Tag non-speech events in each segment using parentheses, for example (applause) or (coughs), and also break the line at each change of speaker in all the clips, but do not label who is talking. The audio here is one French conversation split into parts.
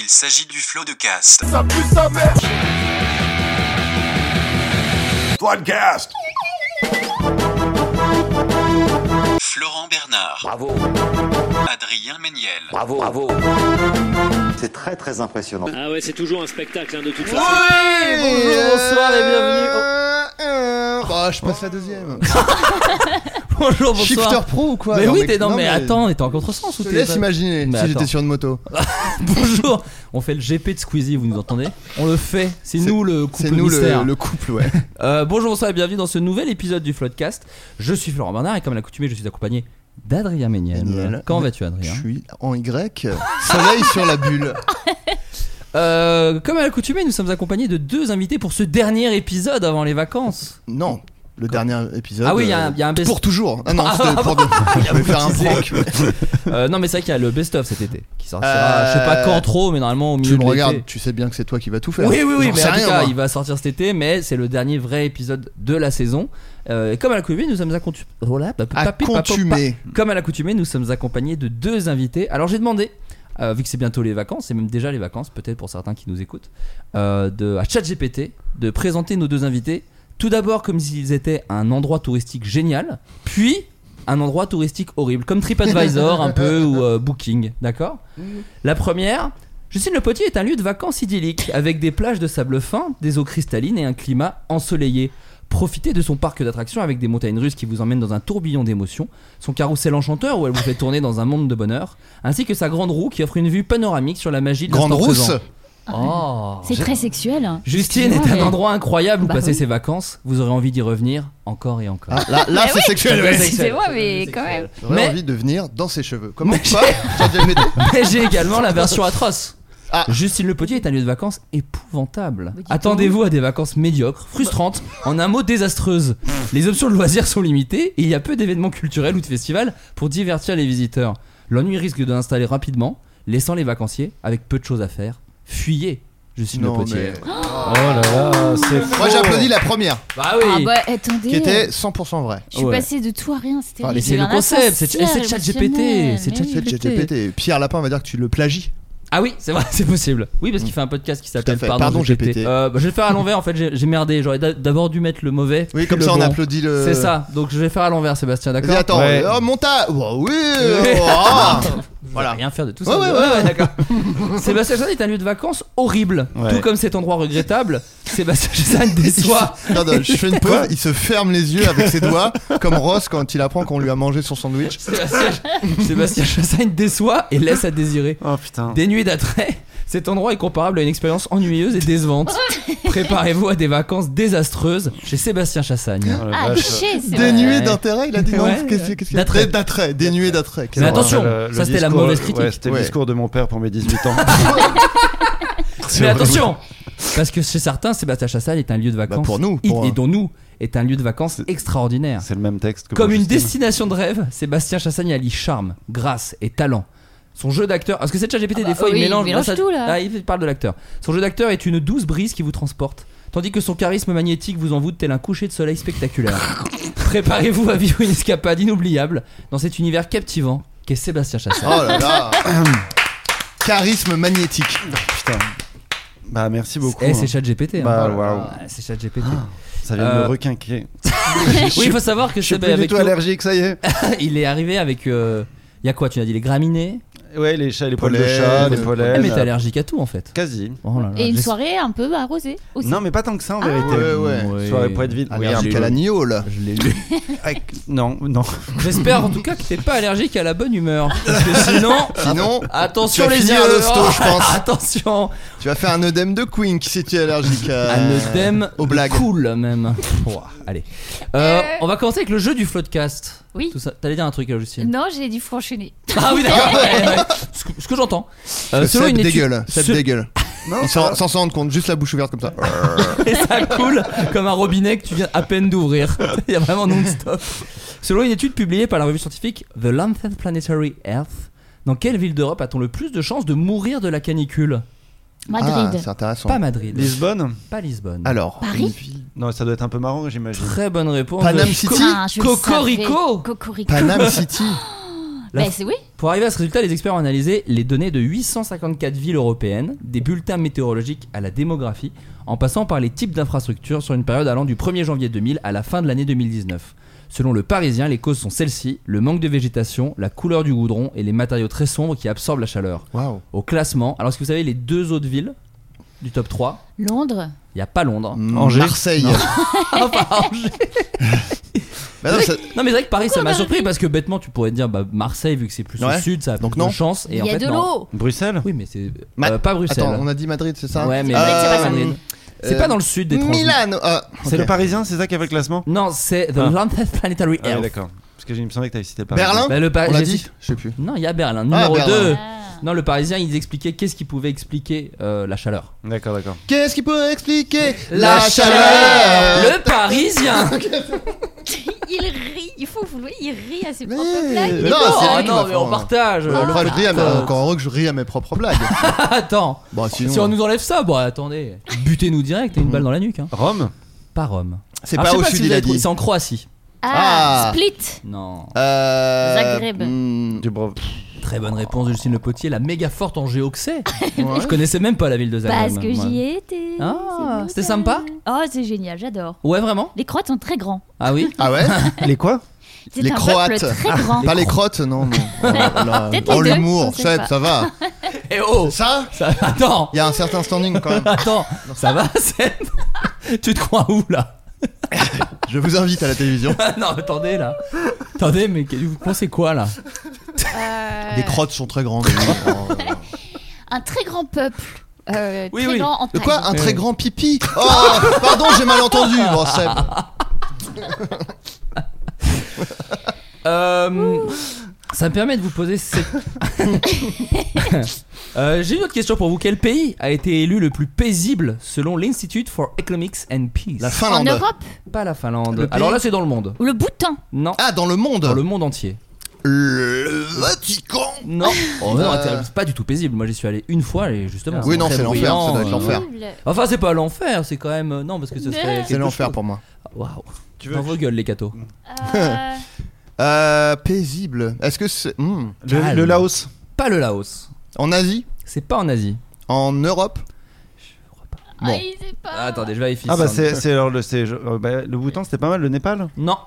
Il s'agit du flot de cast.
Floodcast.
Florent Bernard,
Bravo,
Adrien Méniel,
bravo, bravo.
C'est très très impressionnant.
Ah ouais, c'est toujours un spectacle hein, de toute façon.
euh,
bonjour, bonsoir et bienvenue
Oh, je passe la deuxième.
Bonjour,
Shifter
bonsoir.
Pro ou quoi
mais
Non,
oui, t'es non, mais,
Je
attends, t'es en contresens ou
te
t'es
laisse
pas-
imaginer
Mais
si
attends.
j'étais sur une moto.
(laughs) Bonjour. On fait le GP de Squeezie, vous nous entendez On le fait. C'est nous le couple
C'est nous
mystère.
le, le couple, ouais.
(laughs) Euh, bonjour, bonsoir et bienvenue dans ce nouvel épisode du Floodcast. Je suis Florent Bernard et comme à l'accoutumée, je suis accompagné d'Adrien Méniel.
Méniel.
Comment vas-tu,
Je
Adrien
suis en Y, soleil sur la bulle.
(laughs) Euh, Comme à l'accoutumée, nous sommes accompagnés de deux invités pour ce dernier épisode avant les vacances.
Non, le dernier épisode.
Ah oui, il y a un-
euh,
il y a un best-
Pour toujours. Ah non,
Ah,
c'était
(laughs) ah,
pour de... Je vais faire un
baptisé.
prank.
Euh, non, mais c'est vrai qu'il y a le best-of cet été qui sortira.
Euh,
Je sais pas quand trop, mais normalement au milieu
Tu
de l'été.
me regardes, tu sais bien que c'est toi qui vas tout faire.
Oui, oui, oui,
J'en
mais
sais
en tout
rien,
cas,
moi.
il va sortir cet été, mais c'est le dernier vrai épisode de la saison. Euh, et comme à l'accoutumée, nous sommes accontu- voilà, bah,
À
papi- papa-
contumer.
pa- Comme à l'accoutumée, nous sommes accompagnés de deux invités. Alors j'ai demandé, euh, vu que c'est bientôt les vacances, et même déjà les vacances, peut-être pour certains qui nous écoutent, euh, de, à ChatGPT de présenter nos deux invités. Tout d'abord comme s'ils étaient un endroit touristique génial, puis un endroit touristique horrible, comme TripAdvisor un peu ou euh, Booking, d'accord
(coughs)
La première, Justine Le Potier est un lieu de vacances idyllique, avec des plages de sable fin, des eaux cristallines et un climat ensoleillé. Profitez de son parc d'attractions avec des montagnes russes qui vous emmènent dans un tourbillon d'émotions, son carrousel enchanteur où elle vous fait tourner dans un monde de bonheur, ainsi que sa grande roue qui offre une vue panoramique sur la magie de
Grande
l'instant
rousse.
présent. Oh.
Ah C'est très sexuel. hein.
Justine est
Excuse-moi,
un
mais-
endroit incroyable où
Bah
passer
oui.
ses vacances, vous aurez envie d'y revenir encore et encore.
Ah, là, là, c'est sexuel. ouais.
Excusez-moi, mais quand même.
J'aurais
Mais-
envie de venir dans ses cheveux. Comment ça J'ai
(laughs)
déjà aimé-
Mais j'ai également la version atroce.
Ah.
Justine Le Potier est un lieu de vacances épouvantable.
Mais dis donc.
Attendez-vous à des vacances médiocres, frustrantes, en un mot désastreuses. Les options de loisirs sont limitées et il y a peu d'événements culturels ou de festivals pour divertir les visiteurs. L'ennui risque de l'installer rapidement, laissant les vacanciers avec peu de choses à faire. Fuyez, Justine
Non,
Le Potier.
mais-
Oh là là, c'est fou.
Moi j'applaudis la première,
Bah oui.
Ah bah attendez.
qui était 100% vraie.
Je suis
Ouais.
passé de tout à rien, c'était.
Ah,
mais c'est
J'ai
le
un
concept, c'est-
ascenseur
c'est ChatGPT,
émotionnel,
c'est
mais
ChatGPT.
oui.
Fait GPT. Pierre Lapin va dire que tu le plagies.
Ah oui, c'est vrai, (laughs) c'est possible. Oui, parce qu'il fait un podcast qui s'appelle
fait.
Pardon,
Pardon,
j'ai pété.
GPT.
Euh, bah, je vais le faire à l'envers, en fait, j'ai j'ai merdé. J'aurais d'a- d'abord dû mettre le mauvais.
Oui,
puis
comme
le
ça on
bon.
applaudit le.
C'est ça, donc je vais faire à l'envers, Sébastien,
Vas-y,
d'accord
attends,
Ouais.
oh monta Oh, Oui
Ouais.
oh,
(laughs)
ah.
Voilà.
Voilà.
Rien faire de tout
Ouais,
ça.
ouais,
d'accord. (laughs) Sébastien Chazal est un lieu de vacances horrible.
Ouais.
Tout comme cet endroit regrettable, Sébastien Chazal déçoit.
Non, non, je
(laughs)
fais une pause, il se ferme les yeux avec ses doigts, comme Ross quand il apprend qu'on lui a mangé son sandwich.
Sébastien, Sébastien Chassagne déçoit et laisse à désirer.
Oh putain.
Dénué d'attrait, cet endroit est comparable à une expérience ennuyeuse et décevante. Préparez-vous à des vacances désastreuses chez Sébastien Chassagne.
Oh la
Ah,
vache.
déchet, c'est vrai.
Dénué
Ouais.
d'intérêt, il a dit non,
Ouais.
qu'est-ce que- qu'est-ce que-
D'attrait.
D'attrait, dénué d'attrait. quel
Mais
horreur.
attention,
Le- le
ça, c'était la
discours-
mauvaise critique.
Ouais, c'était
Ouais.
le discours de mon père pour mes 18 ans. (laughs) C'est
Mais
horrible.
attention Parce que chez certains, Sébastien Chassagne est un lieu de vacances.
Bah, pour nous,
et-
pour
et
un-
dont nous, est un lieu de vacances
euh, C'est-
extraordinaire.
C'est le même texte que
Comme
pour
une
Justine.
destination de rêve, Sébastien Chassagne allie charme, grâce et talent. Son jeu d'acteur, parce que cette ChatGPT
Ah bah
des fois
oui,
il
il
mélange,
mélange
ça-
tout, là.
Ah, il parle de l'acteur. Son jeu d'acteur est une douce brise qui vous transporte, tandis que son charisme magnétique vous envoûte tel un coucher de
(laughs)
soleil spectaculaire. Préparez-vous à vivre une escapade inoubliable dans cet univers captivant qu'est Sébastien Chassagne.
Oh
(coughs)
là là Charisme
Ah,
magnétique.
Putain. Bah merci beaucoup.
Eh,
hein.
c'est ChatGPT. hein.
Bah, waouh.
Ah, c'est ChatGPT.
Ça vient de
Euh,
me requinquer.
(laughs) oui, il faut savoir que
Je suis
Seb
plus
est
du
avec (laughs)
tout
nous.
allergique, ça y est.
il est arrivé avec. euh, Il y a quoi Tu as dit les graminées
Ouais, les chats, les poils de
Pollen,
chat, les
euh,
Ah,
pollens.
mais t'es allergique à tout en fait.
Quasi.
Oh là là,
Et une
j'es-
soirée un peu arrosée aussi.
Ah, Non, mais pas tant que ça en
Ah.
vérité.
Ouais, ouais.
Ouais.
Soirée pour être vide.
Oui,
Allergique à
un-
l'agneau là.
Je l'ai lu.
Avec- Non, non.
J'espère en tout cas que t'es pas allergique à la bonne humeur. Parce que sinon,
(laughs) Sinon,
attention
tu vas
les
finir
yeux.
à
(laughs)
l'hosto, je pense.
attention.
tu vas faire un œdème de queen si tu es allergique à,
Un œdème
aux blagues.
cool même. Ouah, allez, Euh,
Euh.
on va commencer avec le jeu du floodcast.
Oui.
Tout ça. T'allais dire un truc, là, Justine.
Non, j'ai dû franchonner.
Ah oui, d'accord. Ouais,
(laughs)
ouais. Ce que, ce que j'entends. Euh,
Le
selon
Seb
une étude-
dégueule. Seb
se-
dégueule.
Non,
Il s'en s'en rend compte, juste la bouche ouverte comme ça.
(laughs) et ça coule comme un robinet que tu viens à peine d'ouvrir. (laughs) Il y a vraiment non-stop. Selon une étude publiée par la revue scientifique The Lancet Planetary Earth, dans quelle ville d'Europe a-t-on le plus de chances de mourir de la canicule
Ah,
Madrid.
c'est intéressant.
Pas Madrid,
Lisbonne
pas Lisbonne.
Alors,
Paris
Non, ça doit être un peu marrant, j'imagine.
Très bonne réponse.
Panam
Je-
City
Ah, je le
Cocorico.
savais. Cocorico.
Panam City
La-
Bah, c'est oui.
Pour arriver à ce résultat, les experts ont analysé les données de 854 villes européennes, des bulletins météorologiques à la démographie, en passant par les types d'infrastructures sur une période allant du 1er janvier 2000 à la fin de l'année 2019. Selon le Parisien, les causes sont celles-ci, le manque de végétation, la couleur du goudron et les matériaux très sombres qui absorbent la chaleur.
Waouh
Au classement, alors est-ce que vous savez les deux autres villes du top 3
(gasps)
(laughs)
Londres.
Il n'y a pas Londres. Ah,
Angers
Hmm. Marseille
(laughs) Enfin, Angers.
Bah non, ça-
Non mais c'est vrai que Paris ça m'a
Paris
surpris parce que bêtement tu pourrais te dire bah, Marseille vu que c'est plus au
Ouais.
sud ça a
Donc
plus
non.
de chance et
Il
en
y a
fait
de
non.
l'eau.
Bruxelles
Oui, mais c'est
Ma-
euh, pas Bruxelles.
Attends, on a dit Madrid, c'est ça
Ouais, mais
Euh,
Madrid, c'est pas ça.
Madrid. C'est
euh,
pas dans le sud des
Milan ah,
C'est
ok.
le Parisien, c'est ça qui a fait le classement
Non, c'est The
Ah.
Lancet Planetary
Ah, oui,
Earth.
d'accord. Parce que j'ai- il me semblait que t'avais cité le Parisien.
Berlin
Bah, le Par-
On l'a
j'ai
dit
cité-
Je sais plus. Ah,
Non, il y a Berlin. Numéro
Berlin.
2.
Ah.
Non, le Parisien, ils expliquaient qu'est-ce qui pouvait expliquer euh, la chaleur.
D'accord, d'accord.
Qu'est-ce qui peut expliquer
Le
(laughs)
Parisien
Il rit. Il faut, vous le voyez, il rit à ses
Mais-
propres blagues.
Non,
Oh,
c'est vrai
non,
qu'on
mais
va
on
faire-
partage. euh, le
Enfin, je ris à mes-
podcast.
encore heureux que je ris à mes propres blagues.
(laughs) Attends,
Bon, sinon,
si on nous enlève ça, bon, attendez, butez-nous direct et une balle dans la nuque. Hein.
Rome
Pas Rome.
c'est
Alors, je
pas
sais
au
pas si
sud,
vous
il a
avez trouvé,
dit.
C'est en Croatie.
Ah,
Ah.
Split.
Non.
Euh,
Zagreb.
hmm,
Dubrovnik.
Très bonne réponse de Justine Le Potier, la méga forte en géo que c'est.
(laughs) ouais.
Je connaissais même pas la ville de Zagreb.
Parce que
Ouais.
j'y étais.
Ah,
C'est beau,
c'était
ça.
sympa
Oh, c'est génial, j'adore.
Ouais, vraiment (laughs)
Les Croates sont très grands.
Ah oui
Ah ouais
(laughs) Les quoi
C'est
Les
un
Croates.
peuple
(laughs)
très grand.
Pas les crottes, non.
(laughs)
non. Oh, là.
Peut-être les
Oh,
deux,
l'humour,
on sait
Seb,
pas.
ça va.
(laughs) Eh oh
Ça
ça- Attends
Il y a un certain standing quand même.
(laughs) Attends Ça va, Seb Tu te crois où là
(laughs) Je vous invite à la télévision.
Non, attendez là Attendez, mais que- vous pensez quoi là
Euh,
Les crottes sont très grandes. Oh.
Un très grand peuple. Euh,
Oui,
très
oui. Euh.
grand en
De
taille.
quoi Un
Ouais.
très grand pipi Oh, pardon, j'ai mal entendu. Bon, Seb.
Euh, Ça me permet de vous poser cette. Euh, J'ai une autre question pour vous. Quel pays a été élu le plus paisible selon l'Institute for Economics and Peace
La
En
Finlande.
Europe
Pas la Finlande.
Le pays-
Alors là, c'est dans le monde.
ou le Bhoutan
Non.
Ah, dans le monde.
Dans le monde entier.
Le Vatican. (laughs)
Non. Oh, non,
Euh.
c'est pas du tout paisible. Moi, j'y suis allé une fois et justement.
Oui, non,
très
c'est l'enfer,
bruyant,
ça doit être
euh,
l'enfer.
Horrible.
Enfin, c'est pas l'enfer, c'est quand même. Non, parce que ce serait. Ah,
C'est l'enfer pour moi.
Waouh.
Tu
Dans vos gueules, les cathos.
Euh,
(laughs) Euh, paisible. Est-ce que c'est hmm.
le, le Laos
Pas le Laos.
en Asie,
C'est pas en Asie.
en Europe
ah, il sait pas.
Ah, attendez, je vérifie.
Ah bah
ça.
c'est c'est alors le c'est- euh, bah, le Bhoutan c'était pas mal le Népal
Non,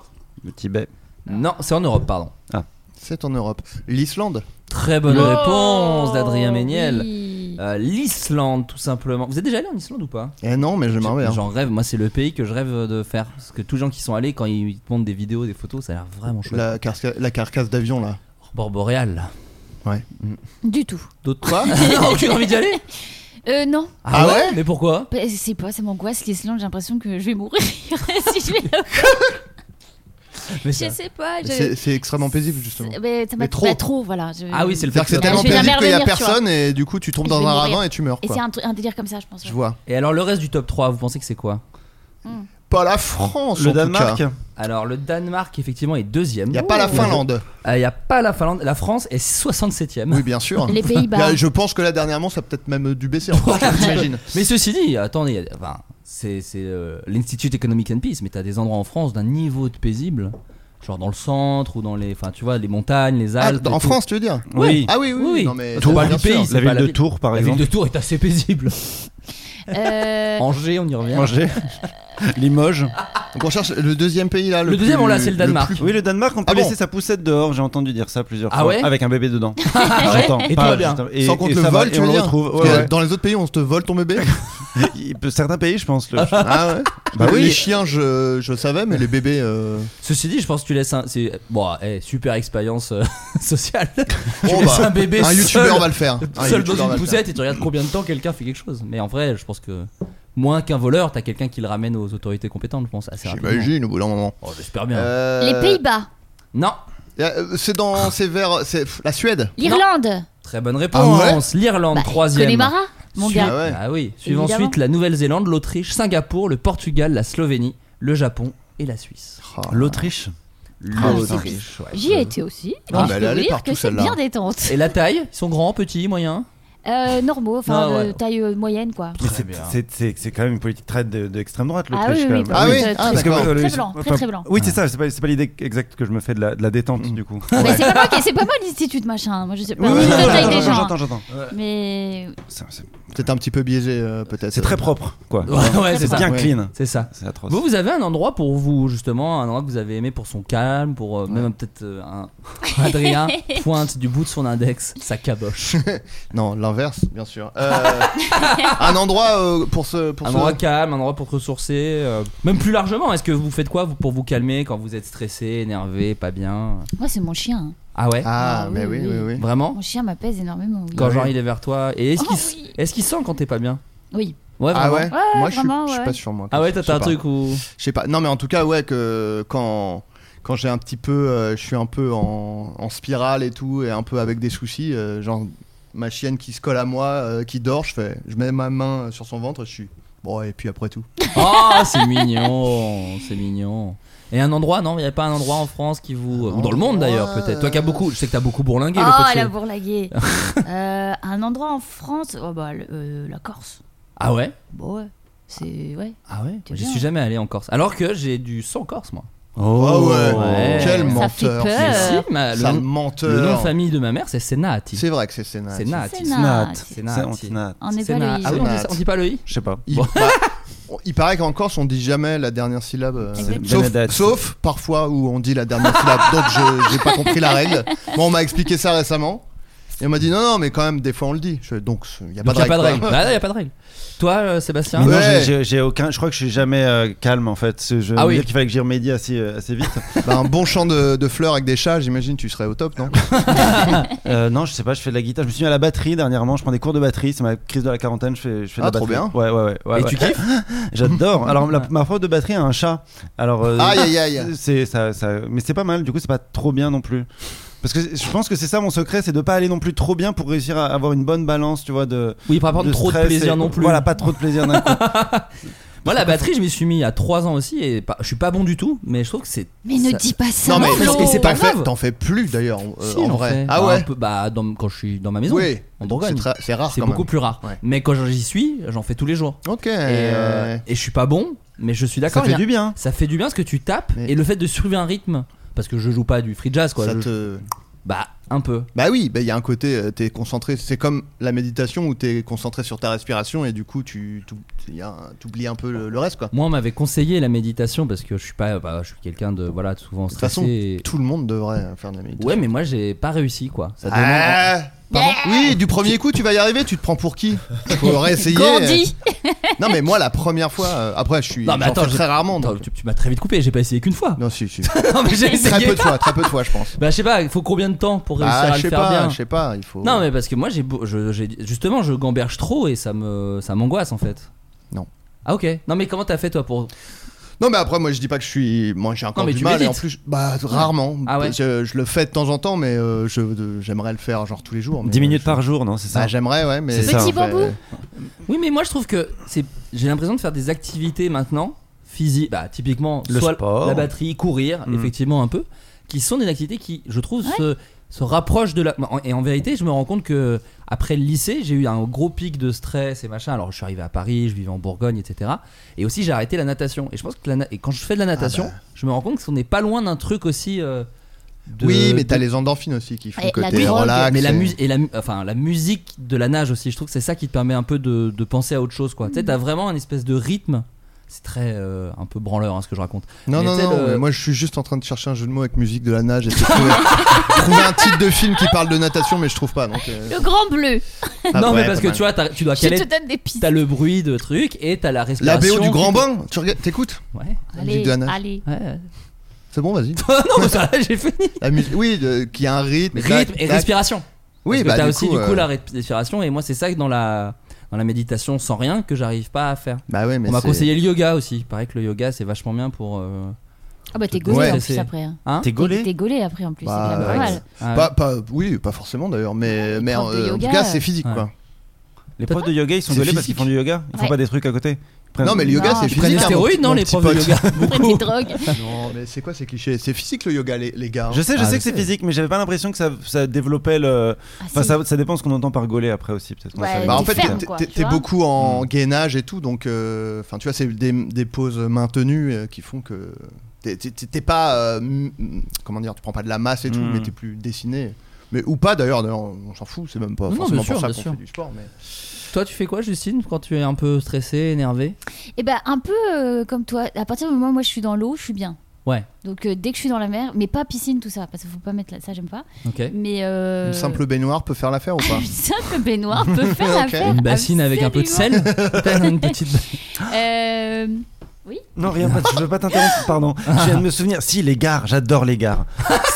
le Tibet
non, c'est en Europe, pardon.
Ah.
C'est en Europe. L'Islande.
Très bonne
Oh,
réponse d'Adrien Méniel.
oui.
Euh, L'Islande, tout simplement. Vous êtes déjà allé en Islande ou pas
Eh non, mais je m'en vais. hein.
J'en rêve, moi c'est le pays que je rêve de faire. Parce que tous les gens qui sont allés, quand ils te montrent des vidéos, des photos, ça a l'air vraiment chouette.
La, carca- la carcasse d'avion là.
Aurore boréale.
Du tout.
Mm.
(laughs)
D'autres
(laughs)
quoi (laughs) Non, Ah, aucune envie d'y aller
Euh, non.
Ah ouais
Mais pourquoi
Bah, Je sais pas, ça m'angoisse l'Islande, j'ai l'impression que je vais mourir (laughs) si je vais là.
Mais
Je
ça-
sais pas. je-
C'est c'est extrêmement paisible justement.
c'est- mais ça m'a
Mais trop.
bah, trop, voilà. je-
Ah oui, c'est le fait
C'est-à-dire que c'est
que-
tellement
Je vais jamais
paisible qu'il y a
revenir, tu
personne et du coup tu tombes
Je
dans
vais
un
mourir.
ravin et tu meurs
Et c'est
quoi.
un, truc- un délire comme ça, je pense. ouais.
Je vois.
Et alors le reste du top 3, vous pensez que c'est quoi
Pas la France. en
le
tout
Danemark
cas.
Alors le Danemark effectivement est deuxième. Euh,
Y a pas la Finlande.
Il n'y a pas la Finlande. La France est 67ème.
Oui, bien sûr. (laughs)
Les Pays-Bas.
(laughs)
Là, je pense que là dernièrement ça a peut-être même euh, dû baisser encore, j'imagine.
Mais ceci dit, attendez, enfin, c'est c'est, euh, l'Institut Economic and Peace, mais t'as des endroits en France d'un niveau de paisible, genre dans le centre ou dans les, enfin tu vois, les montagnes, les
Ah,
Alpes. et
en
tout.
France tu veux dire
Ouais.
Oui.
Ah oui oui,
Oui, oui.
non mais
Parce qu'on parle
bien
du pays,
sûr.
la
c'est pas
ville
la
de
ville-
Tours par
La ville
exemple
de Tours est assez paisible.
(laughs)
Euh,
Angers, on y revient.
Angers (laughs) Limoges
Donc on cherche le deuxième pays là. Le,
Le deuxième,
plus-
on l'a, c'est le Danemark.
plus-
Oui, le Danemark, on peut
Ah bon
laisser sa poussette dehors. J'ai entendu dire ça plusieurs
Ah
fois.
ouais
avec un bébé dedans. J'entends.
(laughs) Et tout
Pas
va bien.
juste un- et-
Sans compte
et
le
ça va,
vol,
et
tu
on
veux
le
dire
retrouve.
Parce que
Ouais, ouais.
Dans les autres pays, on te vole ton bébé.
Il peut- (laughs) Certains pays, je pense. le-
(laughs) ah ouais.
Bah oui.
Les chiens, je, je savais, mais les bébés. euh,
Ceci dit, je pense que tu laisses un. c'est- Bon, eh, super expérience euh, (laughs) sociale. tu
bon,
laisses
bah,
un bébé
Un
seul,
youtubeur va le faire. Un
seul
youtubeur
dans
va
une
le faire.
poussette et tu regardes combien de temps quelqu'un fait quelque chose. Mais en vrai, je pense que moins qu'un voleur, t'as quelqu'un qui le ramène aux autorités compétentes, je pense. Assez rapidement.
J'imagine au bout d'un moment.
Oh, j'espère bien.
Euh,
Les Pays-Bas,
Non,
euh, C'est dans.
Ah.
C'est vers. C'est pff, la Suède.
l'Irlande,
très bonne réponse. L'Irlande,
Bah,
troisième.
Connemara, mon
Suit-
gars.
Ah ouais.
Ah oui. Suivant
Évidemment.
ensuite la Nouvelle-Zélande, l'Autriche, Singapour, le Portugal, la Slovénie, le Japon et la Suisse.
Oh.
L'Autriche.
L'Autriche. ouais.
J'y ai été aussi.
Ah, bah,
Et je
elle
peux
est allée
vous dire
partout,
que c'est
celle-là.
bien détente.
Et la taille Ils sont grands, petits, moyens
Euh, normaux, enfin
Non, Ah ouais.
euh, taille euh, moyenne quoi.
Mais
Très
c'est-
bien.
c'est- C'est c'est quand même une politique très de- d'extrême droite,
Ah
l'Autriche.
oui,
quand
oui,
même.
Ah oui,
ah,
Parce que,
d'accord.
euh, le-
Très blanc,
enfin,
très très blanc.
Oui, c'est ça, c'est pas, c'est pas l'idée exacte que je me fais de la, de la détente, du coup.
Bah, c'est pas moi qui- c'est pas moi l'institut de machin. Moi je sais pas.
Oui,
on
oui,
est
non,
de taille
j'entends,
des gens.
J'entends, j'entends.
Mais
C'est- c'est-
Peut-être un petit peu
(laughs)
biaisé, euh, peut-être.
C'est très propre, quoi.
Ouais, ouais, c'est
C'est
ça.
bien
Ouais.
clean.
C'est ça.
C'est atroce.
Vous, vous avez un endroit pour vous, justement, un endroit que vous avez aimé pour son calme, pour euh, même peut-être euh, un (laughs) Adrien pointe du bout de son index sa caboche.
(laughs) Non, l'inverse, bien sûr.
(laughs)
Euh, un endroit euh, pour ce. Pour
Un
ce-
endroit calme, un endroit pour se ressourcer. euh, même plus largement, est-ce que vous faites quoi vous, pour vous calmer quand vous êtes stressé, énervé, pas bien
moi c'est mon chien. hein.
Ah ouais
Ah,
Ah,
mais
oui,
oui, oui,
oui.
oui.
Vraiment
Mon chien m'apaise énormément. Oui.
Quand genre il est vers toi Et est-ce
Oh,
qu'il s-
oui.
est-ce qu'il sent quand t'es pas bien
Oui.
Ouais,
Ah
vraiment
ouais,
Ouais,
Moi, je suis,
vraiment,
je suis
ouais.
pas sûr, moi.
Ah ouais, t'as
Je sais
t'as un
pas.
truc où.
Je sais pas. Non, mais en tout cas, ouais, que quand quand j'ai un petit peu, euh, je suis un peu en, en spirale et tout, et un peu avec des soucis, euh, genre ma chienne qui se colle à moi, euh, qui dort, je fais, je mets ma main sur son ventre, je suis. Bon, et puis après tout.
Oh, c'est mignon, c'est mignon. Et un endroit, non Il n'y a pas un endroit en France qui vous. Ou dans le monde d'ailleurs, peut-être. Toi qui as beaucoup. Je sais que t'as beaucoup bourlingué le
Oh
coach.
la
(laughs)
bourlaguée. Euh, un endroit en France, oh bah le- euh, la Corse.
Ah ouais
Bon ouais, c'est ouais.
Ah ouais
T'es
Je
bien. hein.
suis jamais allé en Corse. Alors que j'ai du sang corse, moi.
Oh, ouais.
ouais.
Quel
Ça
menteur.
fait peur.
Mais
c'est-
Euh,
si, ma- le,
Sale
nom-
menteur.
le nom de famille de ma mère, c'est Senati.
C'est vrai que c'est Sénat.
C'est Nat.
C'est
C'est
Nat.
C'est
C'est
Nat.
antinat.
On n'est pas
Sénat.
lui.
Ah oui, on dit ça- on dit pas le i
Je sais pas.
Il,
Bon.
bah, on- il paraît qu'en Corse, on dit jamais la dernière syllabe. euh,
Exactement.
sauf,
Benedetto.
sauf parfois où on dit la dernière syllabe. Donc je j'ai pas compris la règle. Moi, on m'a expliqué ça récemment. Et on m'a dit non, non, mais quand même, des fois on le dit. Je- donc il y a pas
Donc
de
y a
règle.
pas de règle.
(laughs) quoi.
Ah, non, y a pas de règle. Toi, euh, Sébastien
Mais non,
Ouais.
j'ai- j'ai- j'ai aucun. Je crois que je suis jamais euh, calme en fait. Je, je
Ah
veux
oui.
dire qu'il fallait que j'y remédie assez, euh, assez vite.
(laughs) Bah, un bon champ de, de fleurs avec des chats, j'imagine, tu serais au top, non
(laughs) Euh, non, je sais pas. Je fais de la guitare. Je me suis mis à la batterie dernièrement. Je prends des cours de batterie. C'est ma crise de la quarantaine. Je fais, je fais de
Ah,
la
trop
batterie.
bien.
Ouais, ouais, ouais. ouais,
Et
ouais.
tu kiffes
(laughs) J'adore. Alors la- ma prof de batterie a un chat. Alors. euh,
Aïe, aïe, aïe.
(laughs) C'est ça, ça- mais c'est pas mal. Du coup, c'est pas trop bien non plus. Parce que je pense que c'est ça mon secret, c'est de pas aller non plus trop bien pour réussir à avoir une bonne balance, tu vois, de.
Oui, pas prendre trop de
stress
plaisir
et-
non plus.
Voilà, pas trop de plaisir d'un coup.
Moi, la batterie, je m'y suis mis il y a 3 ans aussi. Et pas- je suis pas bon du tout, mais je trouve que c'est.
Mais ne
ça-
dis pas ça.
Non, mais
Flo.
et c'est pas
t'en fais-
grave.
T'en fais plus d'ailleurs, euh,
Si,
en
j'en
vrai.
fais.
Ah
Bah, un
ouais
peu- Bah, dans- quand je suis dans ma maison.
Oui.
En
C'est
Bourgogne.
tra- C'est rare
C'est
quand
beaucoup
même.
plus rare.
Ouais.
Mais quand j'y suis, j'en fais tous les jours.
Ok.
Et, euh, et je suis pas bon, mais je suis
ça
d'accord. il y
fait
a-
du bien.
Ça fait du bien parce que tu tapes
Mais-
et le fait de suivre un rythme. Parce que je joue pas du free jazz quoi.
Ça
je-
te.
Bah, un peu.
Bah oui, bah il y a un côté, euh, t'es concentré. C'est comme la méditation où t'es concentré sur ta respiration et du coup, tu t'ou- il y a un- t'oublies un peu le, le reste, quoi.
Moi, on m'avait conseillé la méditation parce que je suis pas. Bah, je suis quelqu'un de. Voilà, souvent
De toute façon,
stressé. et-
Tout le monde devrait faire de la méditation.
Ouais, mais moi, j'ai pas réussi quoi. Ça demande-
Ah Pardon Oui, du premier coup, tu vas y arriver. Tu te prends pour qui Faut réessayer.
Gandhi.
(laughs) Non, mais moi, la première fois. euh, après, je suis.
Non, mais
j'en
attends,
fais
j'ai-
très rarement.
Attends,
donc-
tu, tu m'as très vite coupé, j'ai pas essayé qu'une fois.
Non, si, si.
(laughs) Non, mais j'ai
très
essayé.
peu de
(laughs)
fois, très peu de fois, je pense.
Bah, je sais pas, il faut combien de temps pour réussir
Ah,
à
je
le
sais
faire
pas,
bien
je sais pas. Il faut.
Non, mais parce que moi, j'ai, beau- je- j'ai- justement, je gamberge trop et ça me, ça m'angoisse en fait.
Non.
Ah ok. Non, mais comment t'as fait toi pour
Non mais après moi je dis pas que je suis moi j'ai encore
Non, mais
du
tu
mal et en
médites.
plus je- bah rarement
Ah ouais.
je, je le fais de temps en temps mais euh, je de- j'aimerais le faire genre tous les jours mais,
10
euh,
minutes
je-
par jour, non, c'est
bah,
ça.
j'aimerais ouais mais
C'est ça, Petit en
fait. bambou.
Oui, mais moi je trouve que c'est j'ai l'impression de faire des activités maintenant physiques, bah typiquement
Le
soit
sport.
la batterie, courir,
Mm.
effectivement un peu, qui sont des activités qui, je trouve, se, se rapprochent de la. Et en vérité, je me rends compte que après le lycée, j'ai eu un gros pic de stress et machin. Alors je suis arrivé à Paris, je vivais en Bourgogne, etc. Et aussi j'ai arrêté la natation. Et je pense que la na- et quand je fais de la
Ah
natation,
bah.
je me rends compte qu'on n'est pas loin d'un truc aussi. euh, de-
oui mais
de-
t'as les endorphines aussi qui font
Et
que
la
t'es
drogue.
relax
mais la,
et-
mus- et la, mu- enfin, la musique
Mm.
de la nage aussi, je trouve que c'est ça qui te permet un peu de, de penser à autre chose. quoi. Tu sais, t'as vraiment un espèce de rythme. C'est très euh, un peu branleur hein, ce que je raconte.
Non,
Mais
non,
tu sais,
non,
le-
mais moi je suis juste en train de chercher un jeu de mots avec musique de la nage et de trouver, (laughs) trouver un titre de film qui parle de natation, mais je trouve pas. Donc, euh,
Le grand bleu.
(laughs) ah,
non, mais
ouais,
parce
pas
que
mal.
tu vois, t'as- tu dois
Je te
caler.
donne des pistes.
T'as le bruit de truc et t'as la
La
respiration.
BO du grand
qui-
bain, tu regardes, t'écoutes
Ouais.
Allez,
musique de la nage.
allez.
ouais, ouais.
C'est bon, vas-y.
(laughs) non, mais ça, j'ai fini.
La musique, oui, de- qui a un rythme. tac,
Rythme et
tac.
respiration. Parce
Oui,
que
bah,
t'as
du
aussi
coup,
du coup
euh,
la respiration et moi c'est ça que dans la dans la méditation sans rien que j'arrive pas à faire.
Bah ouais, mais
On m'a
c'est-
conseillé le yoga aussi. Il paraît que le yoga c'est vachement bien pour. euh,
Ah bah t'es
te
gaulé en
stresser.
plus après. hein.
Hein
T'es gaulé
T'es gaulé après en plus.
Bah,
c'est déjà pas
ouais.
mal.
ah,
Pas, pas, oui, pas forcément d'ailleurs, mais, mais
profs
en,
de
en tout
yoga,
cas,
euh,
c'est physique
ouais.
quoi.
Les profs de yoga, ils sont
C'est
gueulés parce qu'ils
physique.
font du yoga. Ils font
Ouais.
pas des trucs à côté. Ils prennent-
Non, mais le yoga,
Non,
c'est
ils
Ils prennent
physique.
des
hein, mon-
stéroïdes,
mon
non, les
petit
profs de
pote.
yoga
(laughs)
Ils prennent des drogues.
Non, mais c'est quoi ces clichés C'est physique le yoga, les, les gars. hein.
Je sais, je
Ah,
sais
je
que c'est
sais.
physique, mais j'avais pas l'impression que ça, ça développait le.
Ah,
Enfin,
si.
ça, ça dépend ce qu'on entend par gauler après aussi, peut-être. Moi,
Ouais,
ça-
t'es
Bah, en fait,
ferme,
t'es-
quoi,
t'es
tu
t'es
vois.
beaucoup
Hmm.
en gainage et tout, donc euh, enfin, tu vois, c'est des, des pauses maintenues euh, qui font que t'es- t'es t'es- t'es pas, euh, m- m- comment dire, tu prends pas de la masse et tout,
Mm.
mais t'es plus dessiné. Mais ou pas d'ailleurs, d'ailleurs, on s'en fout, c'est même pas
Non,
forcément
bien sûr,
pour ça
bien
qu'on
sûr.
fait du sport. Mais...
Toi, tu fais quoi, Justine, quand tu es un peu stressé, énervé
Et ben un peu euh, comme toi. À partir du moment où moi je suis dans l'eau, je suis bien.
Ouais.
Donc euh, dès que je suis dans la mer, mais pas piscine tout ça, parce qu'il faut pas mettre là- ça, j'aime pas.
Ok.
Mais euh,
Une simple baignoire peut faire l'affaire ou
(laughs)
pas
une simple baignoire
(laughs)
peut faire
Ok.
l'affaire.
Une bassine avec un peu de
absolument.
sel Peut-être Une petite.
Euh,
Non, rien, pas, je veux pas t'interrompre, pardon. Je viens de me souvenir. Si, les gares, j'adore les
(laughs)
gares.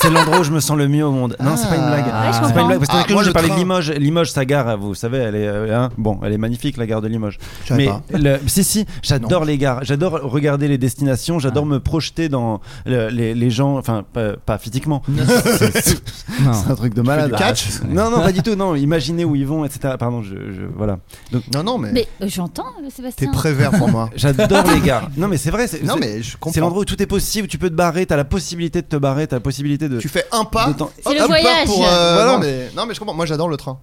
C'est l'endroit où je me sens le mieux au monde. Non, c'est pas une blague.
Ah, ouais, je
c'est pas une blague. Parce que l'autre
comprends. Ah,
jour,
moi,
j'ai
le
parlé de
train.
Limoges. Limoges, sa gare, vous savez, elle est, euh, hein, bon, elle est magnifique, la gare de Limoges.
Je savais
Mais
pas.
le- si, si, j'adore les gares. J'adore regarder les destinations. J'adore me projeter dans le- les, les gens. Enfin, pas, pas physiquement. (laughs)
Non.
C'est un truc de malade.
Du catch
Non, non, pas du tout. Non, imaginez où ils vont, etc. Pardon, je, je- voilà.
Non, non, mais,
mais euh, j'entends euh,
t'es
Sébastien.
prêt vert pour moi.
(laughs) J'adore les gares. Non, mais c'est vrai. c'est-
non,
c'est-
mais je
C'est
comprends.
l'endroit où tout est possible, où tu peux te barrer, t'as la possibilité de te barrer, t'as la possibilité de.
Tu fais un pas.
de temps-
C'est le
hop, part
voyage.
pour, euh,
Voilà.
non, mais, non, mais je comprends. Moi, j'adore le train.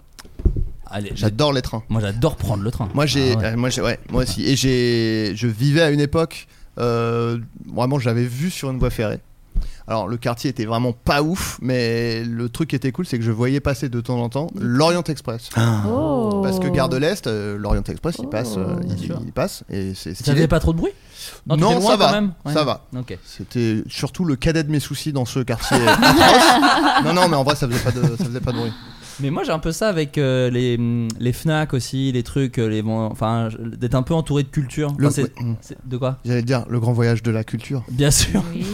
Allez, j'ai-
J'adore les trains.
Moi, j'adore prendre le train.
Moi j'ai,
Ah ouais.
euh, moi j'ai, ouais, moi aussi. Et j'ai, je vivais à une époque, euh, vraiment, j'avais vu sur une voie ferrée. Alors le quartier était vraiment pas ouf, mais le truc qui était cool, c'est que je voyais passer de temps en temps l'Orient Express.
Ah.
Oh.
Parce que gare de l'Est, euh, l'Orient Express, il
Oh.
passe, euh,
Bien
il,
sûr.
il passe, et c'est
Ça faisait
stylé.
pas trop de bruit Non, t'étais
Non,
loin
ça
quand
va,
même Ouais.
ça va.
Ok.
C'était surtout le cadet de mes soucis dans ce quartier. (laughs) atroce. non, non, mais en vrai, ça faisait pas de, ça faisait pas de bruit.
Mais moi, j'ai un peu ça avec euh, les, hum, les Fnac aussi, les trucs, euh, les bon- enfin, je- d'être un peu entouré de culture. Enfin,
Le-
c'est-
ouais.
c'est- de quoi
J'allais te dire le grand voyage de la culture.
Bien sûr.
Oui.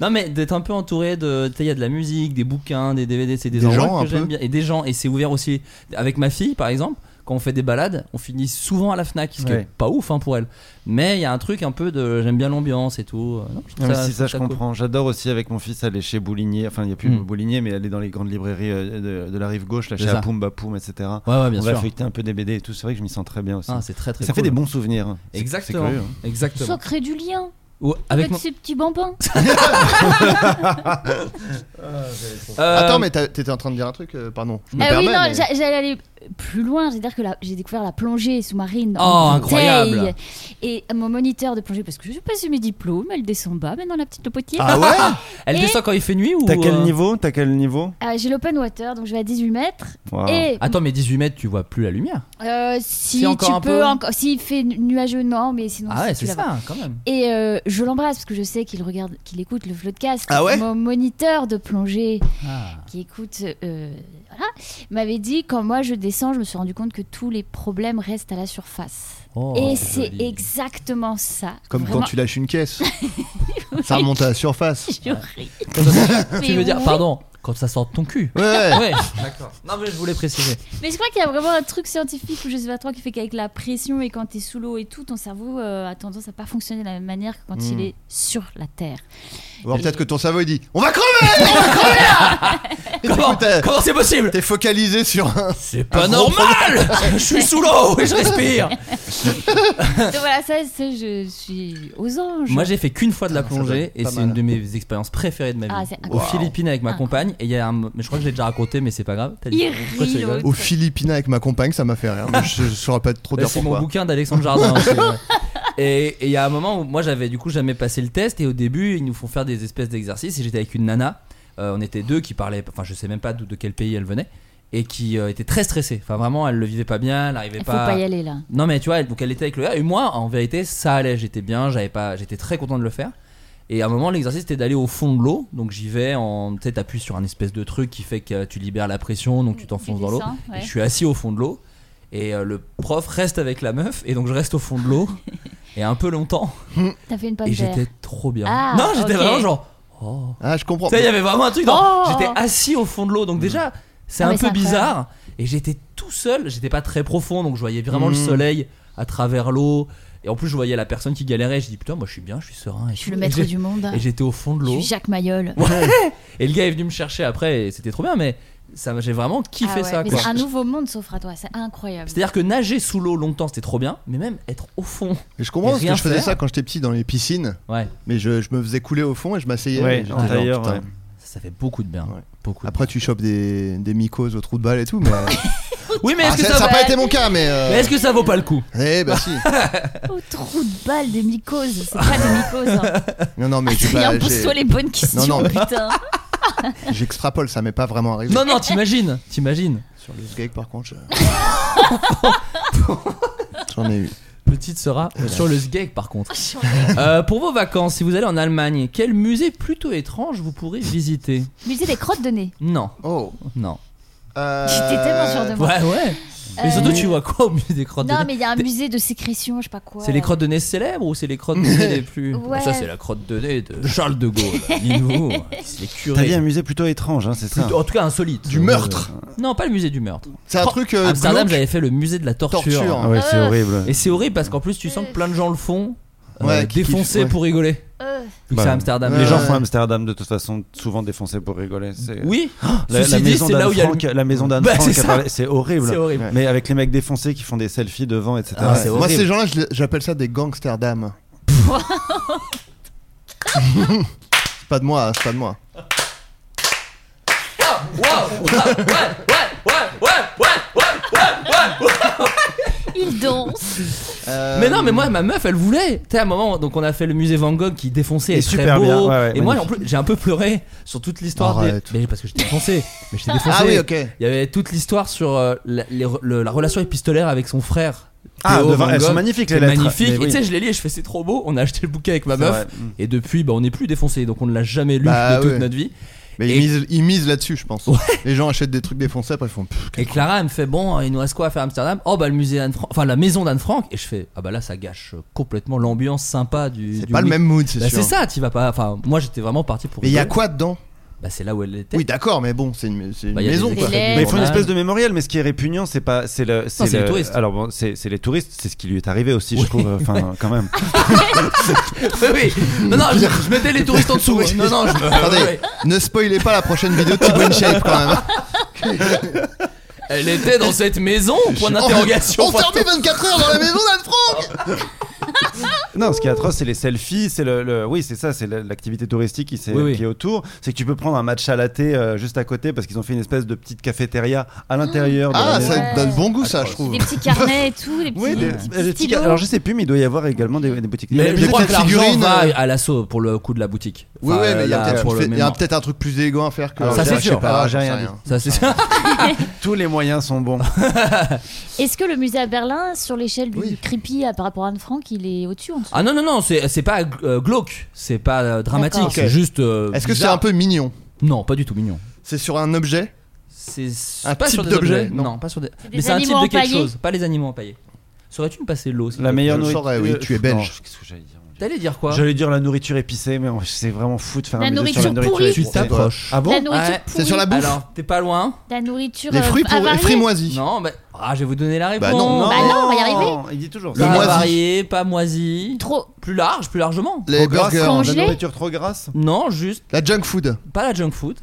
Non, mais d'être un peu entouré de, tu sais, il y a de la musique, des bouquins, des DVD, c'est des,
Des
endroits
gens,
que
un
j'aime
peu.
bien et des gens. Et c'est ouvert aussi avec ma fille, par exemple. Quand on fait des balades, on finit souvent à la Fnac, ce qui
Ouais.
est pas ouf hein, pour elle. Mais il y a un truc un peu de, j'aime bien l'ambiance et tout. Euh, Non, je trouve
Non, mais
ça-
si, ça,
trouve
je
cool.
comprends. J'adore aussi avec mon fils aller chez Boulinier. Enfin, il n'y a plus
Mm.
Boulinier, mais aller dans les grandes librairies euh, de, de la rive gauche, là,
C'est
chez
ça.
Apoum, Bapoum, etc.
Ouais, ouais, bien
On va
sûr.
feuilleter un peu des BD et tout. C'est vrai que je m'y sens très bien aussi.
Ah, c'est très très
ça fait
cool.
des bons souvenirs. hein. C'est-
Exactement.
c'est curieux, hein.
Exactement.
Soit créer du lien
Ou
avec
avec moi.
ces petits bambins.
(laughs) Euh, (laughs)
Attends, mais t'as- t'étais en train de dire un truc, euh, pardon. Je me
Ah oui,
permets,
non,
mais-
j'a- j'allais aller plus loin. J'ai dire que la- j'ai découvert la plongée sous-marine.
Oh,
en
incroyable.
bouteille. Et mon moniteur de plongée, parce que je passe mes diplômes, elle descend bas maintenant la petite potier.
Ah ouais
Elle
Et-
descend quand il fait nuit ou
T'as quel
euh,
niveau T'as quel niveau
Ah, j'ai l'open water, donc je vais à 18 mètres.
Waouh.
Et
Attends, mais 18 mètres, tu vois plus la lumière.
euh, si
C'est encore
tu
un
peux,
peu
encore- s'il fait nu- nuageux, non, mais sinon.
ah ouais,
si tu
c'est
la vois.
ça, quand même.
Et euh, je l'embrasse parce que je sais qu'il regarde, qu'il écoute le floodcast.
Ah ouais
Mon moniteur de plongée
Ah.
qui écoute, euh, voilà, m'avait dit quand moi je descends, je me suis rendu compte que tous les problèmes restent à la surface.
Oh,
Et c'est
joli.
exactement ça.
Comme
Vraiment,
quand
(laughs)
tu lâches une caisse. ça remonte à la surface.
je ris. (laughs)
Tu
Mais
veux dire,
oui.
pardon, quand ça sort de ton cul.
Ouais, ouais.
Ouais, (laughs) d'accord. Non, mais je voulais préciser.
Mais je crois qu'il y a vraiment un truc scientifique ou je sais pas trop qui fait qu'avec la pression et quand t'es sous l'eau et tout, ton cerveau euh, a tendance à pas fonctionner de la même manière que quand
Hmm.
il est sur la terre.
Ou alors peut-être que ton cerveau il dit On va crever On va crever là Et
(laughs)
du
Comment
coup, t'as-
comment c'est possible
T'es focalisé sur un.
C'est pas
Un gros
normal (laughs) Je suis sous l'eau et je respire
Donc voilà, ça, ça, je suis aux anges.
Moi, j'ai fait qu'une fois de la
Ah, ça doit
plongée
être
et
pas
c'est
mal.
une de mes expériences préférées de ma vie.
Ah, c'est incroyable.
Aux Philippines avec ma compagne et il y a un. Mais je crois que je l'ai déjà raconté, mais c'est pas grave. T'as dit-
Il
Pourquoi tu
rit,
rigoles
l'autre.
Aux Philippines avec ma compagne, ça m'a fait rire. mais Je, je saurais pas trop
Là,
dire
Bah, c'est mon
pourquoi.
bouquin d'Alexandre Jardin. aussi, ouais. Et et il y a un moment où moi j'avais du coup jamais passé le test et au début ils nous font faire des espèces d'exercices et j'étais avec une nana. Euh, on était deux qui parlaient, enfin je sais même pas d'où- de quel pays elle venait. et qui euh, était très stressée. Enfin, vraiment, elle le vivait pas bien, elle n'arrivait
Il faut pas y aller là.
non mais tu vois, donc elle était avec le gars et moi en vérité ça allait, j'étais bien, j'avais pas, j'étais très content de le faire. Et à un moment l'exercice était d'aller au fond de l'eau, donc j'y vais en, tu sais t'appuies sur un espèce de truc qui fait que tu libères la pression, donc tu t'enfonces dans l'eau.
descends,
Et
ouais.
Je suis assis au fond de l'eau et euh, le prof reste avec la meuf et donc je reste au fond de l'eau et un peu longtemps
T'as fait une pomme
et
d'air.
j'étais trop bien.
Ah,
non j'étais
ok.
vraiment genre, oh.
Ah, je comprends. Mm.
Tu sais, il y avait vraiment un truc. dans-
Oh.
J'étais assis au fond de l'eau, donc déjà, c'est
Ah,
un
mais
peu
c'est
bizarre. Et j'étais tout seul, j'étais pas très profond, donc je voyais vraiment le
Mm.
soleil à travers l'eau. Et en plus, je voyais la personne qui galérait. Je dis putain, moi je suis bien, je suis serein. Et
Je suis
tout.
le
Et
maître
j'ai-
du monde.
Et j'étais au fond de
Je
l'eau.
suis Jacques Mayol.
Ouais. (laughs) et le gars est venu me chercher après, et c'était trop bien, mais ça, j'ai vraiment kiffé
Ah ouais,
ça.
mais
quoi.
c'est un nouveau monde sauf à toi, c'est incroyable.
C'est-à-dire que nager sous l'eau longtemps, c'était trop bien, mais même être au fond.
Mais je comprends parce
rien
que je faisais
faire.
ça quand j'étais petit dans les piscines,
Ouais,
mais je, je me faisais couler au fond et je m'asseyais.
Ouais,
et j'étais
en
genre,
tailleur,
putain.
ouais.
ça, ça fait beaucoup de bien.
Ouais.
Beaucoup de
Après, tu chopes des, des mycoses au trou de balle et
(laughs)
tout, mais.
bien. Oui, mais
Ah,
est-ce que
ça
ça,
n'a
va-
pas été mon cas, mais. euh,
mais est-ce que ça vaut pas le coup
Eh bah si.
Au trou de balle des mycoses, c'est pas des mycoses. hein.
Non, non, mais j'ai
Rien,
pas-
pose-toi
Ah, j'ai-
les bonnes questions,
Non, non, mais-
putain.
(laughs) j'extrapole, ça m'est pas vraiment
(laughs)
arrivé.
Non, non, t'imagines, t'imagines.
Sur le skate, par
(laughs)
contre, je- j'en ai eu.
Petite sera sur le sgeg par contre.
Ah,
Euh, pour vos vacances, si vous allez en Allemagne, quel musée plutôt étrange vous pourrez visiter
Musée des crottes de nez.
Non,
Oh.
non.
Euh...
(laughs) J'étais tellement sûre de moi. Euh,
Ouais, ouais. Mais surtout, tu vois quoi au musée des crottes de
Non,
nez
mais il y a un musée de sécrétion, je sais pas quoi.
C'est les crottes de nez célèbres ou c'est les crottes de nez
(laughs)
les plus.
Ouais.
Ça, c'est la crotte de nez de Charles de Gaulle.
(laughs)
Dis-nous, c'est
T'as
les
dit
curés.
un musée plutôt étrange, hein, c'est ça.
Plutôt- en tout cas, insolite.
Du meurtre.
Non, pas le musée du meurtre.
C'est un
Cro-
truc. euh,
Amsterdam,
glauque.
j'avais fait le musée de la torture.
Torture.
Ah ouais, c'est
Euh,
horrible.
Et c'est horrible parce qu'en plus, tu sens que plein de gens le font. euh,
Ouais, qui- qui-
défoncés
ouais.
pour rigoler.
Euh,
Vu que
Bah,
c'est Amsterdam.
Les
Ouais.
gens font Amsterdam de toute façon souvent défoncés pour rigoler. c'est- euh,
Oui,
(gasps) La,
ceci
la
dit,
maison
c'est
d'Anne
là où il y a le-
Frank, la maison d'Anne
Bah,
Frank,
c'est
à
ça.
Paris, c'est horrible.
c'est horrible.
Ouais.
Mais avec les mecs défoncés qui font des selfies devant, etc.
Ah, c'est
Moi,
horrible.
ces gens-là, je les- j'appelle ça des gangsterdam.
(laughs)
c'est pas de moi, hein, c'est pas de moi.
il danse.
Euh,
Mais non, mais moi, ma meuf, elle voulait. Tu sais, à un moment, donc on a fait le musée Van Gogh qui défonçait,
Il
est
est super
super beau.
bien, ouais, ouais,
et moi, en
magnifique.
plus, j'ai un peu pleuré sur toute l'histoire. Des...
Arrête.
Mais parce que j'étais défoncé. mais j'étais défoncé.
Ah oui, ok.
Il y avait toute l'histoire sur euh, la, les re- le- la relation épistolaire avec son frère.
Ah,
Théo
devant-
Van
elles
Gogh.
sont magnifiques les
C'est
lettres.
magnifique.
Mais
Et
oui,
tu sais, je l'ai lu et je fais c'est trop beau. On a acheté le bouquet avec ma
c'est
meuf.
vrai.
Et depuis, bah, on n'est plus défoncé. Donc on ne l'a jamais lu
Mm. Bah,
de toute
ouais.
notre vie.
Mais
Et-
ils misent, ils misent là-dessus, je pense.
Ouais.
Les gens achètent des trucs défoncés, après ils font. pff,
Et Clara, elle me fait bon, il nous reste quoi à faire à Amsterdam Oh bah le musée Anne Frank, enfin la maison d'Anne Frank. Et je fais ah bah là ça gâche complètement l'ambiance sympa du.
C'est
du
pas le
week-
même mood, c'est
Bah,
sûr.
c'est ça, tu vas pas. Enfin moi j'étais vraiment parti pour.
Mais il y a
rigoler.
quoi dedans
Bah c'est là où elle était.
Oui, d'accord, mais bon, c'est une, c'est une
Bah, il y a
maison
des
quoi.
extraits
extraits
du
du
Mais ils font une
journal.
espèce de mémorial, mais ce qui est répugnant, c'est pas, c'est le, c'est
c'est
le-
les touristes.
Alors bon, c'est c'est les touristes, c'est ce qui lui est arrivé aussi,
Oui.
je trouve. euh, Enfin, quand
(laughs)
même.
oui, oui. Non non, je, je mettais les touristes en (laughs)
(laughs)
dessous. non non, je.
Attendez,
Ouais.
ne spoilez pas la prochaine vidéo de Thibaut InShape quand même.
Elle était dans cette maison Point Ah. d'interrogation.
On fermait 24 heures dans la maison d'Anne Frank
Non, ce qui est atroce, c'est les selfies, c'est le, le- oui, c'est ça, c'est le- l'activité touristique qui, s'est-
Oui, oui.
qui est autour. C'est que tu peux prendre un matcha latte euh, juste à côté parce qu'ils ont fait une espèce de petite cafétéria à l'intérieur. de la
Ah,
maison.
ça
Ouais.
donne bon goût ça, je trouve.
Des petits carnets et tout, des petits,
Oui, des-
des petits
euh, des petits-
stylos.
alors je sais plus, mais il doit y avoir également des, des boutiques.
Mais je
musique
crois
de
que l'argent
figurine,
va
euh,
à l'assaut pour le coup de la boutique.
Oui,
Enfin,
oui, mais il y
là,
a
pour le
peut-être
mémoire.
peut un truc plus élégant à faire que.
Ah,
ça, c'est
je sais
sûr.
pas,
Ah, j'ai
j'en sais
rien dit.
Ça c'est (laughs) ça.
Tous les moyens sont bons.
Est-ce que le musée à Berlin, sur l'échelle du
Oui.
creepy à- par rapport à Anne Frank, il est au-dessus en dessous
Ah non non non, c'est c'est pas euh, glauque, c'est pas euh, dramatique,
D'accord.
c'est juste. euh,
Est-ce que c'est
bizarre.
un peu mignon
Non, pas du tout mignon.
C'est sur un objet
C'est
Un
pas
type
sur des
d'objet,
objets.
non.
Non. pas sur des.
des
Mais c'est un type
animaux
de quelque
empaillés.
chose, pas les animaux empaillés. Saurais-tu me passer l'eau s'il
La
te plaît
meilleure
Je le
nourriture. euh,
saurais, oui, tu es
non,
belge.
qu'est-ce que j'allais dire
T'allais dire quoi
J'allais dire la nourriture épicée, mais on- c'est vraiment fou
Ah,
de faire
La
un musée sur la
nourriture
nourriture
pourrie.
épicée.
Tu t'approches.
Ah bon
La nourriture
Ouais.
C'est sur la bouffe
Alors, t'es pas loin
La nourriture
Les
euh,
fruits pour les
avariée
fruits moisis.
Non, mais. Ah, je vais vous donner la réponse.
Bah non,
Bah non, on va y arriver.
Il dit toujours
Pas
ça.
Le moisi.
varié, pas moisi.
Trop.
Plus large, plus largement.
Les
Trop grasse,
burgers.
la
Congelé
nourriture trop grasse.
Non, juste
La junk food.
pas la junk food.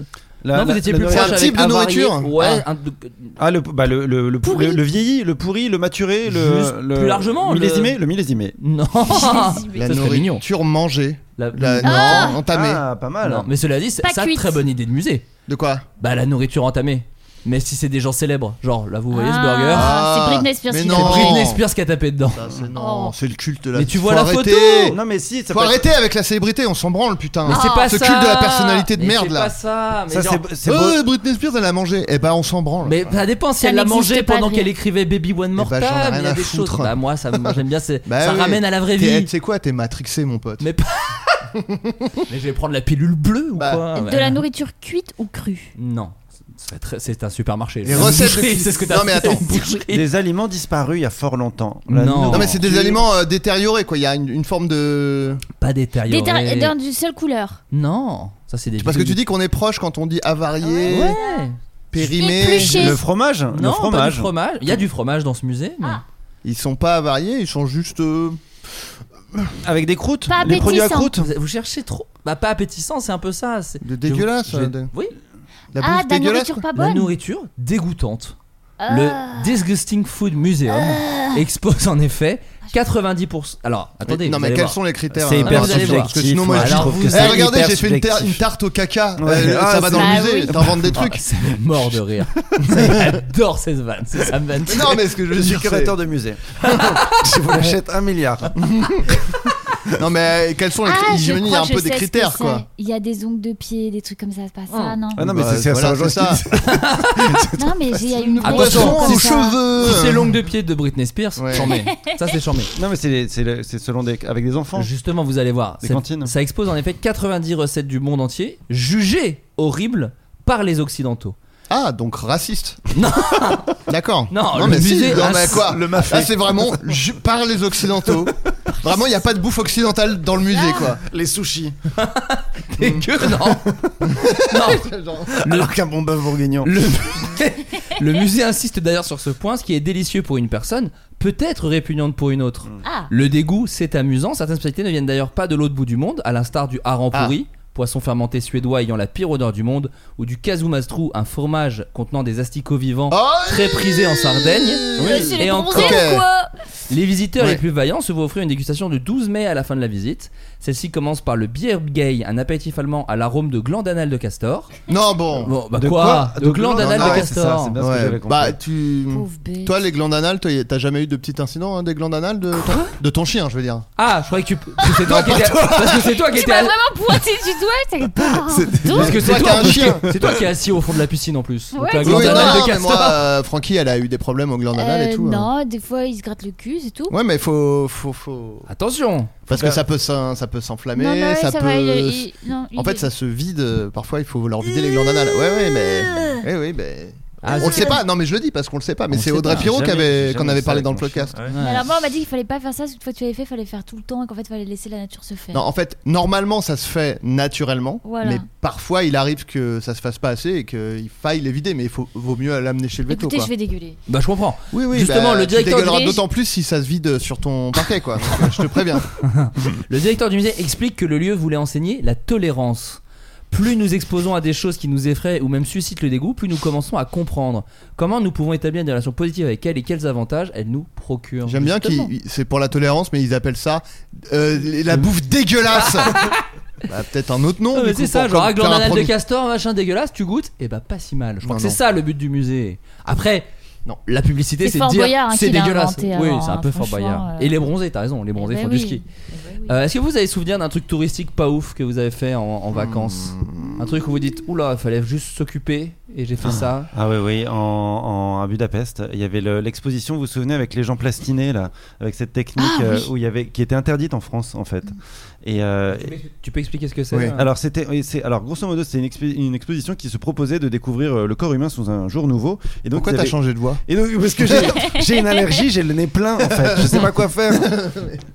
La-
non,
la-
vous étiez
la
plus proche
nourriture-
C'est un
avec
type
avarié.
de nourriture
Ouais, un euh, de-
Ah, le, bah, le, le, le, pourri, le, vieilli, le pourri, le maturé,
Juste
le, le-
plus largement, le-
millésimé, le, millésimé.
(laughs) Non.
La
Ça serait mignon.
nourriture mangée.
La-
La
Ah,
entamée.
pas mal.
Non, mais cela dit, c'est-
Pas
ça
cuite.
très bonne idée de musée.
De quoi
Bah la nourriture entamée. mais si c'est des gens célèbres, genre là vous voyez ce
Ah,
burger,
Ah,
C'est Britney Spears
mais
qui
non.
l'a
c'est
fait.
Britney Spears qui a tapé dedans.
Ça, c'est non,
Oh.
c'est le culte de la
Mais tu
Faut
vois la
arrêter.
photo
Non, mais si, ça
Faut
peut être-
arrêter avec la célébrité, on s'en branle, putain.
Mais c'est pas
Ce
ça.
culte de la personnalité de
Mais
merde,
c'est
là.
pas ça. Mais
Ça,
genre-
c'est- c'est
Euh,
beau.
Britney Spears, elle a mangé. Eh ben, on s'en branle.
Mais ça dépend si
Ça
elle l'a
n'existe
mangé
pas,
pendant
rien.
qu'elle écrivait Baby One More
Eh ben, j'en ai
Time, il y
rien
a
à
des
foutre.
choses. Bah moi ça me- j'aime bien c'est
Bah
ça
oui.
ramène à la vraie
T'es-
vie.
Tu sais quoi, t'es matrixé, mon pote. (laughs)
Mais pas Mais je vais prendre la pilule bleue ou
Bah,
quoi
De
Ouais.
la nourriture cuite ou crue
Non, c'est très- c'est un supermarché.
Les
Une
recettes de-
boucherie, (laughs) c'est ce que t'as
Non, mais
fait, (laughs)
attends.
une boucherie.
Des aliments disparus il y a fort longtemps.
Non.
Non, mais c'est des aliments euh, détériorés, quoi. Il y a une, une forme de.
Pas
Ah,
détérioré.
Déter- euh, D'un d'une seule couleur.
Non, ça c'est des.
Parce que tu dis qu'on est proche quand on dit avarié,
Ouais.
périmé.
Épluché.
Le fromage
Non,
Le
pas
fromage.
du fromage. Il y a du fromage dans ce musée. mais-
Ah.
Ils sont pas avariés, ils sont juste. euh,
Avec des croûtes
Pas
Les produits à
appétissant.
croûtes
Vous, vous cherchez trop. Bah pas appétissant, c'est un peu ça. c'est-
De dégueulasse, euh,
Je- je-
de-
Oui.
La
Ah,
bouffe
de la
dégueulasse.
nourriture pas
La
bonne
nourriture dégoûtante.
Ah.
Le Disgusting Food Museum expose en effet 90%. Alors attendez.
non,
vous
mais
allez
quels
voir.
sont les critères
C'est
euh,
Ah,
hyper
vous allez voir.
subjectif.
Parce que sinon, moi,
ouais,
je
je
trouve
trouve
que
que
Eh,
c'est
regardez,
hyper
j'ai fait une, tar-
subjectif.
une tarte au caca.
Ouais.
Euh,
Ah,
ça va dans
c'est-
le
Bah
musée,
oui.
t'inventes des
Ah,
trucs.
c'est mort de
(laughs)
rire. J'adore cette vanne. C'est sa vanne.
Non, mais ce que je veux
Je suis
dire, c'est-
curateur de
(laughs)
musée. Je vous l'achète un
Ah,
milliard.
(laughs) Non, mais euh, quels sont les
Ah,
critères
je
J'imagine, il y
crois
a un
que je
peu des
sais ce que
critères,
c'est.
quoi.
Il y a des ongles de pied, des trucs comme ça, c'est pas ça, non
Ah non, mais
Bah,
c'est
voilà, c'est ça.
Non, mais j'ai- il y a une
Attention,
version
Attention
comme
aux
Si
ça.
c'est
cheveux
longue de pied de Britney Spears,
Ouais. (laughs)
charmé. Ça, c'est charmé.
Non, mais c'est c'est le- c'est selon des. Avec des enfants.
Justement, vous allez voir.
Des
c'est-
cantines.
Ça expose en effet 90 recettes du monde entier, jugées horribles par les Occidentaux.
Ah, donc raciste.
Non.
D'accord.
Non, le
mais si,
musée
non,
a-
mais quoi
le mafé.
Là, c'est vraiment ju- par les occidentaux. Vraiment, il n'y a pas de bouffe occidentale dans le musée, quoi.
Ah.
Les
(laughs)
sushis.
Et que
(laughs)
non Non
Alors qu'un bon bœuf bourguignon.
Le, le musée insiste d'ailleurs sur ce point, ce qui est délicieux pour une personne peut être répugnante pour une autre.
Ah,
Le dégoût, c'est amusant. Certaines spécialités ne viennent d'ailleurs pas de l'autre bout du monde, à l'instar du hareng
Ah.
pourri, poisson fermenté suédois ayant la pire odeur du monde, ou du kazumastru, un fromage contenant des asticots vivants
Oh,
très prisé en Sardaigne.
monsieur les
Et encore.
bronzés ou quoi
Les visiteurs
Ouais.
les plus vaillants se voient offrir une dégustation de 12 mai à la fin de la visite. Celle-ci commence par le Biergei, un apéritif allemand à l'arôme de gland anal de castor.
Non, bon.
Bon, bah
De
quoi, Ah
quoi
De
De
gland
gland
anal
anal,
de
ouais,
c'est ça,
castor.
c'est bien. Parce que
Ouais,
j'avais compris.
Bah, tu.
Pauvre bête.
Toi, les glandes anales, toi, t'as jamais eu de petit incident hein, des glandes anales de, de ton chien, je veux dire.
Ah, je croyais que
(laughs)
tu. parce que c'est toi qui étais. Parce que c'est toi qui
Tu
étais.
m'as vraiment pointé du doigt, t'as Euh,
Parce que c'est
Toi,
toi.
t'as un chien.
C'est toi qui es assis au fond de la piscine en plus. Donc
Ouais,
la
c'est
glande
ça.
anale
non,
de
mais
castor.
moi, euh, Francky, elle a eu des problèmes aux glandes anales et tout. hein.
Euh, Non, des fois ils se grattent le cul, c'est tout.
Ouais, mais faut, faut, faut.
Attention.
Parce que ça peut, s'in- ça peut s'enflammer,
non, non,
ça, peut.
va, il- il- non,
En
il-
fait, ça se vide. euh, Parfois, il faut leur vider les glandes anales. Ouais, ouais,
Euh.
mais. Ouais, ouais, Eh mais...
Ah,
on le
c'est-
sait pas. Non, mais je le dis parce qu'on le sait pas. Mais
On
c'est
sait
Audrey
pas,
Pirot
j'ai
qui
jamais-
avait,
j'ai
qu'on
jamais
avait
fait
parlé
ça
dans le
avec mon
podcast.
chien.
Mais alors moi on m'a dit qu'il fallait pas faire ça, parce qu'une fois que tu l'avais fait, fallait faire tout le temps et qu'en fait fallait laisser la nature se faire.
Non, en fait, normalement, ça se fait naturellement.
Voilà.
Mais parfois, il arrive que ça se fasse pas assez et qu'il faille les vider. Mais il faut, vaut mieux l'amener chez le veto.
Écoutez,
quoi.
je vais dégueuler.
Bah je comprends.
Oui, oui,
Justement,
bah,
le directeur
Tu dégueuleras
du-
d'autant plus si ça se vide sur ton parquet, quoi. Donc, euh, je te préviens.
Le directeur du musée explique que le lieu voulait enseigner la tolérance. Plus nous exposons à des choses qui nous effraient ou même suscitent le dégoût, plus nous commençons à comprendre comment nous pouvons établir des relations positives avec elles et quels avantages elles nous procurent.
J'aime bien
Justement.
qu'ils. C'est pour la tolérance, mais ils appellent ça euh, la bouffe
(laughs)
dégueulasse. Bah, peut-être un autre nom.
Ah, mais
du coup,
c'est ça,
pour
genre ah,
comme- faire un
gland anal de
produit.
castor, machin dégueulasse, tu goûtes, et bah pas si mal. Je crois
Non,
que c'est
non.
ça le but du musée. Après, non, la publicité
C'est
c'est de
Fort
dire
Boyard, hein,
c'est
qui l'a
dégueulasse.
inventé,
oui,
alors,
c'est un peu
hein,
Fort
franchement,
Boyard.
euh,
Et les bronzés, t'as raison, les bronzés
Eh
font
ben
du
oui.
ski.
Eh ben oui.
Euh, Est-ce que vous avez souvenir d'un truc touristique pas ouf que vous avez fait en, en vacances Un truc où vous dites oula, fallait juste s'occuper et j'ai fait ça.
Ah oui, oui, en, en- à Budapest, il y avait le- l'exposition, vous vous souvenez, avec les gens plastinés, là, avec cette technique
Ah,
euh,
oui.
où il y avait, qui était interdite en France, en fait. Et, euh,
Tu peux expliquer ce que c'est
Oui.
euh
alors c'était, oui, c'est- alors grosso modo, c'était une, expi- une exposition qui se proposait de découvrir euh, le corps humain sous un jour nouveau. Et donc
Pourquoi
ils
t'as
avaient-
changé de voix
Et donc, parce que
(laughs)
j'ai- j'ai une allergie, j'ai le nez plein en fait, je sais pas quoi faire.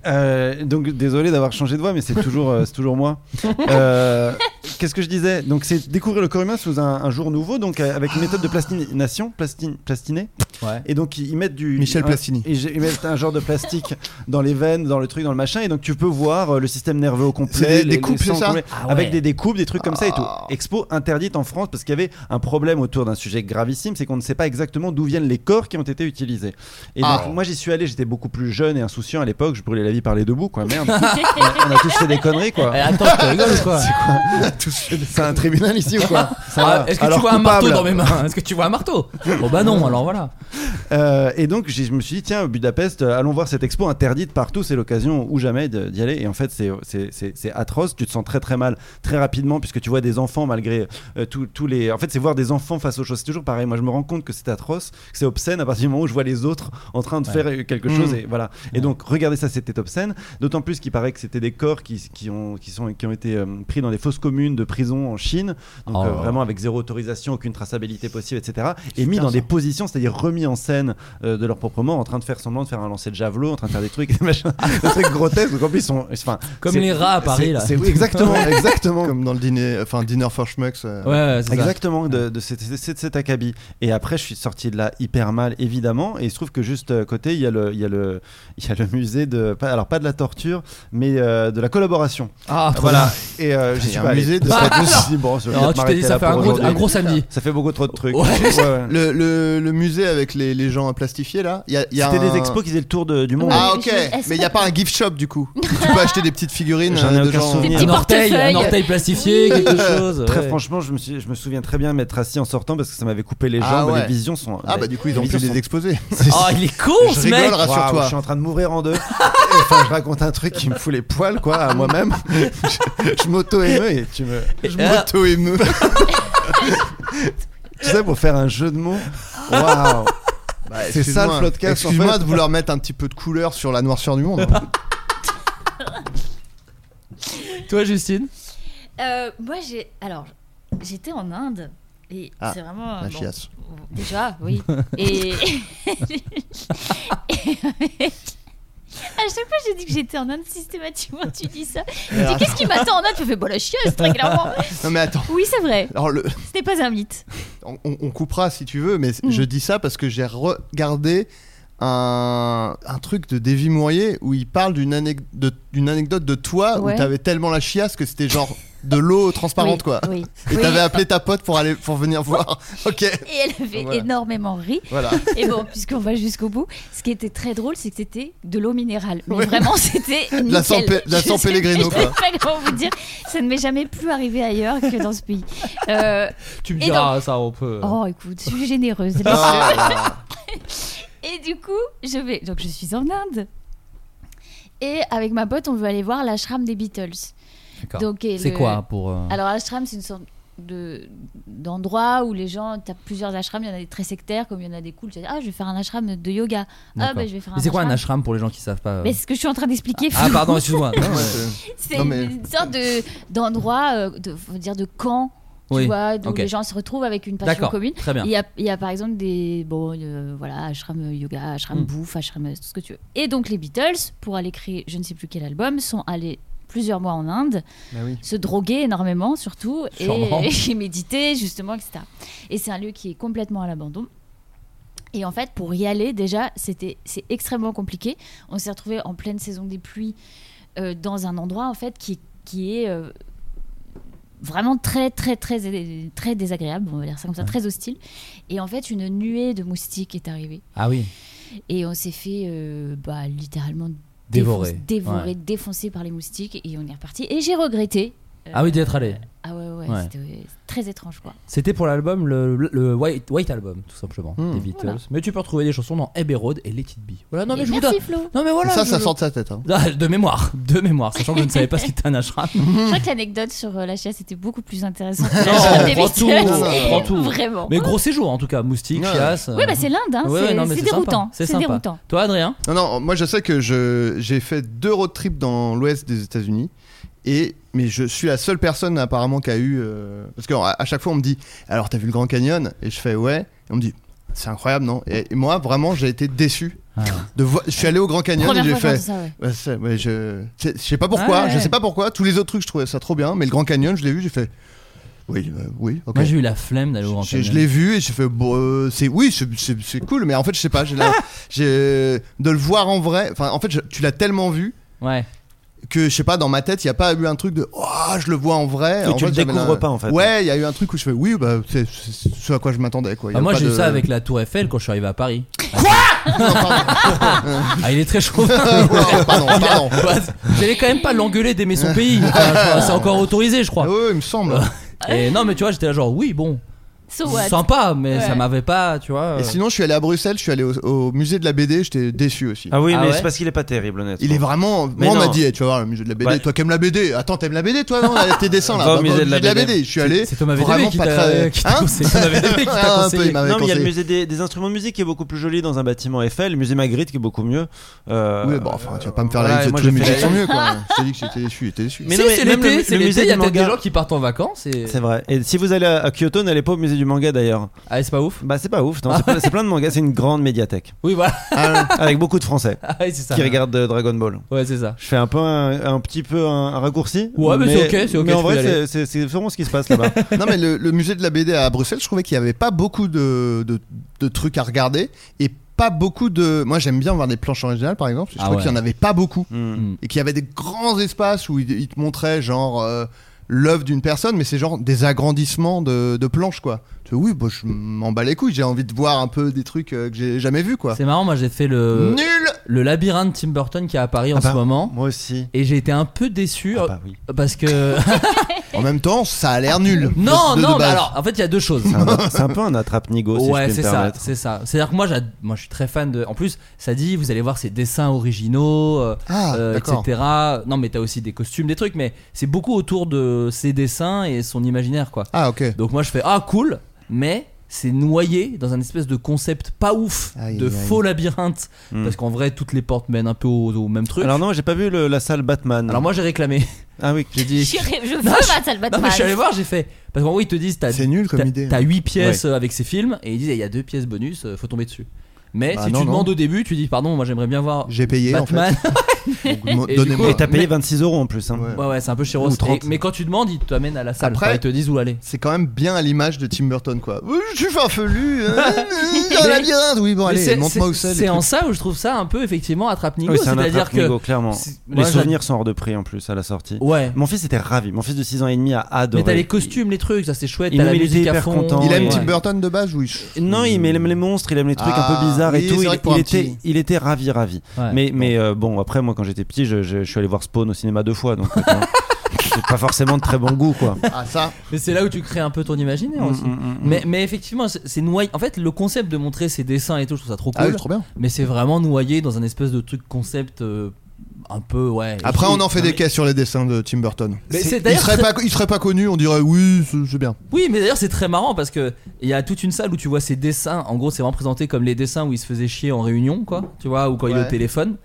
Euh, donc désolé d'avoir changé de voix, mais c'est toujours, euh, c'est toujours moi. Euh, Qu'est-ce que je disais Donc c'est découvrir le corps humain sous un, un jour nouveau, donc euh, avec une méthode de plastination, plastin, plastiné. Ouais. Et donc ils ils mettent du
Michel
un-
Plastini.
Ils, ils mettent un genre de plastique dans les veines, dans le truc, dans le machin, et donc tu peux voir euh, le système nerveux au
C'est
complet,
des
les- les
découpes,
sangs
c'est ça
au complet,
Ah ouais.
avec des découpes, des trucs comme ça et tout.
Ah.
Expo interdite en France parce qu'il y avait un problème autour d'un sujet gravissime, c'est qu'on ne sait pas exactement d'où viennent les corps qui ont été utilisés. Et
Ah.
donc moi j'y suis allé, j'étais beaucoup plus jeune et insouciant à l'époque, je brûlais la vie par les deux bouts, quoi. Merde, (laughs) on a tous fait des conneries, quoi.
Eh, attends, tu rigoles
(laughs)
ou quoi
C'est un tribunal ici ou (laughs) quoi
Ah,
va.
Est-ce que
Alors,
tu vois un marteau
coupable.
dans mes mains Est-ce que tu vois un marteau (laughs) Bon bah non, alors voilà.
Euh, et donc j'ai- je me suis dit tiens Budapest euh, allons voir cette expo interdite partout c'est l'occasion ou jamais de- d'y aller et en fait c'est- c'est c'est- c'est atroce tu te sens très très mal très rapidement puisque tu vois des enfants malgré euh, tous tous les en fait c'est voir des enfants face aux choses c'est toujours pareil moi je me rends compte que c'est atroce que c'est obscène à partir du moment où je vois les autres en train de faire euh, quelque
Mmh.
chose et voilà et donc regarder ça c'était obscène d'autant plus qu'il paraît que c'était des corps qui, qui ont qui sont qui ont été euh, pris dans des fosses communes de prison en Chine donc
Oh
euh,
là là.
vraiment avec zéro autorisation aucune traçabilité possible etc et mis
Putain,
dans des
ça.
positions c'est-à-dire remis en scène euh, de leur propre mort en train de faire semblant de faire un lancer de javelot en train de faire des trucs (laughs) des machins des trucs grotesques donc en plus ils sont enfin
Comme
c'est-
les rats à Paris
c'est-
là.
c'est oui, exactement
(laughs)
exactement
Comme dans le dîner, enfin dinner for schmucks. euh,
Ouais, ouais, c'est ça.
Exactement, de, de cet, cet- cet acabit. Et après, je suis sorti de là hyper mal, évidemment. Et il se trouve que juste à côté, il y a le, il y a le, (laughs) il y a le musée de, pas- alors pas de la torture, mais euh, de la collaboration.
Ah, trop
voilà.
bien.
Et euh,
Il
j'y
y
suis
a
pas
un
allé. (laughs)
musée de
Parce que
Ah,
je me suis dit, bon, je vais peut-être
Non, tu t'es
m'arrêter
dit ça
là
fait
pour
un gros,
aujourd'hui.
un gros samedi.
Ça fait beaucoup trop de trucs.
Ouais.
Ouais.
Le, le, le musée avec les, les gens plastifiés là, il y a, il y a
C'était
un-
des expos qui faisaient le tour de- du monde.
Ah
Oui,
ok,
je- est-ce
mais il n'y a pas un gift shop du coup. tu peux acheter des petites figurines
J'en ai
euh, de
aucun
gens.
souvenir.
Un
Petit
orteil, un
portefeuille.
orteil plastifié, quelque chose.
Très
ouais.
franchement, je me, suis- je me souviens très bien m'être assis en sortant parce que ça m'avait coupé les jambes.
Ah ouais.
Les visions sont.
Ah bah du coup ils ont
les
pu
visions sont- (laughs)
les exposer.
Oh, il est con
Je
ce mec
rigole,
Waouh, je
rassure-toi.
suis en train de mourir en deux. Et, Enfin, je raconte un truc qui me fout les poils, quoi, à moi-même. (laughs) Je, je m'auto-émeux et tu me.
Je
euh. (laughs)
m'auto-émeux.
Tu sais, pour faire un jeu de mots. Waouh! Bah, C'est ça, le podcast, en fait.
Bah, Excuse-moi de vouloir mettre un petit peu de couleur sur la noirceur du monde.
Toi Justine
Euh, moi, j'ai. Alors, j'étais en Inde. Et
Ah,
c'est vraiment. euh,
la
bon,
chiasse.
Déjà,
(laughs)
oui. Et. (laughs) Et avec- À chaque fois, j'ai dit que j'étais en Inde systématiquement. Tu dis ça. Tu dis qu'est-ce qui m'attend en Inde Tu fais bon la chieuse
(laughs)
très clairement.
Non mais attends.
Oui, c'est vrai.
Alors le,
Ce n'est pas un mythe.
on, on- on coupera si tu veux, mais
Mm.
je dis ça parce que j'ai regardé un, un truc de Davy Mourier où il parle d'une anec- de- d'une anecdote de toi
Ouais.
où t'avais tellement la chiasse que c'était genre de l'eau transparente
(laughs) Oui,
quoi.
Oui.
Et
Oui.
t'avais appelé ta pote pour aller pour venir voir. (laughs) ok.
Et elle avait
Voilà.
énormément ri.
Voilà.
Et bon, puisqu'on va jusqu'au bout, ce qui était très drôle, c'est que c'était de l'eau minérale. Mais
(laughs)
vraiment, c'était
De la San Pe-
nickel.
de la
Je
San
sais-
Pellegrino,
Je sais (laughs)
quoi.
pas comment vous dire. Ça ne m'est jamais plus arrivé ailleurs que dans ce pays. Euh,
Tu me
Et
diras euh. ça on peut.
oh, écoute, je suis généreuse.
Ah, là.
(laughs) Et du coup, je vais. Donc, je suis en Inde. Et avec ma pote, on veut aller voir l'ashram des Beatles.
D'accord.
Donc, et
C'est
le-
quoi pour euh,
Alors, ashram, c'est une sorte de d'endroit où les gens t'as plusieurs ashrams il y en a des très sectaires comme il y en a des cools tu vas dire, ah je vais faire un ashram de yoga ah
d'accord.
bah je vais faire un
Mais c'est quoi un ashram pour les gens qui savent pas euh
mais c'est ce que je suis en train d'expliquer
Ah pardon, excuse-moi. Non,
Non,
(laughs)
mais
ouais.
c'est-
C'est
Non, mais-
une sorte de d'endroit, euh, de, faut dire de camp, tu
Oui.
vois, où
ok.
les gens se retrouvent avec une passion
D'accord.
commune.
Très bien.
Il y, a, il y a par exemple des bon euh, voilà ashram yoga, ashram
Mm.
bouffe, ashram euh, tout ce que tu veux. Et donc les Beatles pour aller créer je ne sais plus quel album sont allés plusieurs mois en Inde, se droguer énormément surtout et,
Sûrement.
(laughs) et méditer justement etc. Et c'est un lieu qui est complètement à l'abandon. Et en fait pour y aller déjà c'était c'est extrêmement compliqué. On s'est retrouvé en pleine saison des pluies euh, dans un endroit en fait qui, qui est euh, vraiment très très très très désagréable, on va dire ça comme ça, très hostile. Et en fait, une nuée de moustiques est arrivée
Ah oui.
et on s'est fait euh, bah, littéralement
Dévoré.
défoncer- dévorer,
Ouais.
défoncer par les moustiques et on est reparti. Et j'ai regretté. euh,
Ah oui, d'y être allé.
Ah ouais ouais,
Ouais.
c'était euh, très étrange quoi.
C'était pour l'album, le, le White, White Album, tout simplement,
Hmm.
des Beatles.
Voilà.
Mais tu peux retrouver des chansons dans Abbey Road et Let It Be. Voilà, non, mais
Et
je vous
merci
donne.
Flo.
Non, mais voilà.
ça,
je-
ça sort de sa tête. hein.
(laughs) Ah, de mémoire, de mémoire, sachant que je ne savais pas ce qu'était un
(laughs)
ashram.
Je crois que l'anecdote sur euh, la chaise était beaucoup plus intéressante. que
Non,
la
on prend tout,
Beatles.
on
(laughs)
prend tout.
Vraiment.
Mais gros séjour en tout cas, moustique,
Ouais.
chiasse.
Oui, bah c'est l'Inde, hein.
Ouais, ouais,
c'est
non, mais
c'est
c'est sympa.
déroutant.
C'est
C'est
sympa.
déroutant.
Toi, Adrien
Non, non, moi je sais que je, j'ai fait deux road trips dans l'ouest des États-Unis. Et, mais je suis la seule personne apparemment qui a eu. euh, parce qu'à à chaque fois on me dit Alors t'as vu le Grand Canyon Et je fais Ouais. Et on me dit C'est incroyable, non et, et moi vraiment j'ai été déçu.
Ah.
De voir- je suis allé au Grand Canyon
Première
et j'ai
fois que
fait.
j'entends ça, ouais.
Ouais, c'est- ouais, je, c'est- je sais pas pourquoi,
Ouais.
je sais pas pourquoi. Tous les autres trucs je trouvais ça trop bien. Mais le Grand Canyon, je l'ai vu, j'ai fait Oui, euh, oui, ok.
Moi j'ai eu la flemme d'aller au Grand
Je, je
Canyon.
l'ai vu et j'ai fait bon, euh, c'est oui c'est- c'est c'est cool mais en fait je sais pas j'ai
(laughs)
la- j'ai- de le voir en vrai enfin en fait je- tu l'as tellement vu
Ouais.
que je sais pas dans ma tête il y a pas eu un truc de oh je le vois en vrai
Oui,
En
tu
fait,
le
j'avais
découvres
la-
pas, en fait.
ouais il y a eu un truc où je fais oui bah c'est c'est ce à quoi je m'attendais quoi Il y
Bah,
a
moi
pas
j'ai
de-
eu ça
(laughs)
avec la Tour Eiffel quand je suis arrivé à Paris.
Non, pardon.
(laughs) Ah, il est très chaud.
(laughs) Ouais, pardon
(laughs)
pardon
J'allais quand même pas l'engueuler d'aimer
(laughs)
son pays. Enfin, je crois, c'est encore autorisé, je
Ah
crois.
ouais, il me semble
Et non, mais tu vois, j'étais là genre, oui, bon,
So what
sympa, mais
Ouais.
ça m'avait pas, tu vois.
et sinon je suis allé à Bruxelles je suis allé au, au musée de la BD j'étais déçu aussi
Ah oui,
Ah
mais
ouais
c'est parce qu'il est pas terrible, honnêtement.
il est vraiment.
Mais
Moi, on m'a
non.
dit, eh, tu vas voir le musée de la BD.
Bah-
Toi qui aimes la BD, attends, t'aimes la BD toi non Tes dessins là
Va au
Bah,
musée de la BD.
Je suis allé.
C'est Thomas
vraiment
VDB qui
pas
t'a
très-
(laughs) qui t'a
Hein
conseillé.
(laughs)
Thomas VDB qui t'a
Ah, un peu,
conseillé.
il m'avait
Non, mais il y a le
conseillé.
musée des, des instruments de musique qui est beaucoup plus joli dans un bâtiment Eiffel, le musée Magritte qui est beaucoup mieux. Euh,
Oui, bon, enfin, tu vas pas me faire
voilà,
la liste
moi,
de tous les
j'ai fait
musées qui
la-
sont mieux, quoi. Je t'ai dit que j'étais déçu, j'étais déçu.
Mais
Si,
non, mais
c'est
même le-
l'été, c'est
le
l'été,
musée
il y a
du
peut-être des
manga.
gens qui partent en vacances et.
C'est vrai. Et si vous allez à à Kyoto, n'allez pas au musée du manga d'ailleurs.
Ah, c'est pas ouf Ah.
Bah, c'est pas ouf. non, c'est plein- C'est plein de mangas, c'est une grande médiathèque.
Oui, voilà.
Avec beaucoup de Français
(laughs) Ah, ouais, c'est ça.
qui regardent euh, Dragon Ball.
Ouais, c'est ça.
Je fais un peu un, un petit peu un, un raccourci.
Ouais, mais c'est ok, c'est ok,
Mais en
tu peux y
vrai,
aller.
c'est- c'est c'est vraiment ce qui se passe là-bas.
(laughs) Non, mais le, le musée de la BD à Bruxelles, je trouvais qu'il y avait pas beaucoup de, de, de trucs à regarder et pas beaucoup de. Moi, j'aime bien voir des planches originales, par exemple. Je
Ah
trouvais
ouais. Mm.
qu'il y en avait pas beaucoup
Hmm.
et qu'il y avait des grands espaces où ils ils te montraient genre. euh, L'œuvre d'une personne, mais c'est genre des agrandissements de, de planches, quoi. Tu fais, oui, bah, je m'en bats les couilles, j'ai envie de voir un peu des trucs euh, que j'ai jamais vus, quoi.
C'est marrant, moi j'ai fait le,
Nul
le labyrinthe Tim Burton qui est à Paris en
Ah bah,
ce moment.
Moi aussi.
Et j'ai été un peu déçu euh,
Ah bah oui.
parce que.
(laughs) En même temps, ça a l'air nul.
non,
de- de- de
non, mais
base.
alors en fait il y a deux choses.
C'est un- C'est un peu un attrape-nigo, si
ouais,
je puis
c'est
me
ça,
permettre.
c'est ça. C'est-à-dire que moi, j'ad- moi, je suis très fan de. En plus, ça dit, vous allez voir ses dessins originaux, euh,
Ah,
euh,
d'accord.
etc. Non, mais t'as aussi des costumes, des trucs, mais c'est beaucoup autour de ses dessins et son imaginaire, quoi.
Ah, ok.
Donc moi, je fais ah cool, mais c'est noyé dans un espèce de concept pas ouf
Aïe,
de
aïe.
faux labyrinthe,
Hmm.
parce qu'en vrai, toutes les portes mènent un peu au, au même truc.
Alors non, j'ai pas vu le- la salle Batman.
Alors moi, j'ai réclamé.
ah oui,
J'ai dit.
Je rêve- je veux
Non,
pas
je-
ça le
Non,
Batman.
mais je suis allé voir, j'ai fait. Parce qu'en gros, ils te disent, t'as
C'est nul comme
T'as-
idée. hein.
T'as 8 pièces euh, avec ces films et ils disent il y a deux pièces bonus, euh, faut tomber dessus. Mais
Bah
si
non,
tu
non.
demandes au début, tu dis pardon, moi j'aimerais bien voir
J'ai payé
Batman. (laughs)
en fait. Donc, mo-
Et du
Donnez-moi.
coup-
Et t'as payé
Mais-
26 euros en plus. hein.
Ouais.
ouais, ouais, c'est un peu chéros.
Ou 30.
Et- mais quand tu demandes, ils t'amènent à la salle.
Après-
Enfin, ils te disent où aller.
C'est quand même bien à l'image de Tim Burton, quoi. (laughs) Oui, Je suis
(laughs)
farfelu, euh, dans la labyrinthe. Oui, bon,
Mais
allez,
c'est-
montre-moi
c'est-
où c'est. les
C'est en
trucs.
ça où je trouve ça un peu effectivement attrape nigo
Oui, c'est un
c'est-à-dire que
attrape-nigo, clairement.
c'est-
Les
moi, j'a-
souvenirs sont hors de prix en plus à la sortie.
ouais.
Mon fils était ravi. Mon fils de 6 ans et demi a adoré.
Mais t'as les costumes, les trucs, ça c'est chouette.
Il-
T'as la
il était
musique à
hyper
fond.
content,
Il aime
Ouais.
Tim Burton de base, oui.
Non, il aime les monstres, il aime les trucs un
Ah,
peu bizarres et
oui,
tout.
c'est
Il,
vrai que pour
il
un
était,
petit-
il était ravi, ravi.
Ouais.
Mais, mais euh, bon, après, moi, quand j'étais petit, je, je- je suis allé voir Spawn au cinéma deux fois. Donc, euh, tu vois,
(laughs)
c'est pas forcément de très bon goût, quoi.
Ah, ça.
Mais c'est là où tu crées un peu ton imaginaire aussi.
Mm, mm, mm,
Mais, mais effectivement, c'est c'est noyé. En fait, le concept de montrer ses dessins et tout, je trouve ça trop cool.
Ah oui, trop bien.
Mais c'est vraiment noyé dans un espèce de truc concept euh, un peu ouais.
Après, on en fait
Non,
des
mais-
caisses sur les dessins de Tim Burton.
Mais c'est
Il
d'ailleurs
serait,
très-
pas, il serait pas connu, on dirait oui, c'est c'est bien.
Oui, mais d'ailleurs c'est très marrant parce que il y a toute une salle où tu vois ses dessins. En gros, c'est vraiment présenté comme les dessins où il se faisait chier en réunion, quoi. Tu vois, ou quand il est
Ouais.
au téléphone.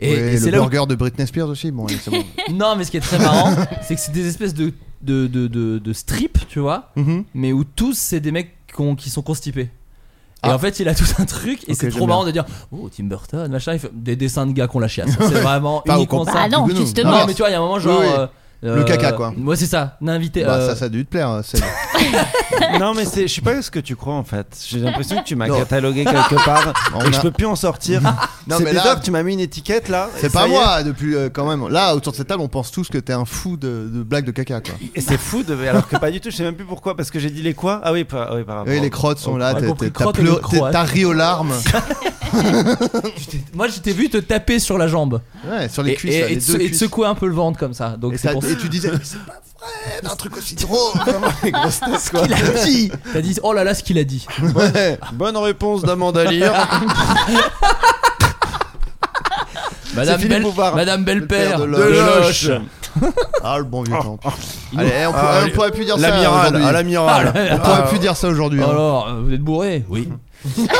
Et,
Et, et
le
c'est là. où-
burger de Britney Spears aussi, bon, allez, c'est bon.
(laughs) Non, mais ce qui est très marrant, c'est que c'est des espèces de de de de, de strips, tu vois,
Mhm.
mais où tous c'est des mecs qu'on- qui sont constipés. Et
Ah.
en fait, il a (laughs) tout un truc, et
Ok,
c'est
j'aime
trop marrant de dire Oh, Tim Burton, machin, il fait des dessins de gars qu'on la chiasse.
(laughs)
C'est vraiment
Pas au
uniquement
contraire.
ça.
Ah non,
Du coup, non.
justement.
Non,
Ah,
mais tu vois, il y a un moment genre.
Oui, oui.
euh,
Le
euh,
caca, quoi.
Ouais, c'est ça, l'invité.
Bah,
euh,
ça, ça a dû te plaire. c'est-
(laughs) Non, mais c'est- je sais pas ce que tu crois en fait. J'ai l'impression que tu m'as
Non.
catalogué quelque part
(laughs) On
et que
a-
je peux plus en sortir.
(laughs) Non,
c'est
mais là-
bizarre, tu m'as mis une étiquette là. et
C'est
ça
pas
y est.
moi, depuis euh, quand même. Là, autour de cette table, on pense tous que t'es un fou de, de blagues de caca, quoi.
Et c'est fou, de... alors que pas du tout. Je sais même plus pourquoi. Parce que j'ai dit les quoi Ah oui, par, oui, par rapport.
Oui, les crottes sont là,
on a
t'es-
compris,
t'es- t'as
crottes et les
pleu- t'es-
croates.
t'as ri
(laughs)
aux larmes.
Moi, je t'ai vu te taper sur la jambe
Ouais, sur
et,
les cuisses,
et-
là,
et
les
te,
deux
et te
cuisses.
secouer un peu le ventre comme ça. Donc
Et,
c'est
ça-
pour ça.
et tu disais, mais c'est pas vrai, d'un truc aussi drôle, vraiment,
(laughs)
les grosses têtes, quoi. (laughs)
dit. T'as dit oh là là ce qu'il a dit.
Ouais.
Bonne réponse d'Amanda Lear.
Madame
Philippe
Belle,
Bouvard.
Madame Bellepère
père de
de
Loche.
Loche.
Ah, le bon vieux temps.
Il-
Allez, on, pourrait-
Ah,
on
oui.
pourrait plus dire ça
L'amiral,
aujourd'hui.
à l'amiral.
Ah,
On pourrait plus dire ça aujourd'hui. hein.
Alors euh, vous êtes bourré
(laughs)
Oui.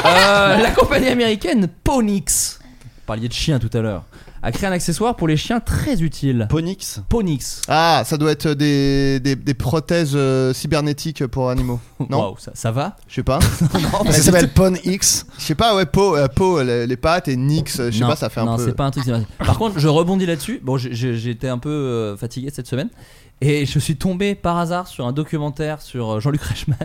Euh, la compagnie américaine Ponix. Vous parliez de chiens tout à l'heure. A créé un accessoire pour les chiens très utile.
Ponix.
Ponix.
Ah, ça doit être des, des, des prothèses euh, cybernétiques pour animaux. Non
Waouh, ça, ça va
Je sais pas.
Ça s'appelle Pon X.
Je sais pas, ouais, peau, euh, peau, les, les pattes et nix, euh, je sais
Non,
pas, ça fait un
non,
peu.
c'est pas un truc. c'est pas- Par contre, je rebondis là-dessus. Bon, j'ai- j'ai- j'étais un peu euh, fatigué cette semaine. Et je suis tombé par hasard sur un documentaire sur euh, Jean-Luc
(laughs)
Reichmann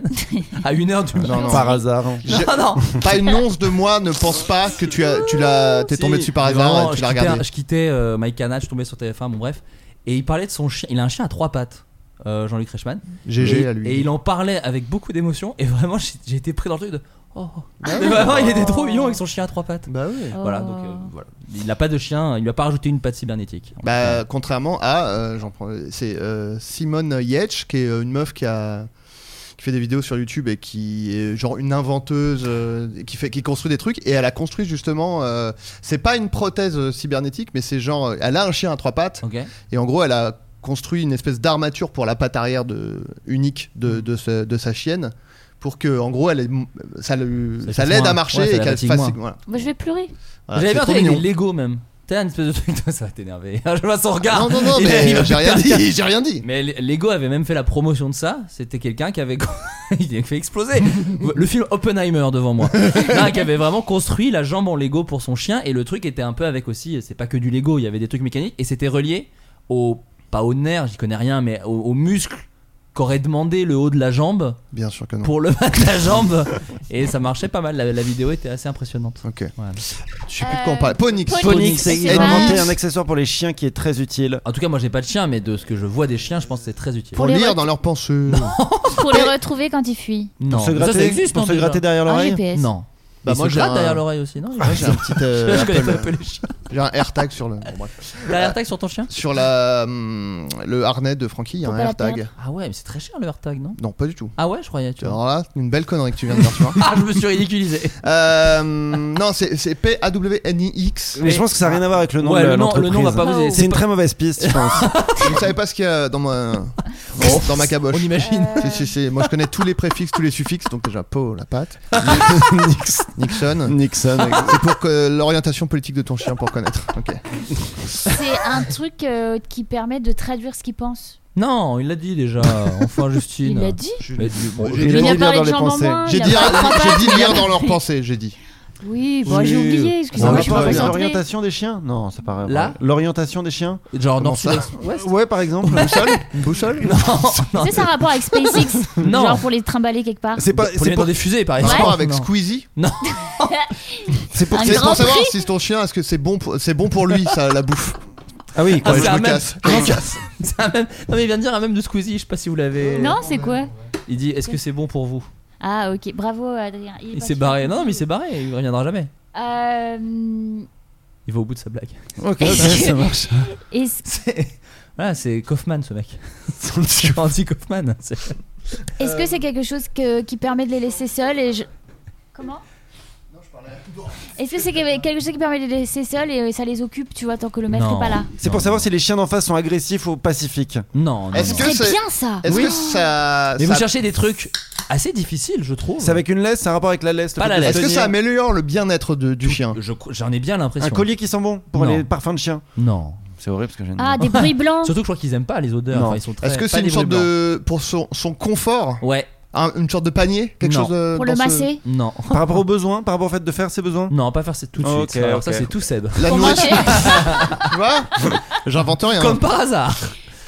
à 1h du matin.
Non, non.
Par hasard. hein.
J'ai-
Non, non.
(laughs) Pas une once de moi ne pense pas que tu as, tu l'as, Ah, t'es
Si,
tombé dessus par
mais
hasard
vraiment,
et tu
je
l'as
quittais-
regardé.
Je quittais euh, My Canal, je tombais sur TF1, bon bref. Et il parlait de son chien. Il a un chien à trois pattes, euh, Jean-Luc Reichmann.
GG
et,
à lui.
et il en parlait avec beaucoup d'émotion. Et vraiment, j'ai j'ai été pris dans le truc de. Oh, (laughs)
Ah
Mais vraiment, il était trop mignon avec son chien à trois pattes.
Bah oui.
Voilà,
Oh.
donc euh, voilà. Il n'a pas de chien, il lui a pas rajouté une patte cybernétique.
Bah, contrairement à, euh, j'en prends, c'est euh, Simone Yetch qui est euh, une meuf qui a qui fait des vidéos sur YouTube et qui est genre une inventeuse euh, qui fait qui construit des trucs et elle a construit justement euh, c'est pas une prothèse euh, cybernétique mais c'est genre euh, elle a un chien à trois pattes
Ok.
et en gros elle a construit une espèce d'armature pour la patte arrière de unique
Mm.
de, de, ce- de sa chienne pour que en gros elle ait- ça, lui-
Ça
ça
fasse
l'aide
moins.
à marcher
Ouais, ça
et
la
qu'elle
fatigue
fasse
moins.
voilà.
Moi, je vais pleurer.
Voilà,
J'avais
c'est
vu un
trop
truc avec
mignon.
des Lego même. T'as une espèce de truc, (laughs) ça va t'énerver. (laughs) Je vois son regard.
non non non
Il- il va
mais j'ai rien
péter un
dit j'ai rien dit
Mais L- Lego avait même fait la promotion de ça. C'était quelqu'un qui avait (laughs) il avait fait exploser le film Oppenheimer devant moi, Là, qui avait vraiment construit la jambe en Lego pour son chien et le truc était un peu avec aussi. C'est pas que du Lego, il y avait des trucs mécaniques et c'était relié au pas au nerf, j'y connais rien, mais au, au muscle qu'aurait demandé le haut de la jambe
bien sûr que non
pour le (laughs) bas de la jambe et ça marchait pas mal. La, la vidéo était assez impressionnante.
Ok.
Ouais.
Je sais plus de quoi on parlait. Ponix.
Ponix.
Ponix,
Euh, c'est
Ils
Et
ont
pas-
inventé un accessoire pour les chiens qui est très utile.
En tout cas, moi j'ai pas de chien, mais de ce que je vois des chiens, je pense que c'est très utile.
Pour
les
lire
re-
dans leurs pensées.
Oh,
Pour les retrouver quand
(laughs)
ils fuient.
Non,
Pour se
Mais
gratter,
ça, ça existe
pour
non,
se
déjà
gratter derrière
Un
l'oreille.
GPS.
Non.
Bah,
Ils
moi,
se
j'ai
grattent
un-
derrière l'oreille
(laughs)
aussi, non ils-
J'ai un petit euh,
(laughs) Je connais
Apple,
pas Apple
euh,
les chiens.
j'ai un AirTag sur le bon, bref.
T'as AirTag sur ton chien
sur la hum, le harnais de Francky, il y a
Faut
un
pas la
AirTag.
Ah ouais, mais c'est très cher le AirTag, non
Non, pas du tout.
Ah ouais, je croyais. Tu vois.
Alors là, une belle connerie que tu viens de dire, tu vois.
(laughs) Ah, je me suis ridiculisé.
Euh, non, c'est c'est P A W N I X.
Mais je pense que ça n'a rien à voir avec le nom
Ouais,
de
le nom-
l'entreprise.
le nom va pas vous aider.
C'est une
pas-
très mauvaise piste, je pense.
(laughs) Vous savez pas ce qu'il y a dans ma dans ma caboche.
Oh. On imagine.
Si, si, si. Moi, je connais tous les préfixes, tous les suffixes, donc déjà Po, la patte,
(laughs) Nix-
Nixon.
Nixon.
C'est pour que l'orientation politique de ton chien pour connaître. Ok.
C'est un truc euh, qui permet de traduire ce qu'ils pensent.
Non, il l'a dit déjà. Enfin, Justine.
Il l'a dit.
Mais du- bon,
J'ai
je-
dit
Il a
lire
parlé
dans
de
les
jambes en
pensées.
moins.
J'ai
il a
dit,
parlé-
j'ai dit lire dans leurs pensées, j'ai dit.
Oui, bon, j'ai
Oui.
oublié.
Ça
Excusez-moi, je suis
va
pas
pas avec
concentrée.
L'orientation des chiens Non, ça paraît.
Là
vrai. L'orientation des chiens
Genre,
Comment
nord
ça
Ouais, par exemple.
(laughs) Boussole
Non, non.
C'est ça un rapport avec SpaceX
(laughs) Non.
Genre pour les trimballer quelque part.
C'est pas.
Pour les
C'est
mettre dans
pour,
des fusées, par
Un
exemple.
rapport avec
Non.
Squeezie
c'est pour-
Un
C'est
grand
pour savoir
prix
si ton chien, est-ce que c'est bon, pour- c'est bon pour lui, ça, la bouffe.
Ah oui,
Ah,
Ouais,
c'est
je
un
me
même-
casse.
Non,
Je me
(laughs) c'est-
casse.
c'est un même- Non, mais il vient de dire un même de Squeezie, je sais pas si vous l'avez.
Non, c'est quoi
Il dit Est-ce que c'est bon pour vous
Ah, ok. Bravo, Adrien. est
Il
pas
s'est
sûr.
barré. Non, non, mais il s'est barré, il reviendra jamais.
Euh,
Il va au bout de sa blague. (laughs)
ok, ouais, ça marche.
Est-ce
C'est- Voilà, c'est Kaufman
(laughs)
ce mec. C'est Andy Kaufman. c'est-
est-ce
euh,
que c'est quelque chose que- qui permet de les laisser seuls et je... Comment est-ce que c'est que- quelque chose qui permet de les laisser seuls et euh, ça les occupe, tu vois, tant que le maître
Non.
n'est pas là
C'est pour savoir si les chiens d'en face sont agressifs ou pacifiques.
Non, non.
Est-ce
non.
que
C'est
c'est-
bien ça
Est-ce
Ah. Oui.
que ça.
Mais
ça-
vous cherchez des trucs assez difficiles, je trouve.
C'est avec une laisse, c'est un rapport avec la laisse. le
Pas
fait
la
de
laisse.
Est-ce que
tenir.
ça améliore le bien-être de- du chien
Je cro- J'en ai bien l'impression.
Un collier qui sent bon pour
Non.
les parfums de chiens.
Non.
C'est horrible parce que j'ai
Ah,
(laughs)
des bruits blancs
Surtout que je crois qu'ils aiment pas les odeurs.
Non.
Enfin, ils sont très-
Est-ce que
pas
c'est une
des
sorte
bruits
de. pour son, son confort
blancs. Ouais.
un- Une sorte de panier Quelque
Non.
chose de-
pour le
dans ce-
masser.
Non.
(laughs) Par rapport aux besoins, par rapport au fait de faire ses besoins.
Non, pas faire ça tout de suite.
Ok,
Alors ça,
ok.
c'est tout Seb.
La
Pour
nourriture,
manger,
(laughs)
tu vois J'invente rien.
Comme par hasard.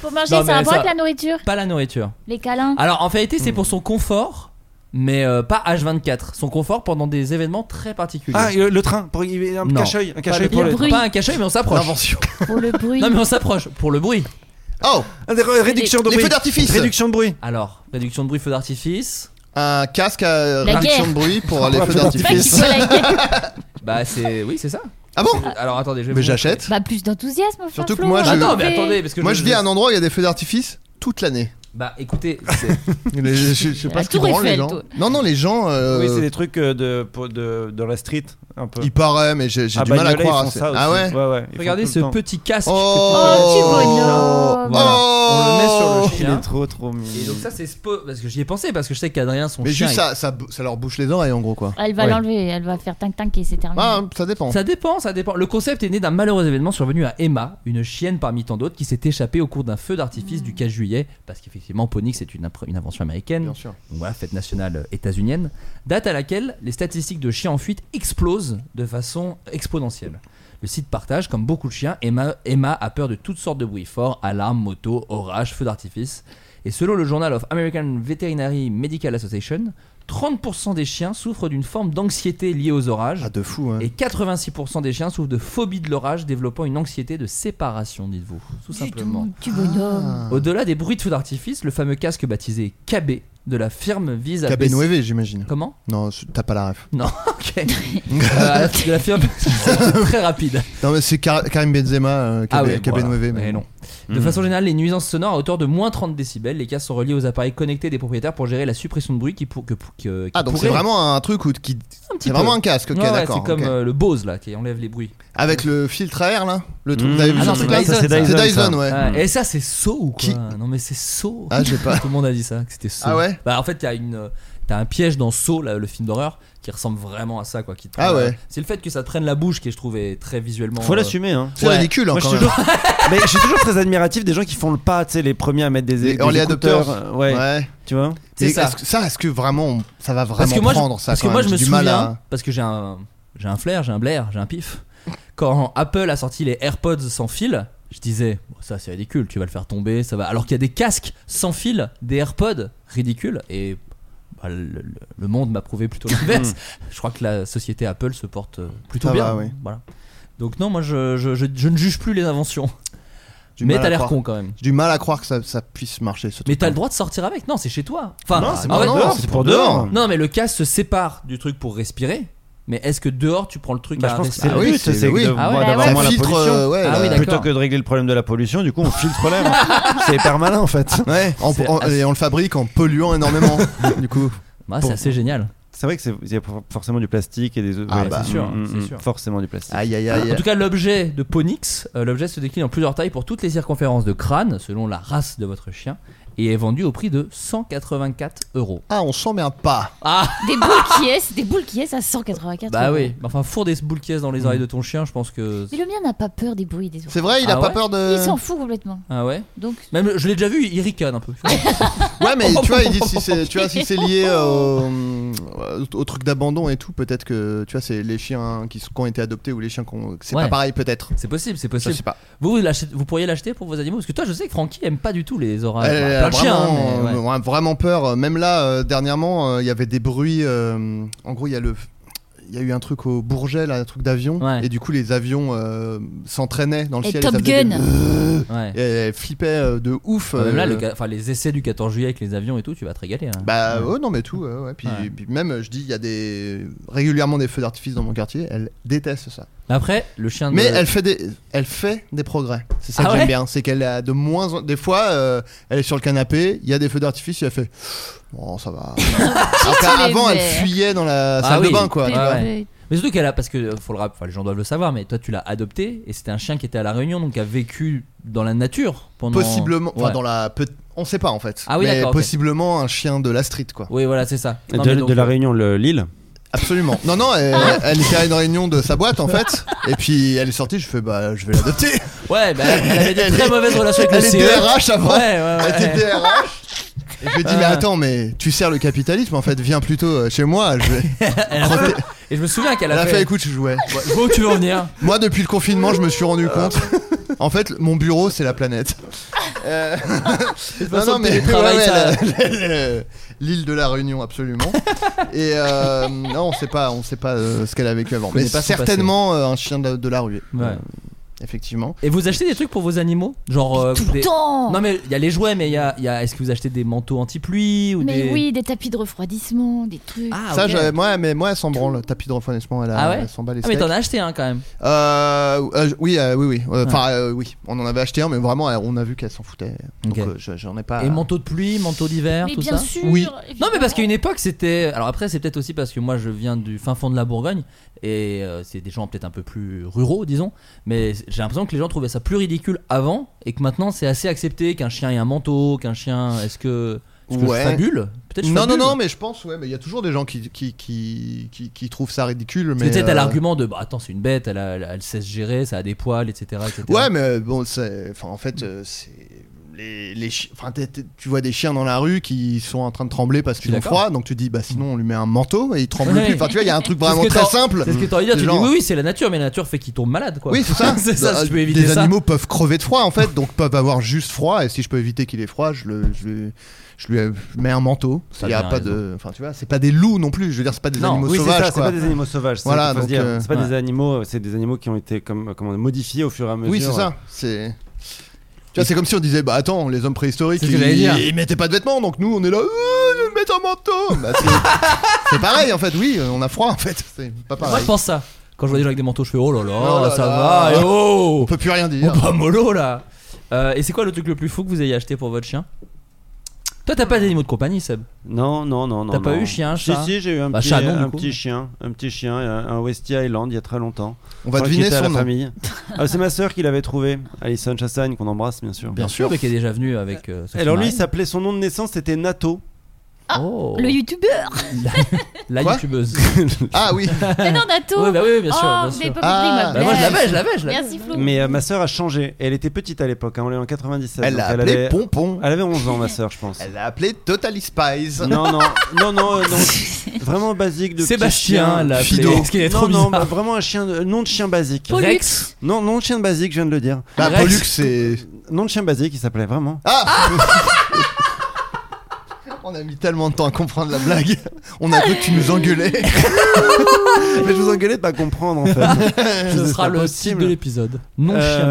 pour manger
Non,
c'est un
mais
rapport
ça- Ah.
avec la nourriture,
Pas la nourriture.
les câlins.
Alors en vérité,
Hmm.
c'est pour son confort, mais euh, pas H24. Son confort pendant des événements très particuliers.
Ah, et le, le train, pour il y a un
Non.
cache-œil, un
pas,
cache-œil
le-
pour
le
les.
bruit.
pas un cachet, mais on s'approche.
L'invention.
Pour
(laughs)
le bruit.
Non, mais on s'approche. Pour le bruit.
Oh
Ah, des- Réduction de
Les
bruit.
feux d'artifice
Réduction de bruit.
Alors, réduction de bruit, feu d'artifice.
Un casque à
La
réduction
guerre.
de bruit
(laughs)
pour les
Pour
feux
la
Pas qu'il
d'artifice.
soit la guerre.
(laughs) Bah, c'est. Oui, c'est ça. Euh,
Ah bon
Alors attendez, je vais.
Mais
vous montrer.
j'achète.
Bah plus d'enthousiasme. enfin,
Surtout que
Flo,
moi,
on
je-
va
Attends, mais
trouver-
attendez, parce que
Moi, je vis à un endroit où il y a des feux d'artifice toute l'année.
Bah
(laughs)
écoutez, c'est-
Les- Je, je- je sais pas
La
ce qu'ils
Tour
branlent, les
Eiffel,
gens.
toi.
Non, non, les gens. euh,
Oui, c'est des trucs euh, de, pour- de, dans la street, un peu.
il paraît, mais j'ai j'ai
Ah,
du mal à
Bagnolet, ils
croire.
font
c'est-
ça aussi.
ah ouais
ouais, ouais, ils font
regardez
tout le
ce
temps.
petit casque.
Oh,
petit
que tu-
bonhomme.
Voilà. On le met sur le
Oh. Il est
chien.
trop trop mignon.
Et donc ça c'est spo parce que j'y ai pensé parce que je sais qu'Adrien son
Mais
chien.
juste,
il-
ça, ça, bou- ça leur bouche les oreilles en gros, quoi.
Elle Ah, va
Ouais.
l'enlever, elle va faire tinc tinc et c'est terminé.
Ah, ça dépend.
Ça dépend, ça dépend. Le concept est né d'un malheureux événement survenu à Emma, une chienne parmi tant d'autres qui s'est échappée au cours d'un feu d'artifice du 15 juillet parce qu'effectivement effectivement, Ponyx est une, impr- une invention américaine.
bien sûr.
Donc voilà, fête nationale euh, états-unienne, date à laquelle les statistiques de chiens en fuite explosent de façon exponentielle. Le site partage, comme beaucoup de chiens, Emma, Emma a peur de toutes sortes de bruits forts, alarmes, motos, orages, feux d'artifice. Et selon le Journal of American Veterinary Medical Association, 30% des chiens souffrent d'une forme d'anxiété liée aux orages.
Ah, de fou, hein.
Et 86% des chiens souffrent de phobie de l'orage, développant une anxiété de séparation, dites-vous. Tout simplement.
Tu bonhomme.
Ah.
Au-delà des bruits de feux d'artifice, le fameux casque baptisé KB de la firme vise à.
Cabé
baisser-
Nueve, j'imagine.
Comment
Non, je- t'as pas la ref.
Non, (laughs)
(laughs)
ok. Euh, à la- de la firme, c'est très rapide.
Non, mais c'est Car- Karim Benzema, euh, Cabé, Cabé
Ah voilà.
Nueve,
Mais
mais Mhm.
non.
Mhm.
De façon générale, les nuisances sonores à hauteur de moins 30 décibels, les casques sont reliés aux appareils connectés des propriétaires pour gérer la suppression de bruit qui, pour, que, pour- que- qui
Ah, donc c'est
pourrait-
vraiment un truc où qui.
un petit
C'est
peu.
vraiment un casque, ok,
Ouais, ouais,
d'accord.
c'est comme
ok.
euh, le Bose là qui enlève les bruits.
Avec le filtre à air, là Le truc.
Mmh.
vous avez vu
Ah non,
ce
c'est
truc-là
Dyson,
c'est
ça.
Dyson,
C'est
ça.
Dyson, ouais.
Ah, et ça c'est saut ou quoi
Qui-
Non mais c'est saut.
Ah, j'ai
(laughs)
pas.
Tout le monde a dit ça, que c'était saut.
Ah ouais
Bah en fait, t'as une euh, T'as un piège dans Saw, là, le film d'horreur, qui ressemble vraiment à ça, quoi. Qui te-
Ah ouais.
C'est le fait que ça te prenne la bouche qui, je trouve, est très visuellement.
Faut
euh,
l'assumer, hein.
C'est ridicule, hein,
Moi, je
quand
suis
même.
toujours- (laughs) Mais je suis toujours très admiratif des gens qui font le pas, tu sais, les premiers à mettre des,
Les
des
early
écouteurs, euh,
adopters.
Ouais,
Ouais.
tu vois.
C'est
Mais
ça.
Est-ce que, ça, est-ce que vraiment on- ça va vraiment
parce que moi, je-
prendre ça
parce que
quand
moi
même
je me
J'ai du
souviens
mal à-
parce que j'ai un j'ai un flair j'ai un blair j'ai un pif quand Apple a sorti les AirPods sans fil je disais Bon, ça c'est ridicule tu vas le faire tomber ça va alors qu'il y a des casques sans fil des AirPods ridicule et bah, le, le- le monde m'a prouvé plutôt
(laughs)
l'inverse je crois que la société Apple se porte euh, plutôt
Ça
bien
va, oui.
voilà donc non moi je, je, je- je ne juge plus les inventions
du
mais
mal
t'as
à
l'air
croire.
con quand même
J'ai du mal à croire que ça, ça puisse marcher ce truc.
mais t'as le droit de sortir avec non c'est chez
(laughs)
toi enfin ah
non, c'est
en
pas
fait,
dehors,
non,
c'est pour dehors.
non, mais le casque se sépare du truc pour respirer. Mais est-ce que dehors tu prends le truc
Bah,
à
je pense que c'est
respirer
le
oui,
but,
c'est-
c'est
oui.
de-
Ah ouais,
d'avoir
bah
moins
Ça
la
filtre,
pollution.
euh, ouais,
Ah oui,
euh,
d'accord.
Plutôt que de régler le problème de la pollution, du coup, on filtre l'air. (laughs) c'est permanent, en fait.
hein. Ouais,
(laughs)
en-
C'est
en-
assez-
et on le fabrique en
(laughs)
polluant énormément. du coup,
Bah, c'est assez génial.
C'est vrai que c'est il y a for- forcément du plastique et des.
Ah
ouais,
bah,
c'est sûr,
mm, mm,
c'est
mm,
sûr.
Forcément du plastique.
aïe aïe aïe.
En tout cas, l'objet de Ponix, euh, l'objet se décline en plusieurs tailles pour toutes les circonférences de crâne, selon la race de votre chien, et est vendu au prix de 184 euros.
Ah, on s'emmerde pas.
Ah
Des boules qui est, des boules qui est à 184.
Bah
euros.
oui, enfin, four des boules caisses dans les
Hmm.
oreilles de ton chien, je pense que.
Mais le mien n'a pas peur des bruits des autres.
C'est vrai, il a
Ah
pas
ouais
peur de.
Il s'en fout complètement.
Ah ouais
Donc
Même, je l'ai déjà vu, il
(laughs)
ricane un peu.
Ouais, mais tu vois, il dit si c'est, tu vois, si c'est lié
Oh,
au, au truc d'abandon et tout, peut-être que tu vois, c'est les chiens qui, sont, qui ont été adoptés ou les chiens qui ont. C'est
Ouais.
pas pareil, peut-être.
C'est possible, c'est
Je
possible.
sais pas.
Vous, vous, l'achetez- vous pourriez l'acheter pour vos animaux Parce que toi, je sais que Francky aime pas du tout les orages.
Elle
Bah,
a
plein de chiens, hein,
Euh, vraiment,
mais ouais.
euh, vraiment peur. Même là, euh, dernièrement, euh, il y avait des bruits. euh, en gros, il y a le. Il y a eu un truc au Bourget, là, un truc d'avion,
Ouais.
et du coup les avions euh, s'entraînaient dans le
Et
ciel.
Top
et ça faisait des-
Gun.
Ouais.
Et elle flippait euh, de ouf.
Ouais,
euh,
Ah, même là, le ca- enfin, les essais du 14 juillet avec les avions et tout, tu vas te régaler. hein.
Bah ouais, non mais tout. ouais, ouais. Puis,
Ouais.
puis même euh, je dis il y a des régulièrement des feux d'artifice dans mon quartier. Elle déteste ça.
Après, le chien.
Mais
de...
elle fait des elle fait des progrès. C'est ça
Ah
que
ouais
j'aime bien, c'est qu'elle a de moins en... des fois euh, elle est sur le canapé, il y a des feux d'artifice, et elle fait bon
(laughs)
ça va. Alors
tu les
qu'avant elle
mets.
fuyait dans la
Ah
salle
oui.
de bain quoi.
Ouais,
tu vois.
ouais. Mais surtout qu'elle a, parce que euh, faut le rap- enfin, les gens doivent le savoir, mais toi tu l'as adopté et c'était un chien qui était à la Réunion, donc qui a vécu dans la nature pendant.
Possiblement, enfin
Ouais.
dans la peut- on sait pas en fait.
Ah oui,
mais
d'accord, ok.
possiblement un chien de la street quoi.
Oui, voilà, c'est ça. Non,
de,
mais donc, euh, Ah
de la Réunion, le- Lille.
Absolument. Non, non, elle, elle était à une réunion de sa boîte en fait. Et puis elle est sortie, je fais bah je vais l'adopter.
(laughs) Ouais, bah, elle avait des
Elle
très
est-
mauvaises relations avec le
Elle est
CE.
DRH
Ouais,
avant.
ouais,
Elle
ouais.
était DRH. Et je lui ai dit, mais
Ah.
attends, mais tu sers le capitalisme en fait, viens plutôt euh, chez moi. Je vais-
(laughs) Elle a fait- Et je me souviens qu'elle
Elle a fait, écoute, je jouais.
Ouais, je vois (laughs) où tu veux en venir.
Moi, depuis le confinement, je me suis rendu compte. (laughs) En fait, mon bureau, c'est
(laughs)
la planète. Euh, (laughs) non,
façon,
non,
le
mais
télétravail,
ouais, ouais,
ça-
(laughs) la- la- la- l'île de la
(laughs)
Réunion, absolument. Et euh, non, on sait pas, on sait pas euh, ce qu'elle a vécu avant.
connaît
Mais
pas son
certainement euh, un chien de, de la rue. Euh,
Ouais.
Effectivement.
Et vous achetez des trucs pour vos animaux Genre. euh,
tout le
des-
temps.
Non, mais il y a les jouets, mais il y a. il y a- Est-ce que vous achetez des manteaux anti-pluie ou
mais
des.
oui, des tapis de refroidissement, des trucs.
Ah,
Ça,
ok.
j'avais- ouais, mais moi, elle s'en branle. Tapis de refroidissement, elle, a-
Ah ouais
elle s'en bat les
Ah, mais
steaks.
t'en as acheté un quand même.
Euh, euh, oui, euh, oui, oui. Euh, Enfin, euh, oui. On en avait acheté un, mais vraiment, euh, on a vu qu'elle s'en foutait. Donc,
Ok.
euh, je- j'en ai pas.
Et manteau de pluie, manteau d'hiver,
mais
tout ça.
bien sûr.
Oui.
Non mais parce qu'à une époque c'était alors après c'est peut-être aussi parce que moi je viens du fin fond de la Bourgogne et euh, c'est des gens peut-être un peu plus ruraux disons mais j'ai l'impression que les gens trouvaient ça plus ridicule avant et que maintenant c'est assez accepté qu'un chien ait un manteau qu'un chien est-ce que est-ce que
Ouais.
je fabule peut-être je
Non, non,
fabule.
non, mais je pense, ouais, mais il y a toujours des gens qui, qui, qui, qui, qui trouvent ça ridicule.
Parce
Mais
que tu sais, t'as
euh,
l'argument de bah attends c'est une bête (laughs) elle, a- elle, elle sait se gérer ça a des poils etc etc
Ouais, mais bon, c'est. Enfin, en fait, euh, c'est. les, les chi- enfin, t'es- t'es- tu vois des chiens dans la rue qui sont en train de trembler parce
Je
qu'ils
suis
ont
d'accord.
froid, donc tu dis bah sinon on lui met un manteau et il tremble
Ouais.
plus. Enfin tu vois il y a un truc
C'est ce
vraiment
que
très
t'as-
simple.
C'est ce que t'as envie de dire. Tu
Genre-
dis oui, oui, c'est la nature, mais la nature fait qu'ils tombent malades, quoi.
Oui c'est ça.
(laughs)
Bah,
c'est ça, si tu peux
Des
éviter ça.
animaux peuvent crever de froid en fait, donc peuvent avoir juste froid et si je peux éviter qu'il ait froid, je le je, lui- je lui mets un manteau.
T'as
Il y a
bien
pas de, enfin tu vois c'est pas des loups non plus. Je veux dire c'est pas des
Non,
animaux
Oui, c'est
sauvages
ça, c'est
quoi.
pas des animaux sauvages. c'est
Voilà,
ça qu'il faut se
donc,
dire.
euh,
C'est pas des
ouais.
animaux, c'est des animaux qui ont été comme, comment, modifiés au fur et à mesure. euh.
Oui, c'est ça. C'est. Tu vois, c'est comme si on disait, bah attends, les hommes préhistoriques,
C'est ce
ils,
que j'allais dire.
ils mettaient pas de vêtements, donc nous, on est là, euh, mettre un manteau. Bah, c'est- (laughs) c'est pareil, en fait, oui, on a froid, en fait, c'est
Moi,
pas pareil.
je pense ça. Quand je vois des gens avec des manteaux, je fais oh là là,
Oh
là
là
ça
là.
va, et oh
On peut plus rien
On
dire.
pas mollo là Euh, Et c'est quoi le truc le plus fou que vous ayez acheté pour votre chien Toi, t'as pas d'animaux de compagnie, Seb
Non, non, non, non.
T'as pas
non.
eu chien,
Si,
chat
si, j'ai eu un,
Bah,
petit,
chat, non, du
un
coup.
petit chien, un petit chien, un un Westie Island il y a très longtemps.
On va
Quand
deviner
j'étais à
son
la
nom. (laughs)
famille. Ah, c'est ma sœur qui l'avait trouvé, Alison Chassagne, qu'on embrasse bien sûr.
Bien sûr.
Le mec est déjà venu avec. euh, Sophie
Et alors lui, il
Marie.
s'appelait son nom de naissance, c'était Nato.
Ah.
Oh.
Le youtubeur
La
Quoi
youtubeuse.
Ah oui,
(laughs) Mais non, Nato
Oui, bah oui, oui, bien sûr.
Oh,
bien
vous
sûr.
n'avez pas compris
Ah.
ma
Bah, moi, je
blague.
l'avais, je l'avais, je l'avais.
Merci Flo.
Mais euh, ma sœur a changé. Elle était petite à l'époque, hein, on est en 97.
elle
donc
l'a appelé
avait...
Pompon.
elle avait 11 ans, ma sœur, je pense.
Elle l'a appelé Totally Spies.
Non,
(laughs)
non, non, non, euh, non. Vraiment basique de petit
Sébastien,
chien.
l'a appelé.
Fido.
Ce qui est
non,
trop
non, bah,
bizarre.
vraiment un chien, de- nom de chien basique.
Pollux.
Rex.
Non, nom de chien basique, je viens de le dire.
Bah,
Rex.
Pollux, c'est.
Nom de chien basique, il s'appelait vraiment.
Ah (laughs) On a mis tellement de temps à comprendre la blague. On a cru que tu nous
(laughs)
engueulais.
Mais je vous engueulais de pas comprendre en fait.
(laughs)
Ce
C'est
sera
pas
le
possible.
titre de l'épisode. Non
Euh,
chien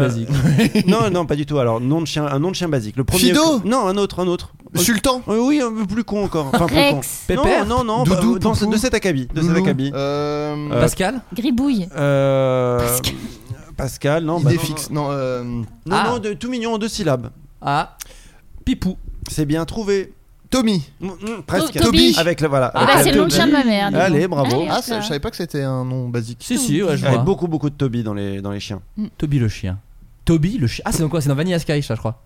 (laughs)
basique.
non, non, pas du tout. Alors, nom de chien, un nom de chien basique. Le premier.
Fido
Non, un autre, un autre.
Sultan.
Oui, oui, un peu plus con encore. Enfin, plus con.
Rex.
Pépère.
Non, non, non,
Doudou,
bah, euh, dans ce-
Poupou.
de cet acabit. De cet
Loulou.
acabit.
Euh,
Euh,
Pascal
Gribouille.
Euh, Pascal, non, bah,
idée
non,
fixe. Non, euh,
Non, non,
Ah.
non, de- tout mignon en deux syllabes.
Ah. Pipou.
C'est bien trouvé.
Tommy.
Mm, mm, presque.
To- Toby.
Avec la voilà.
Ah,
avec
bah,
la
c'est le nom de
Toby.
chien de ma mère. dis
Allez,
donc.
bravo.
Allez,
Ah,
hop
ça,
là.
je savais pas que c'était un nom basique.
Si, si, ouais, je
Il y avait
vois.
beaucoup, beaucoup de Toby dans les, dans les chiens.
Toby le chien. Toby le chien. Ah, c'est dans quoi C'est dans Vanilla Sky, ça, je crois.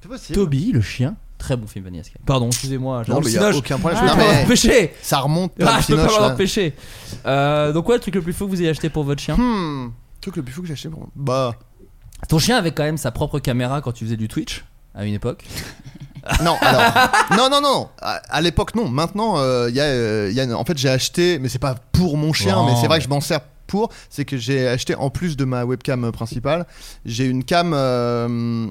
C'est possible.
Toby le chien. Très bon film, Vanilla Sky. Pardon, excusez-moi.
Non, mais y a
j'hallucinoge.
aucun problème.
Je peux
Non,
pas
mais
m'en empêcher.
ça
(laughs)
remonte.
Ah, je peux pas
Sinoche,
m'en
là.
empêcher. Euh, donc, ouais, le truc le plus fou que vous ayez acheté pour votre chien
Hmm. Le truc le plus fou que j'ai acheté, bon, bah
Ton chien avait quand même sa propre caméra quand tu faisais du Twitch à une époque.
(laughs) non alors non non non à, à l'époque non maintenant euh, il y a, euh, il y a une- en fait j'ai acheté mais c'est pas pour mon chien
Non,
mais c'est
mais-
vrai que je m'en sers pour c'est que j'ai acheté en plus de ma webcam principale j'ai une cam euh,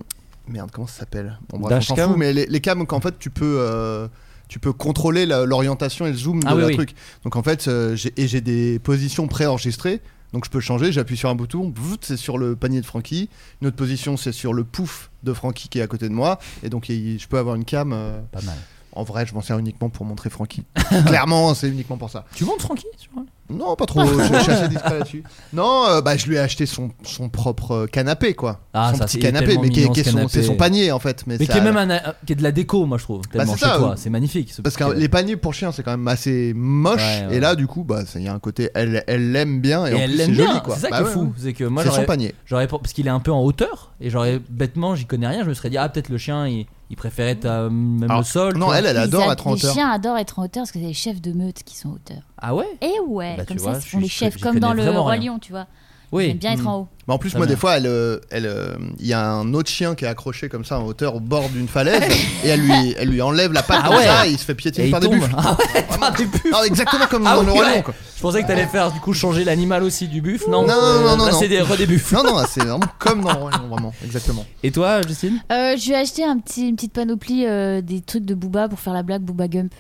merde comment ça s'appelle bon bref, on s'en
Dashcam
fout, mais les, les cams qu'en fait tu peux euh, tu peux contrôler la- l'orientation et le zoom de
Ah oui,
la
oui.
truc donc en fait euh, j'ai et j'ai des positions préenregistrées donc je peux changer, j'appuie sur un bouton, bouf, c'est sur le panier de Francky. Une autre position, c'est sur le pouf de Francky qui est à côté de moi. Et donc il- je peux avoir une cam. euh,
Pas mal.
en vrai, je m'en sers uniquement pour
(laughs)
montrer Francky. Clairement, c'est uniquement pour ça.
Tu montes Francky tu vois
Non, pas
(laughs)
trop. je, je suis assez discret là-dessus. Non, euh, bah je lui ai acheté son, son propre euh, canapé, quoi.
Ah,
son
ça,
petit
c'est- il est
canapé,
tellement
mais qui est,
mignon,
qui est
ce
son,
canapé.
c'est son panier en fait. Mais,
Mais
ça-
qui est même un- un- qui est de la déco, moi je trouve. Tellement
c'est
chez
ça,
toi,
euh,
c'est magnifique. ce
Parce
petit
que
canapé.
les paniers pour chiens, c'est quand même assez moche.
Ouais, ouais.
Et là, du coup, bah ça- il y a un côté, elle elle l'aime bien et,
Et
en
elle
plus,
l'aime
c'est
bien.
joli, quoi.
C'est ça
Bah
qui est
ouais,
fou,
ouais.
c'est que moi
C'est son
j'aurais,
panier.
j'aurais pas- parce qu'il est un peu en hauteur et j'aurais bêtement, j'y connais rien, je me serais dit ah peut-être le chien il, il préférait être à- même
Alors,
le sol. tu
Non,
vois.
elle, elle
Les
adore
a-
être en
Les
hauteur.
chiens adorent être en hauteur parce que c'est les chefs de meute qui sont en hauteur.
Ah ouais
Eh ouais,
Bah, tu
comme
vois,
ça,
je-
ce sont les
je-
chefs,
j'y
comme
connais
dans le
vraiment
Roi
rien.
Lion, tu vois. Ils
Oui.
aiment bien être
Mm.
en haut.
Mais en plus,
Très
moi,
bien.
des fois, elle, euh, elle, euh, il y a un autre chien qui est accroché comme ça en hauteur au bord d'une falaise
(laughs)
et elle lui, elle lui enlève la patte
Ah
comme
ouais.
ça et il se fait piétiner
Et il
par des
tombe.
buffles.
Ah ouais, par des buffles.
Non, exactement comme
Ah
dans
oui,
le Roi
ouais.
Lion, quoi.
Je pensais que t'allais faire du coup changer l'animal aussi du buffle. Non,
Non, non, non, non,
là,
non.
c'est des re des buffles.
(laughs) Non, non, c'est vraiment comme dans le Roi Lion, vraiment. Exactement.
Et toi, Justine
Euh, je lui ai acheté un petit, une petite panoplie euh, des trucs de Booba pour faire la blague Booba Gump.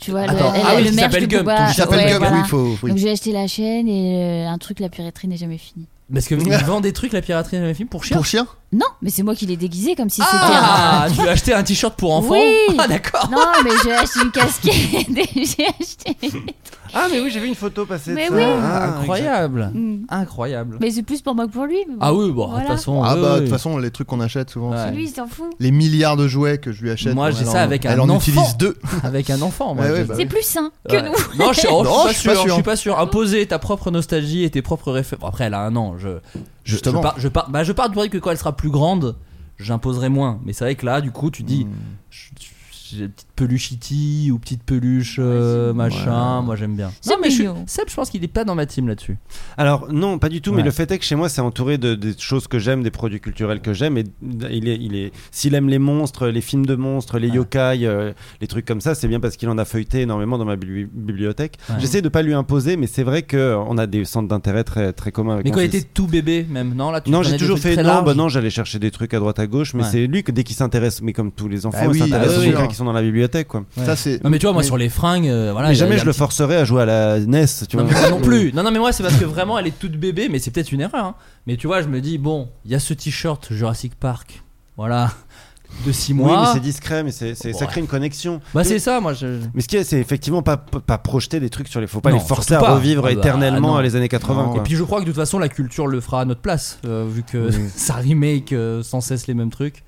Tu vois, le,
Attends,
elle-
ah oui,
le
il
merch
s'appelle
de
Gump,
Booba.
Ah,
il s'appelle
ouais,
Gump,
voilà.
oui, faut. faut-
Donc j'ai acheté la chaîne et euh, un truc la piraterie n'est jamais finie.
Parce que ils vendent des trucs la piraterie dans les films pour chiens.
Pour chien
Non, mais c'est moi qui l'ai déguisé comme si c'était
Ah, tu as acheté un t-shirt pour enfant
Oui.
Ah d'accord.
un... Non, mais
(laughs)
j'ai acheté une casquette et (laughs) j'ai acheté...
Ah, mais oui, j'ai vu une photo passer. de
Mais
ça.
oui.
Ah,
Incroyable.
Mm.
Incroyable.
Mais c'est plus pour moi que pour lui. mais bon.
Ah oui, bon, de
Voilà.
toute façon.
Ah
oui,
bah, de
oui.
toute façon, les trucs qu'on achète souvent,
Ouais.
c'est
Lui, il s'en fout.
les milliards de jouets que je lui achète.
Moi,
bon,
j'ai
elle
ça
en-
avec un
Elle en
enfant.
utilise deux.
(laughs) Avec un enfant, moi.
Ouais, ouais,
je-
bah
C'est
oui.
plus sain que
Ouais.
nous.
Non, je, oh, je suis pas sûr, je suis pas sûr. Imposer ta propre nostalgie et tes propres références. Bon, après, elle a un an. Je, je-
Justement.
Je pars, je pars, bah, je pars du principe que quand elle sera plus grande, j'imposerai moins. Mais c'est vrai que là, du coup, tu dis. je- je- j'ai petite peluche Iti ou petite peluche euh, machin. Moi j'aime bien.
C'est
non, mais je,
mignon.
Seb, je pense qu'il est pas dans ma team là-dessus.
Alors non, pas du tout.
Ouais.
Mais le fait est que chez moi, c'est entouré de des choses que j'aime, des produits culturels que j'aime. Et il est, il est, s'il aime les monstres, les films de monstres, les
Ouais.
yokai, euh, les trucs comme ça, c'est bien parce qu'il en a feuilleté énormément dans ma bibli- bibliothèque.
Ouais.
J'essaie de pas lui imposer, mais c'est vrai que euh, on a des centres d'intérêt très très communs. Avec
Mais
mon
quand il
fils.
était tout bébé, même, non là, tu
Non, j'ai
prenais des
toujours
trucs
fait
très
non,
larges.
bah non, j'allais chercher des trucs à droite à gauche, mais
Ouais. ah
c'est lui que dès qu'il s'intéresse, mais comme tous les enfants,
Bah
il
oui,
s'intéresse
bah
aux
oui,
trucs
hein.
qui sont dans la bibliothèque quoi.
Ça, c'est.
Non mais tu vois moi
Mais-
sur les fringues, euh, voilà.
mais
il y a- il
jamais
y a
je le
un petit-
forcerai à jouer à la NES, tu vois.
Non, mais
(laughs)
moi non plus. Non, non, mais moi, c'est parce que vraiment, elle est toute bébé, mais c'est peut-être une erreur. hein. Mais tu vois, je me dis, bon, il y a ce t-shirt Jurassic Park, voilà, de 6
Oui, mais
mois.
c'est discret, mais c'est, c'est- ça
Ouais.
crée une connexion.
bah, c'est ça, moi. Je...
Mais ce qui est, c'est effectivement pas, pas projeter des trucs sur les. Faut pas
Non,
les forcer à
surtout pas.
revivre
Ah bah,
éternellement
non.
les années 80.
Non.
quoi.
Et puis, je crois que de toute façon, la culture le fera à notre place, euh, vu que (laughs) ça remake euh, sans cesse les mêmes trucs.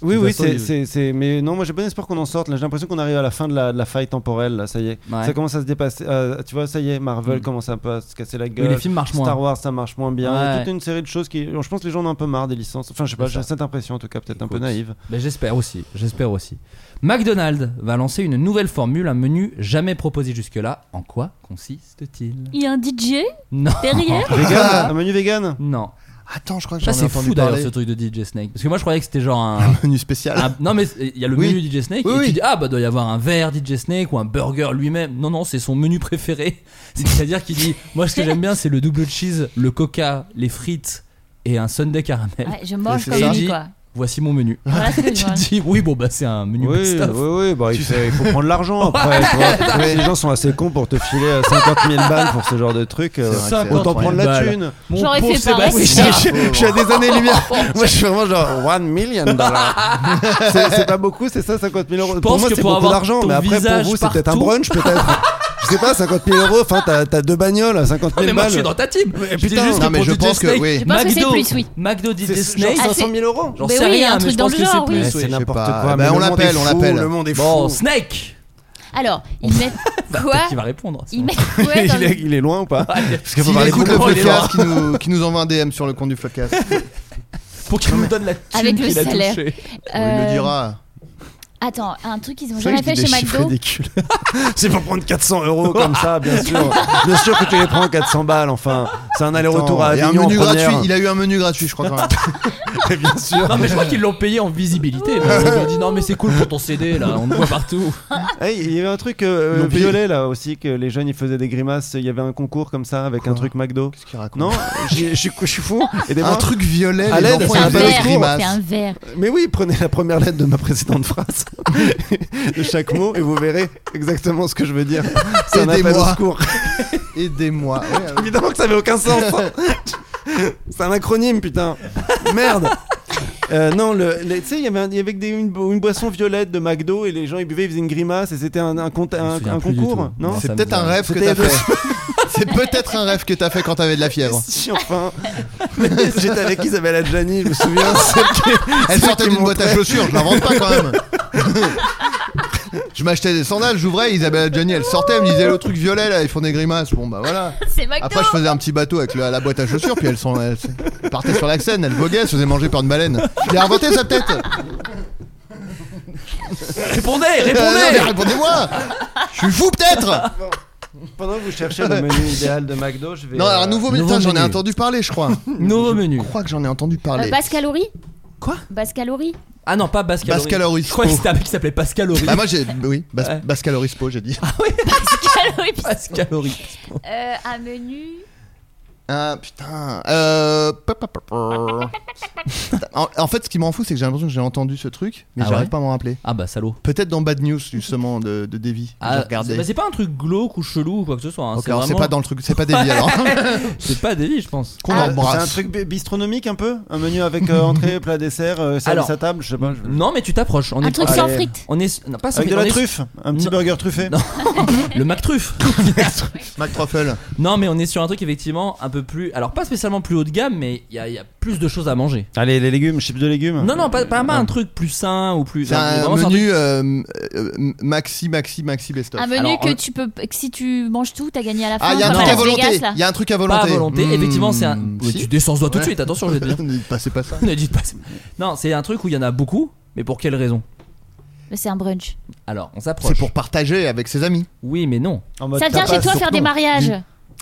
oui,
de toute
oui,
façon,
c'est,
il-
c'est- c'est- Mais non, moi j'ai bon espoir qu'on en sorte. Là, j'ai l'impression qu'on arrive à la fin de la, de la faille temporelle. Là, ça y est.
Ouais.
Ça commence à se dépasser. euh, tu vois, ça y est, Marvel
Mm.
commence un peu à se casser la gueule.
Oui, les films marchent moins.
Star Wars, ça marche moins bien. Il y a
Ouais.
toute une série de choses qui. Je pense que les gens en ont un peu marre des licences. Enfin, je sais pas,
C'est
j'ai
ça.
cette impression en tout cas, peut-être un peu
Écoute.
naïve.
Ben, j'espère aussi, j'espère aussi. McDonald's va lancer une nouvelle formule, un menu jamais proposé jusque-là. En quoi consiste-t-il
(laughs) Il y a un DJ
Non.
derrière
Vegan Un menu vegan
Non.
Attends, je crois que j'en
Ça,
ai
Ah, c'est
entendu
fou d'ailleurs
parler.
ce truc de DJ Snake. Parce que moi, je croyais que c'était genre un.
Menu spécial.
Ah, non mais il y a le
Oui.
menu DJ Snake
Oui,
et tu
oui.
dis ah bah doit y avoir un verre DJ Snake ou un burger lui-même. Non non c'est son menu préféré. (laughs) C'est-à-dire qu'il dit moi ce que j'aime bien c'est le double cheese, le coca, les frites et un sundae caramel.
Ouais, je mange
C'est
comme
ça.
lui, quoi.
Voici mon menu. (laughs)
Voilà ce que je
tu te
mange.
dis oui bon bah c'est un menu
Oui, oui,
best-of.
oui, bah, il, fait- il faut prendre l'argent
(laughs)
après. tu vois. Les gens sont assez cons pour te filer euh, 50 000 balles pour ce genre de truc. euh,
C'est vrai que c'est
Autant
incroyable.
prendre la
Balles.
thune.
Bah, Mon
J'aurais
pauvre
fait
(laughs)
pareil.
Sébastien.
Oui,
(laughs)
je suis à des années-lumière. Moi, je suis vraiment genre 1 million dollars.
(laughs)
c'est c'est pas beaucoup, c'est ça, 50 000 euros.
Je
Euh, pour
pense
moi,
que
c'est
pour
beaucoup
avoir
d'argent,
ton
mais après, pour
visage
vous, c'est peut-être un
partout. (laughs)
brunch, peut-être. je sais pas, 50 000 euros, enfin, t'as t'as deux bagnoles, 50
Ah,
000
mais moi je suis
balles.
dans ta team.
Mais
Je dis
putain.
juste
Non,
que
mais
pour
je
DJ
pense que
Snake,
oui.
Je pense que c'est
McDo.
plus, oui.
McDo DJ
C'est genre
Snake.
Ah,
500 000 euros.
J'en
Mais
sais
oui,
rien,
un
mais
truc
je
dans
pense
le
que c'est
genre, oui.
plus.
C'est
oui.
sais
n'importe
pas.
quoi.
Ben,
mais
on
le monde
l'appelle,
est
on
fou,
l'appelle.
Le monde est
Bon
fou.
Oh, Snake.
Alors, ils
(laughs)
mettent quoi
Qui va répondre
Ils mettent quoi dans
(laughs) (laughs) Il
le-
est, il est loin ou pas Parce qu'il faut
S'il
parler
écoute
beaucoup.
le
coups, il est
podcast, qui nous, qui nous envoie un DM sur le compte du podcast.
(laughs) Pour qu'il nous donne la thune
Avec le
qu'il a
salaire.
touchée.
Oh,
Il le
Euh,
dira.
Attends, un truc qu'ils ont
C'est vrai
jamais
que je
fait
dis
chez
des chiffres
McDo.
ridicules. (laughs) c'est pour prendre 400 euros
(laughs)
comme ça, bien sûr. bien sûr que tu les prends 400 balles, enfin. C'est un aller-retour à
Attends, et un
Avignon
menu
en première.
gratuit. Il a eu un menu gratuit, je crois. Quand même.
bien sûr.
Non mais je crois qu'ils l'ont payé en visibilité. parce qu'ils lui ont dit non mais c'est cool pour ton CD là, on le
(laughs)
voit partout.
Eh, Il y avait un truc (laughs) euh,
Ils l'ont payé.
violet là aussi que les jeunes ils faisaient des grimaces. Il y avait un concours comme ça avec un truc McDo.
Qu'est-ce qu'il raconte
Non, j'ai- je suis je suis fou. Aidez-moi.
Un truc violet.
À
les
l'aide,
enfants,
c'est
ils
C'est un
un
appellent
verre,
des grimaces.
verre. C'est un verre.
Mais oui, prenez la première lettre de ma précédente phrase de chaque mot et vous verrez exactement ce que je veux (laughs) dire. C'est un appel au
Aidez-moi.
secours.
Aidez-moi. Ah Ouais, ouais.
(laughs) Évidemment que ça avait aucun (laughs)
(laughs)
sens. C'est un acronyme, putain. Merde. Euh, non, le, le- tu sais, il y avait, un- il y avait que des- une, bo- une boisson violette de McDo et les gens ils buvaient, ils faisaient une grimace et c'était un, un, cont-
me
un-
souviens
un
plus du
concours,
tout.
non
Ça
C'est
me
peut-être un
va.
rêve que
C'était (laughs)
t'as fait. C'est peut-être un rêve que t'as fait quand t'avais de la fièvre.
Si,
(laughs)
enfin. Mais (laughs) J'étais avec Isabelle Adjani, je me souviens. celle qui-
Elle sortait
qui
d'une boîte à
montrait.
chaussures, je l'invente pas quand même. Je m'achetais des sandales, j'ouvrais, Isabelle Johnny, elle sortait, elle me disait le truc violet là, ils font des grimaces. Bon bah voilà.
(laughs) C'est McDo.
Après, je faisais un petit bateau avec le- la boîte à chaussures, puis elle, s'en- elle s- elle partait sur la scène, elle voguait, elle se faisait manger par une baleine. Il a inventé ça peut-être
Répondez,
Euh, non, mais
répondez.
Répondez-moi Je suis fou peut-être
Pendant que vous cherchez le menu idéal de McDo, je vais.
Non, alors, un
euh,
nouveau,
nouveau
putain, j'en ai
menu.
entendu parler, je crois.
Nouveau menu.
Je crois que j'en ai entendu parler.
Euh, Basse calorie
Quoi
Basse (laughs) calorie
Ah non pas Pascal. Horry.
Pascal Horry.
Je crois que c'était un mec qui s'appelait Pascal Horry.
Bah, moi j'ai. Oui, Bas-
Ouais.
Pascal Obispo, j'ai dit.
Calorie puis-
Pascal Horry.
(laughs) Euh, Un menu.
Ah putain. Euh... pa, pa, pa,
(laughs)
pa. en, en fait, ce qui m'en fout, c'est que j'ai l'impression que j'ai entendu ce truc, mais
Ah
j'arrive
ouais
pas à m'en rappeler.
Ah bah salaud.
Peut-être dans Bad News justement de, de Davy. que j'ai
Ah,
regardé.
bah, c'est pas un truc glauque ou chelou ou quoi que ce soit. hein,
Ok,
c'est
alors c'est
vraiment-
pas dans le truc, c'est pas Davy alors.
(laughs) C'est pas Davy je pense.
Qu'on
Ah, c'est un
embrasse.
truc bi- bistronomique un peu Un menu avec euh, entrée, plat, dessert, euh, service
Alors,
à table, je sais pas. je-
Non mais tu t'approches. On
Un
est
truc
allez.
sans frites.
on est non, pas sans
Avec de
frites,
la
on est-
truffe, un petit
Non.
burger truffé.
Non. (laughs) Le Mac
(laughs)
truffe.
Mac Truffle.
non mais on est sur un truc effectivement un peu plus alors pas spécialement plus haut de gamme mais il y, a- il y a plus de choses à manger.
Allez, Ah, les légumes, chips de légumes.
Non non pas pas, pas un truc plus sain ou plus.
Ah. C'est
non, mais
un
vraiment, c'est un
menu euh, euh, maxi, maxi, maxi best-of.
Un menu
Alors,
que
on-
tu peux. que si tu manges tout, t'as gagné à la fin.
Ah, il y a un
comme
truc
à
à
Las
volonté.
Vegas, là.
Il y a un truc à
Pas
volonté.
à volonté.
Mmh,
Effectivement, c'est un. Ouais,
si.
Tu descends doigt tout de
Ouais.
suite, attention, je
(laughs)
vais te dire. (laughs)
Ne dites pas, c'est pas ça.
ne dites pas ça. Non, c'est un truc où il y en a beaucoup, mais pour quelle raison
Mais C'est un brunch.
Alors, on s'approche.
C'est pour partager avec ses amis.
Oui, mais non.
En mode
ça vient
tapas
chez toi
sur
faire des
ton-
mariages.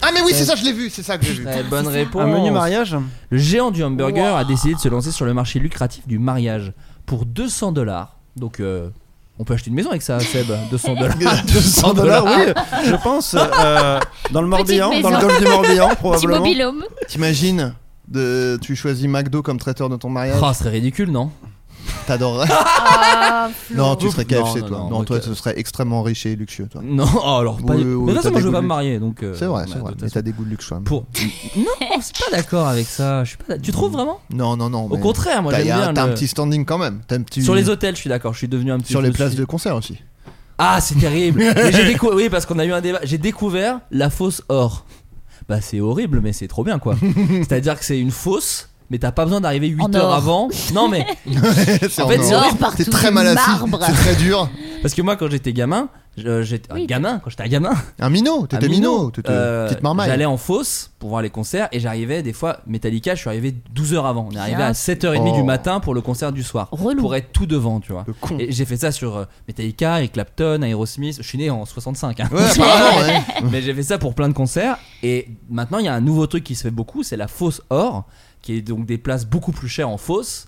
Ah mais oui, c'est ça, je l'ai vu, c'est ça que j'ai vu.
Très bonne réponse.
Un menu mariage
Le géant du hamburger a décidé de se lancer sur le marché lucratif du mariage pour 200 dollars. Donc, euh, on peut acheter une maison avec ça, (laughs) Seb.
(laughs)
200 dollars.
200 dollars, oui, je pense. euh, dans le Morbihan, dans le
maison.
golfe du Morbihan,
Petit
probablement.
mobilhome.
T'imagines de, tu choisis McDo comme traiteur de ton mariage,
Oh, ce serait ridicule, non
t'adorerais.
Ah,
(laughs)
Flo.
non, tu serais
Non,
KFC
non,
toi.
non,
Non,
moi,
toi,
que-
tu serais extrêmement riche et luxueux toi.
Non, oh, alors pas
Oui,
du-
oui,
Mais de toute façon,
t'as
moi,
des
je veux
goûts
pas
de
me
luxe.
marier, donc. euh,
C'est vrai,
bah,
c'est
de
vrai.
toute
Mais
façon.
t'as des goûts de luxe quand même.
Pour. Non, je suis pas d'accord avec ça. Je suis pas. Tu trouves vraiment
Non, non, non.
Au
mais
contraire, moi
T'as
j'aime
y a-
bien.
t'as un
le-
petit standing quand même. T'as un petit-
Sur les hôtels, je suis d'accord. Je suis devenu un petit.
Sur
je
les
me
places
suis-
de concert aussi.
Ah, c'est
(laughs)
terrible. Mais j'ai décou- Oui, parce qu'on a eu un débat. J'ai découvert la fosse or. Bah, c'est horrible, mais c'est trop bien,
(laughs)
quoi. C'est-à-dire que c'est une fosse, mais t'as pas besoin d'arriver 8
En
heures
or.
avant. Non,
(laughs)
mais
C'est
En fait,
or.
c'est horrible.
partout,
T'es très mal
du
assis.
marbre.
C'est très dur.
parce que moi, quand j'étais gamin, je- j'étais un
Oui.
gamin. Quand j'étais un gamin,
Un minot.
à
T'étais
Minot,
minot. T'étais
euh,
petite marmaille.
J'allais en fosse pour voir les concerts et j'arrivais des fois Metallica. Je suis arrivé 12 heures avant. On est arrivé
Bien.
à 7h30 du
Oh.
matin pour le concert du soir.
Relou.
Pour être tout devant, tu vois.
Le con.
Et j'ai fait ça sur euh, Metallica, Eric Clapton, Aerosmith. Je suis né en 65. hein.
Ouais, apparemment,
(laughs)
ouais.
Mais j'ai fait ça pour plein de concerts. Et maintenant, il y a un nouveau truc qui se fait beaucoup, c'est la fosse or, qui est donc des places beaucoup plus chères en fosse,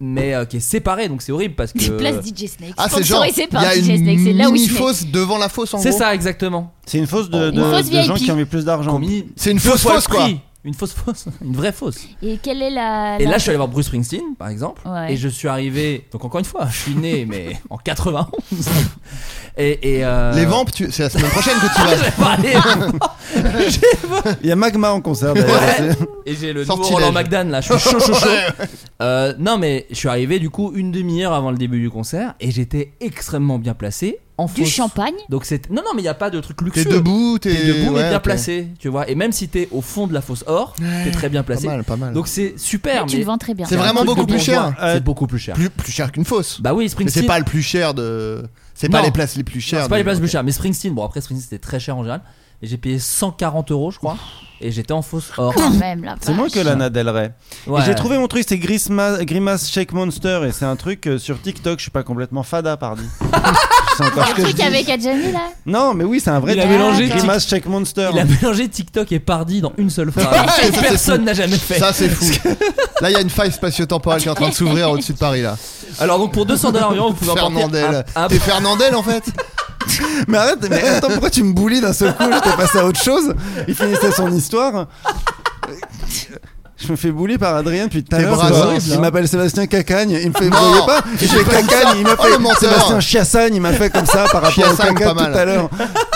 mais euh, qui est séparée. Donc c'est horrible parce que.
Tu places DJ Snake.
Ah, c'est genre.
Sponsorisé
Il y
par
a
DJ
une
Snake. C'est là où
mini
il se met.
fosse devant la fosse en
C'est
gros.
ça exactement.
C'est une fosse de,
Une
de-
fosse
de gens
VIP.
qui ont mis plus d'argent.
Combi-
C'est une
deux
fausse
fois le
fosse, quoi.
prix. Une fausse (laughs) fosse, une vraie fausse.
Et quelle est la.
Et
la-
là, je suis allé voir Bruce Springsteen, par exemple,
Ouais.
et je suis arrivé. Donc encore une fois, je suis né, mais en 91. Et, et, euh,
Les vampes, tu- c'est la semaine prochaine que tu
(laughs) Ah,
vas.
j'allais pas aller.
(laughs) Il y a Magma en concert d'ailleurs.
Ouais.
C'est-
Et j'ai le nouveau
Sortilège.
Roland McDan là, je suis chaud chaud chaud. Euh, non mais je suis arrivé du coup une demi-heure avant le début du concert et j'étais extrêmement bien placé en
Du
fosse.
champagne.
Donc c'est non non mais il y a pas de truc
T'es
luxueux.
debout, t'es
T'es debout mais
ouais,
bien
ok.
placé, tu vois. Et même si t'es au fond de la fosse or, t'es très bien
Pas
placé.
mal, pas mal.
Donc c'est super.
Tu
mais
le vends très bien.
C'est
un
vraiment
truc de
beaucoup plus
bourgeois.
cher.
C'est
Euh,
beaucoup plus cher.
plus, plus cher qu'une fosse.
Bah oui,
Mais c'est
Springsteen.
pas le plus cher de. C'est pas
Non.
les places les plus chères.
C'est pas les
de-
places plus chères, mais Springsteen, bon après Springsteen c'était très cher en général, et j'ai payé 140 euros je crois, et j'étais en fosse or.
Quand même, la
C'est moins
vache.
que Lana Del Rey. Et
Ouais.
J'ai trouvé mon truc, c'est Grisma- Grimace Shake Monster et c'est un truc euh, sur TikTok. Je suis pas complètement fada,
(laughs)
pardon. Je sais encore ce que
Le
je
truc
dis.
avec Adjani là.
Non, mais oui, c'est un vrai.
Il a
truc.
mélangé
Grimace Shake Monster.
Il a mélangé TikTok et Pardi dans une
(laughs)
seule phrase.
Ah, Ça,
que
c'est
Ah, personne
fou.
n'a jamais fait.
Ça, c'est fou. là, il y a une faille spatio-temporelle qui est en train de s'ouvrir au-dessus de Paris, là.
Alors donc pour 200 dollars environ, vous pouvez emporter
Fernandel.
un, un-
T'es Fernandel, en fait
Mais arrête, mais attends, pourquoi tu me boulis d'un seul coup J'étais passé à autre chose. Il finissait son histoire. Je me fais bouler par Adrien depuis tout à
T'es
l'heure.
brave,
c'est pas
horrible,
vrai.
hein.
Il m'appelle Sébastien Cacagne. Il me fait, vous
Non,
voyez pas
j'ai
Il fait
pas dit
Cacagne.
ça.
Il m'a
Oh,
fait
le menteur.
Sébastien Chiassagne. Il m'a fait comme ça par rapport au
Chiassagne,
caca
pas
tout
mal.
à l'heure.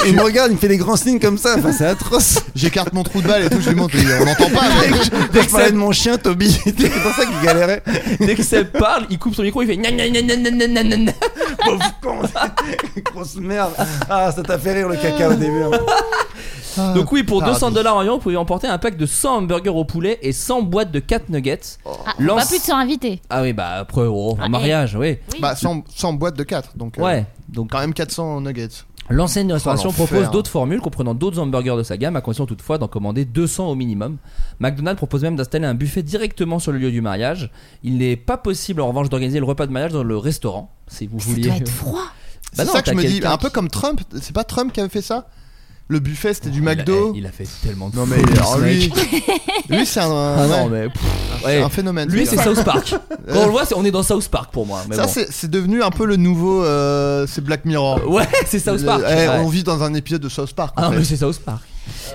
Et Il me regarde, il me fait des grands signes comme ça. Enfin, c'est atroce.
J'écarte mon trou de balle et tout, je lui montre, mais on n'entend pas. mais-
Dès que je parlais de mon chien, Toby, (laughs) c'est pour ça qu'il galérait.
Dès que Seb parle, il coupe son micro, il fait gna gna gna gna gna gna gna gna.
Pauvre con. Grosse merde. Ah, ça t'a fait rire le caca au début. hein.
Donc oui, pour
Pardi.
200 dollars environ, vous pouvez emporter un pack de 100 hamburgers au poulet et 100 boîtes de 4 nuggets.
Oh.
Ah, on
Lance-
va plus de 100 invités.
Ah oui, bah après oh, un
Ah,
mariage, oui.
Bah, 100, 100 boîtes de 4, donc. euh,
Ouais. Donc
Quand même 400 nuggets.
l'enseigne de restauration
Oh, l'enfer.
propose d'autres formules comprenant d'autres hamburgers de sa gamme à condition toutefois d'en commander 200 au minimum. McDonald's propose même d'installer un buffet directement sur le lieu du mariage. Il n'est pas possible en revanche d'organiser le repas de mariage dans le restaurant si vous
Ça
vouliez.
doit être froid.
Bah
c'est
non,
ça que
t'as
je me dis,
quelqu'un
un peu
qui-
comme Trump. C'est pas Trump qui avait fait ça Le buffet, c'était du
Il a-
McDo.
eh, Il a, fait tellement de
Non, mais
folies, ce
alors,
mec. (laughs)
(laughs)
lui. lui, c'est un.
Ah non,
ouais,
mais. pff,
c'est
ouais.
un phénomène.
Lui,
ce
c'est
gars.
South
(laughs)
Park. Quand on le voit, c'est- on est dans South Park pour moi. mais
Ça,
bon.
c'est c'est devenu un peu le nouveau. euh, c'est Black Mirror.
Ouais, c'est South
Le-
Park.
eh,
Ouais.
On vit dans un épisode de South Park.
Ah
en
non,
fait.
mais c'est South Park.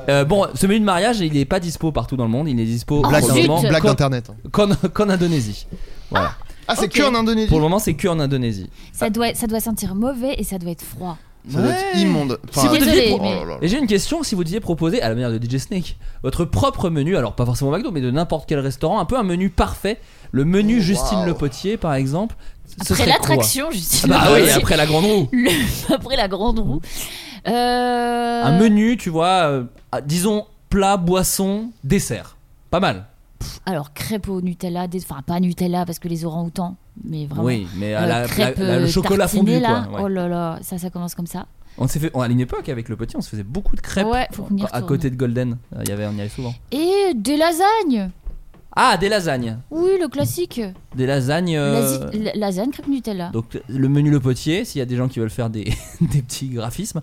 Euh, bon, ce menu de mariage, il est pas dispo partout dans le monde. Il est dispo
Black,
pour le
zut.
moment
Black
qu'en-
Internet.
qu'en qu'en Indonésie.
Ah, c'est
Ok.
que en Indonésie.
Pour le moment, c'est que en Indonésie.
Ça doit, ça doit sentir mauvais et ça doit être froid.
Ça doit être immonde.
Si vous
Désolée,
deviez pro-
mais-
Oh là là.
Et j'ai une question si vous deviez proposer, à la manière de DJ Snake, votre propre menu, alors pas forcément McDo, mais de n'importe quel restaurant, un peu un menu parfait, le menu
Oh,
Justine
wow.
Le Potier par exemple, ce
Après
serait quoi
l'attraction, Justine.
Bah oui,
Lagarde.
après la grande roue.
Le- (laughs) après la grande roue. Euh,
Un menu, tu vois, euh, ah, disons plat, boisson, dessert. Pas mal.
Alors, crêpe au Nutella, des- enfin pas Nutella parce que les orangs-outans, mais vraiment.
Oui, mais à
Euh,
la,
crêpe,
la- la- le
euh,
chocolat
tartinée,
fondu,
là.
quoi. ouais.
Oh là là, ça, ça commence comme ça.
On s'est fait, on- à une époque avec le petit, on se faisait beaucoup de crêpes
Ouais, faut qu'on y
à
retourne.
côté de Golden. Euh, Il y avait, on y allait souvent.
Et des lasagnes
Ah, des lasagnes.
Oui, le classique.
Des lasagnes. euh,
Lasi- la- Lasagne, crêpe Nutella.
Donc le menu le potier, s'il y a des gens qui veulent faire des, (laughs) des petits
(laughs)
graphismes,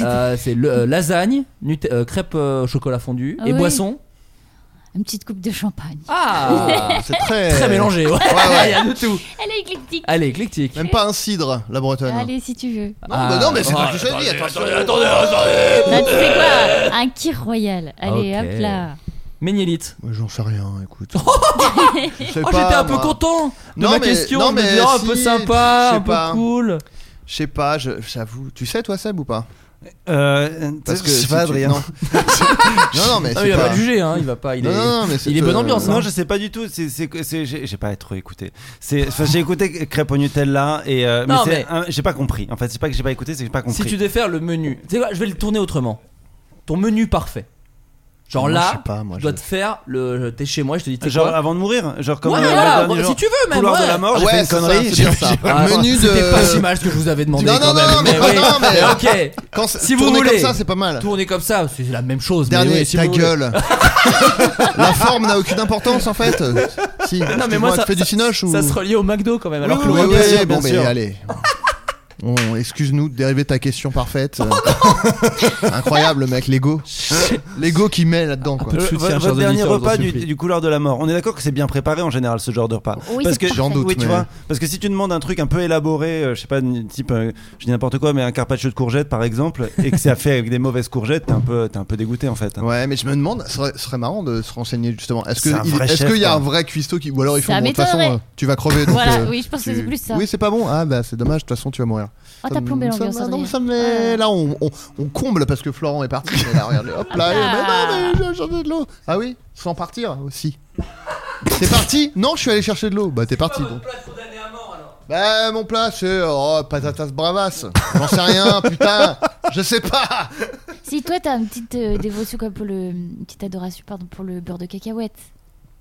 euh, c'est le- euh, lasagne, nut- euh, crêpe euh, au chocolat fondu
Ah
et
oui.
boisson.
Une petite coupe de champagne.
Ah
C'est très.
Très mélangé, ouais.
ouais.
(laughs) Il y a de tout.
Elle est éclectique.
Allez, éclectique.
Même pas un cidre, la Bretonne.
Allez, si tu veux.
Non, bah non,
Ah.
mais c'est toi qui choisis, attention.
Attendez, attendez, attendez.
Là, tu sais quoi Un kir royal. Allez,
Ok.
hop là.
Méniélite.
Ouais, J'en sais rien, écoute. Je sais
Oh,
pas,
j'étais un peu
moi.
content de
Non,
ma
mais-
question.
non,
je me
mais
disais, oh, un
si,
peu sympa,
je sais
un peu
pas.
cool.
Je sais pas, je- j'avoue. Tu sais, toi, Seb, ou pas
Euh,
Parce que.
je sais
si
pas,
tu-
Adrien. (laughs)
Non, non, non, mais.
Non,
c'est
mais il va
pas-
pas le juger, hein. Il va pas. Il
Non,
est.
non, non, mais c'est
il est
que-
bonne ambiance, hein.
Non, je sais pas du tout. C'est, c'est, que- c'est- j'ai, j'ai pas trop écouté. C'est, enfin, j'ai écouté Crêpe au Nutella et euh,
Non,
mais, c'est
mais-
un- j'ai pas compris. En fait, c'est pas que j'ai pas écouté, c'est que j'ai pas compris.
Si tu devais faire le menu, tu sais quoi, je vais le tourner autrement. Ton menu parfait. Genre
Moi, je
là,
sais pas, moi.
je
je-
dois te faire le. T'es chez moi, je te dis, t'es
Genre
quoi
avant de mourir, genre comme
Ouais,
euh, le
voilà,
dernier
si
jour,
tu veux, même.
couloir
ouais.
de la mort, j'ai
Ah Ouais,
fait une
c'est ça,
connerie.
c'est bien ça.
Ah,
Menu
C'était
de-
pas si mal ce que je vous avais demandé
Non,
quand
non, non,
même.
mais non, mais- euh,
mais (laughs) ok.
Quand c'est-
Si vous
tourner
voulez.
comme ça, c'est pas mal.
Tourner comme ça, c'est la même chose. mais
Dernier,
oui, si
ta
vous voulez.
gueule.
(laughs)
la forme n'a aucune importance en fait. euh, Si.
Non, mais
Excuse-moi,
moi, ça,
tu fais du
ça-
cinoche ou
ça se relie au McDo quand même. Alors
Oui,
que
oui,
le
oui,
Ouais,
McDo-
bien
ouais,
sûr,
bon,
bien
mais
sûr.
(laughs)
allez. On- Excuse-nous de dériver de ta question parfaite.
Oh,
Euh, (laughs) Incroyable, le mec, l'ego.
(laughs)
L'ego qui met là-dedans, quoi.
peu de
Euh,
soutien,
votre-
chers
votre dernier
auditeurs, je vous en
repas du,
supplie.
du couloir de la mort. On est d'accord que c'est bien préparé en général ce genre de repas.
Oui,
parce
c'est
que
parfait.
J'en doute,
Oui, tu
mais-
vois, parce que si tu demandes un truc un peu élaboré, euh, je sais pas, n- type, euh, je dis n'importe quoi, mais un carpaccio de courgettes par exemple, et que c'est fait avec des mauvaises courgettes, t'es un peu, t'es un peu dégoûté en fait.
Ouais, mais je me demande, ce serait, ce serait marrant de se renseigner justement. Est-ce que
C'est un
il-
vrai
est-ce
chef, hein.
qu'il y a
quoi.
un vrai cuistot qui. Ou alors il faut.
Ça
bon, De toute façon,
m'étonnerait.
euh, tu vas crever. Donc,
Voilà,
euh,
oui, je pense que
tu-
c'est plus ça.
Oui, c'est pas bon. Ah, bah c'est dommage, de toute façon, tu vas mourir.
Oh,
Ça
t'as
me-
plombé
ça me-
l'ambiance,
non,
Ah. Adrien.
mais ça me met-
Ouais.
Là, on, on- on comble parce que Florent est parti. Mais là, regardez, hop là,
Ah.
eh, mais non, mais j'ai cherché de l'eau. Ah oui Sans partir aussi. T'es parti Non, je suis allé chercher de l'eau. Bah, t'es parti. bon. Bah, mon plat, c'est oh, patatas bravas. J'en sais rien, putain. Je sais pas.
(laughs) Si toi, t'as une petite euh, dévotion comme pour le. Une petite adoration, pardon, pour le beurre de cacahuète.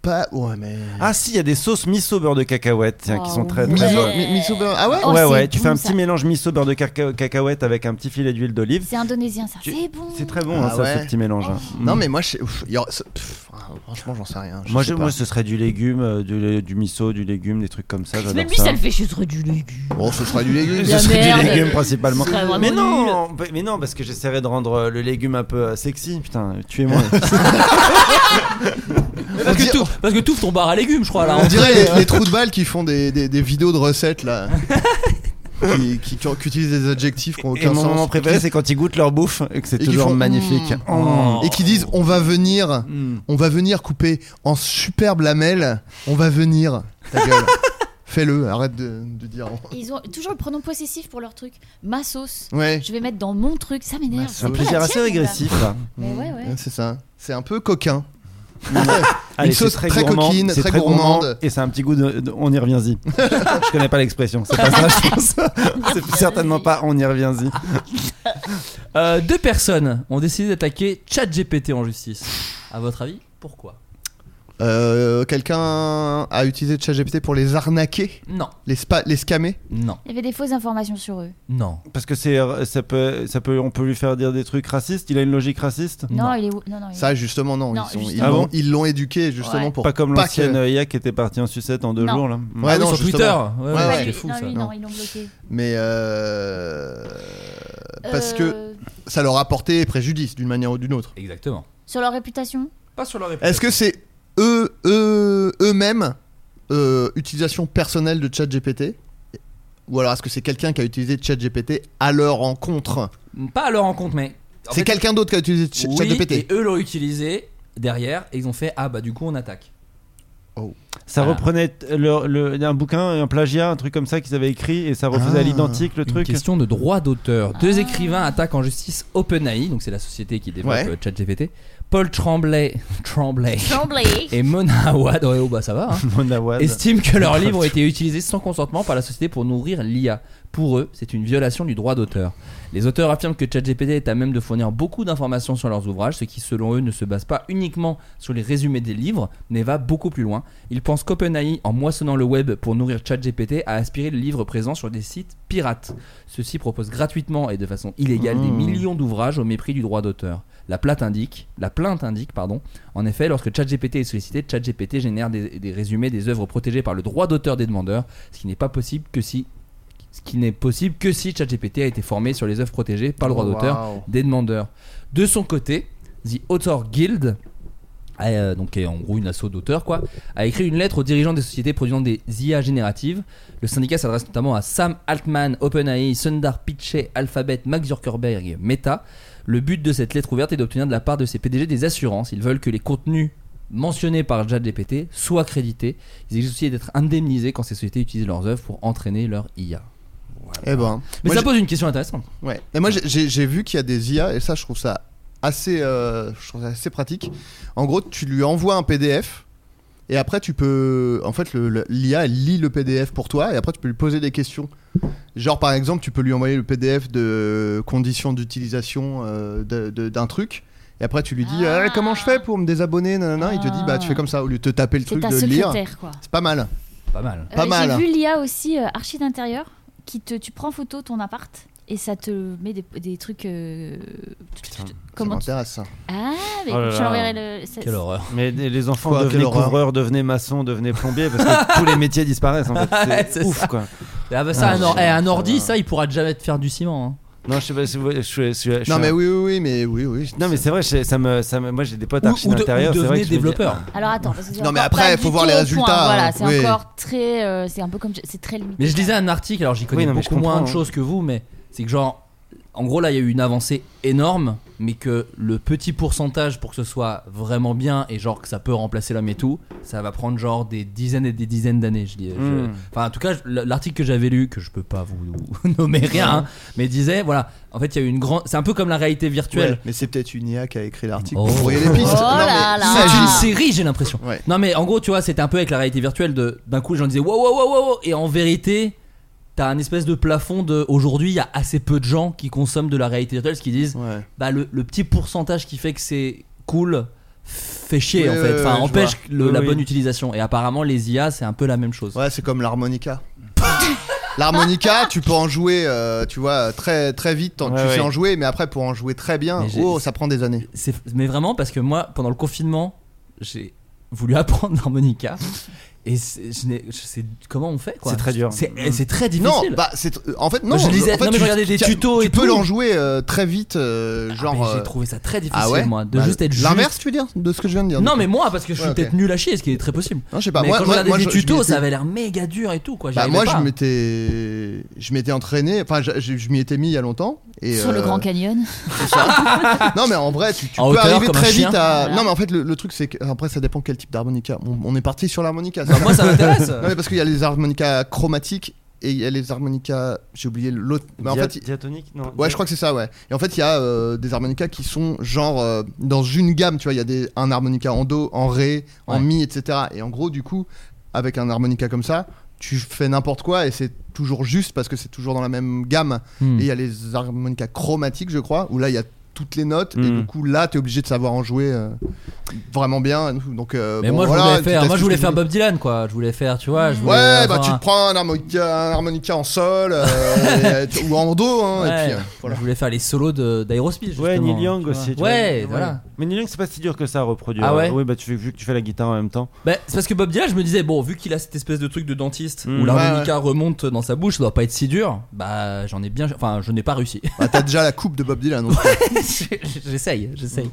Pas. Ouais, mais.
Ah si, il y a des sauces miso beurre de cacahuète tiens, qui
Oh,
sont très
oui.
très
Miso-
bonnes.
Mi- miso beurre. Ah ouais
Oh,
ouais
c'est
ouais, tu fais
bon,
un
ça.
petit mélange miso beurre de caca- cacahuète avec un petit filet d'huile d'olive.
C'est indonésien, ça.
Tu-
C'est bon.
C'est très bon hein,
Ah
ça,
ouais.
ce petit mélange. hein.
Non,
Mm.
mais moi, je sais- ouf, il y aura- ce- pff, ah, franchement, j'en sais rien. Je
moi,
sais
je-
pas.
moi, ce serait du légume, euh, du, du miso, du légume, des trucs comme ça.
Mais
j'adore
lui, ça le fait chasser du légume.
Bon, Oh, ce sera du légume.
La
Ce serait
merde.
du légume principalement.
Ce serait vraiment
Mais non, mais non, parce que j'essaierai de rendre euh, le légume un peu euh, sexy. Putain, tuez-moi.
(laughs)
Parce que tout- Parce que tout ton bar à légumes, je crois. là. hein.
On dirait les, les trous de balles qui font des, des- des vidéos de
(laughs)
recettes là. qui, qui- qui- qui utilisent des adjectifs qui ont
Et
aucun
mon
sens.
moment préféré, c'est quand ils goûtent leur bouffe et que c'est
Et qu'ils
toujours
font,
magnifique.
Mm.
Oh.
Et qui disent on va venir,
Mm.
on va venir couper en superbe lamelle, on va venir.
(laughs)
Ta gueule. Fais-le, arrête de, de dire.
Ils ont toujours le pronom possessif pour leur truc. Ma sauce.
Ouais,
Je vais mettre dans mon truc. Ça m'énerve.
Ma
C'est un
pas la
plaisir assez
tienne, mon gars.
régressif. là.
Mais ouais, ouais.
c'est ça. C'est un peu coquin.
(laughs) Allez,
sauce
c'est très,
très
gourmand,
coquine,
c'est
très
très gourmand,
gourmande.
et c'est un petit goût de, de- on y
(laughs)
revient-y. je connais pas l'expression, c'est pas ça, je
(laughs)
pense. c'est certainement pas on y revient-y.
(laughs) Euh, deux personnes ont décidé d'attaquer ChatGPT en justice. À votre avis, pourquoi
Euh, Quelqu'un a utilisé ChatGPT pour les arnaquer,
Non,
les, spa- les scammer
non,
Il y avait des fausses informations sur eux.
non.
Parce que c'est, euh, ça peut, ça peut, on peut lui faire dire des trucs racistes. Il a une logique raciste.
Non,
Non.
il est où Non, non. il-
Ça, justement, non.
Non,
ils sont- ils
justement.
l'ont-
Ah bon
ils l'ont éduqué, justement,
Ouais.
pour.
Pas comme
pas
l'ancienne
que-
euh, IA qui était partie en sucette en deux
Non.
jours là.
Ouais,
Ah oui,
non,
sur
justement.
Twitter. Ouais,
Ouais,
ouais,
Ouais,
ouais.
c'est
lui-
fou
non,
ça.
lui,
Non.
non, ils l'ont bloqué.
Mais euh, parce que
Euh,
ça leur a porté préjudice d'une manière ou d'une autre.
Exactement.
Sur leur réputation
Pas sur leur réponse.
Est-ce que c'est eux, eux, eux-mêmes euh, utilisation personnelle de ChatGPT ou alors est-ce que c'est quelqu'un qui a utilisé ChatGPT à leur encontre
Pas à leur rencontre, mais. en
C'est
fait,
quelqu'un d'autre qui a utilisé Ch-
oui,
ChatGPT
Et eux l'ont utilisé derrière et ils ont fait Ah bah du coup on attaque.
Ça
Ah.
Oh.
reprenait t- le, le- un bouquin, un plagiat, un truc comme ça qu'ils avaient écrit et ça refaisait
Ah.
à l'identique le
Une
truc.
question de droit d'auteur. Deux écrivains attaquent en justice OpenAI, donc c'est la société qui développe
Ouais.
euh, ChatGPT. Paul Tremblay, (laughs) Tremblay
Tremblay
et Mona Awad. Ouais, oh bah ça va. hein.
(laughs) Mona Wad.
estiment que leurs livres ont été utilisés sans consentement par la société pour nourrir l'IA. Pour eux, c'est une violation du droit d'auteur. Les auteurs affirment que ChatGPT est à même de fournir beaucoup d'informations sur leurs ouvrages, ce qui selon eux ne se base pas uniquement sur les résumés des livres, mais va beaucoup plus loin. Ils pense qu'OpenAI, en moissonnant le web pour nourrir ChatGPT, a aspiré le livre présent sur des sites pirates. Ceux-ci proposent gratuitement et de façon illégale des
Mmh.
millions d'ouvrages au mépris du droit d'auteur. La plainte indique, la plainte indique, pardon. En effet, lorsque ChatGPT est sollicité, ChatGPT génère des, des résumés des œuvres protégées par le droit d'auteur des demandeurs, ce qui n'est pas possible que si, ce qui n'est possible que si ChatGPT a été formé sur les œuvres protégées par le droit d'auteur
Waouh.
des demandeurs. De son côté, The Author Guild, euh, donc qui est en gros une asso d'auteurs, quoi, a écrit une lettre aux dirigeants des sociétés produisant des IA génératives. Le syndicat s'adresse notamment à Sam Altman, OpenAI, Sundar Pichai, Alphabet, Max Zuckerberg, Meta. Le but de cette lettre ouverte est d'obtenir de la part de ces PDG des assurances. Ils veulent que les contenus mentionnés par ChatGPT soient crédités. Ils exigent aussi d'être indemnisés quand ces sociétés utilisent leurs œuvres pour entraîner leur IA.
Eh ben.
Mais
Moi,
ça pose une question intéressante.
Ouais. Et moi, j'ai- j'ai j'ai vu qu'il y a des IA, et ça, je trouve ça assez, euh, je trouve ça assez pratique. En gros, tu lui envoies un PDF, et après, tu peux. En fait, le- le- l'IA, elle lit le PDF pour toi, et après, tu peux lui poser des questions. Genre, par exemple, tu peux lui envoyer le PDF de conditions d'utilisation euh, de- de- d'un truc. Et après, tu lui dis
Ah.
Eh, comment je fais pour me désabonner nanana, Il te dit bah tu fais comme ça au lieu de te taper le
C'est
truc
ta
de lire.
secrétaire, quoi. Euh,
C'est pas mal.
Pas mal.
Pas mal. hein.
J'ai vu l'IA aussi, euh, archi d'intérieur, qui te, tu prends photo ton appart et ça te met des, des trucs. euh,
ça
comment tu...
m'intéresse. ça.
Ah, mais
Oh là
je
là.
l'enverrai le. ça-
Quelle horreur.
Mais les les enfants
Quoi,
devenaient
quelle horreur.
couvreurs, devenaient maçons, devenaient plombiers parce que (laughs) tous les métiers disparaissent en fait.
(laughs) Ouais, c'est
C'est ouf
ça.
quoi.
Ah bah ça,
Ah,
un, or-
ça
eh, un
va.
ordi, ça, il pourra jamais te faire du ciment. hein.
Non, je sais pas si vous- je suis- je suis- je suis
Non
un-
mais oui oui oui mais oui oui.
Non mais c'est vrai, je- ça me, ça me- moi j'ai des potes
Ou-
archi
ou de- ou
d'intérieur, c'est vrai
devenez
que je me dis-
développeur.
Alors attends, parce que c'est
Non, mais
encore
après,
pas
faut
du
voir
tout
les
au
résultats,
point,
hein.
Voilà, c'est
Oui.
encore très, euh, c'est un peu comme, c'est très limité.
Mais je lisais un article, alors j'y connais
Oui, non, mais je
beaucoup moins de
hein.
comprends,
choses que vous, mais c'est que genre, en gros là, il y a eu une avancée énorme, mais que le petit pourcentage pour que ce soit vraiment bien et genre que ça peut remplacer l'homme et tout, ça va prendre genre des dizaines et des dizaines d'années. Je dis, je-
Hmm.
Mm.
enfin en tout cas, je- l'article que j'avais lu, que je peux pas vous vous (laughs) nommer rien, hein, mais disait voilà, en fait il y a eu une grande, c'est un peu comme la réalité virtuelle.
Ouais, mais c'est peut-être une IA qui a écrit l'article.
Oh.
Vous voyez les pistes.
Oh
Non, mais
là là.
il
C'est
s'agit-
une série, j'ai l'impression.
Ouais.
Non, mais en gros, tu vois, c'était un peu avec la réalité virtuelle. de D'un coup, les gens disaient wow, wow, wow, wow, wow. Et en vérité, t'as un espèce de plafond de. Aujourd'hui, il y a assez peu de gens qui consomment de la réalité virtuelle, ce qu'ils disent.
Ouais.
Bah, le, le petit pourcentage qui fait que c'est cool fait chier,
Oui,
en
oui,
fait.
oui,
Enfin,
Euh, je
empêche le-
Oui,
la
oui.
bonne utilisation. Et apparemment, les IA, c'est un peu la même chose.
Ouais, c'est comme l'harmonica. L'harmonica, tu peux en jouer, euh, tu vois, très très vite. t'en-
Ouais,
tu
ouais.
sais en jouer, mais après pour en jouer très bien,
Mais j'ai-
oh, ça prend des années.
C'est- mais vraiment parce que moi pendant le confinement j'ai voulu (laughs) apprendre l'harmonica et c'est je n'ai- je sais comment on fait quoi
C'est très dur.
c'est eh, c'est très
Non,
difficile
bah c'est en fait non.
Je lisais-
en fait,
non, mais je regardais des
tu-
tutos
Tu
et
peux
tout.
l'en jouer euh, très vite, euh,
Ah,
genre.
mais j'ai
euh,
trouvé ça très difficile
ah ouais.
moi de
Bah,
juste être juste-
L'inverse, tu veux dire, de ce que je viens de dire.
non
du
mais
coup.
moi parce que je suis
Ouais, ok.
peut-être nul à chier ce qui est très possible
Non, je sais pas.
mais
moi,
quand
moi,
je regardais
moi,
des
je- je
tutos
m'étais-
ça avait l'air méga dur et tout quoi
Bah,
j'y
moi,
arrivais
je
pas.
m'étais, je m'étais entraîné. Enfin, je, je- je m'y étais mis il y a longtemps. Et,
Sur le
euh,
Grand Canyon.
Non, mais en vrai, tu, tu
En
peux
Ah, hauteur,
arriver
comme un
très
chien.
vite à.
Voilà.
Non, mais en fait, le, le truc, c'est que. Après, ça dépend quel type d'harmonica. On, on est parti sur l'harmonica.
Bah, moi ça m'intéresse
Non, mais parce qu'il y a les harmonicas chromatiques et il y a les harmonicas. J'ai oublié l'autre. Mais en
Dia-
fait. il-
diatonique, non.
Ouais, je crois que c'est ça, ouais. Et en fait, il y a euh, des harmonicas qui sont genre euh, dans une gamme, tu vois. Il y a des, un harmonica en do, en ré, en
Ouais.
mi, etc. Et en gros, du coup, avec un harmonica comme ça, tu fais n'importe quoi et c'est toujours juste parce que c'est toujours dans la même gamme.
Hmm.
Et il y a les harmonicas chromatiques, je crois, où là, il y a toutes les notes. Et
Mm.
du coup, là, t'es obligé de savoir en jouer euh, vraiment bien. Donc, euh,
mais
bon,
moi
voilà,
je voulais
tu
faire
testes
moi je
ce
voulais
que
faire
tu
Bob Dylan quoi je voulais faire tu vois je
veux.
voulais
Ouais, bah
avoir
tu
un-
te prends un harmonica, un harmonica en sol
(laughs)
euh, et tu- ou en do, hein,
Ouais.
et puis euh, voilà.
je voulais faire les solos de- d'Aerosmith
Ouais,
justement,
Neil Young
tu vois.
aussi. tu vois.
ouais voilà
Mais Neil Young, c'est pas si dur que ça à reproduire.
Ah ouais
Oui, bah tu fais, vu que tu fais la guitare en même temps.
(laughs) Bah, c'est parce que Bob Dylan, je me disais, bon, vu qu'il a cette espèce de truc de dentiste
Mm.
où l'harmonica remonte dans sa bouche, ça doit pas être si dur. Bah, j'en ai bien. Enfin, je n'ai pas réussi.
Bah, t'as déjà la coupe de Bob Dylan. donc.
(laughs) j'essaye, j'essaye.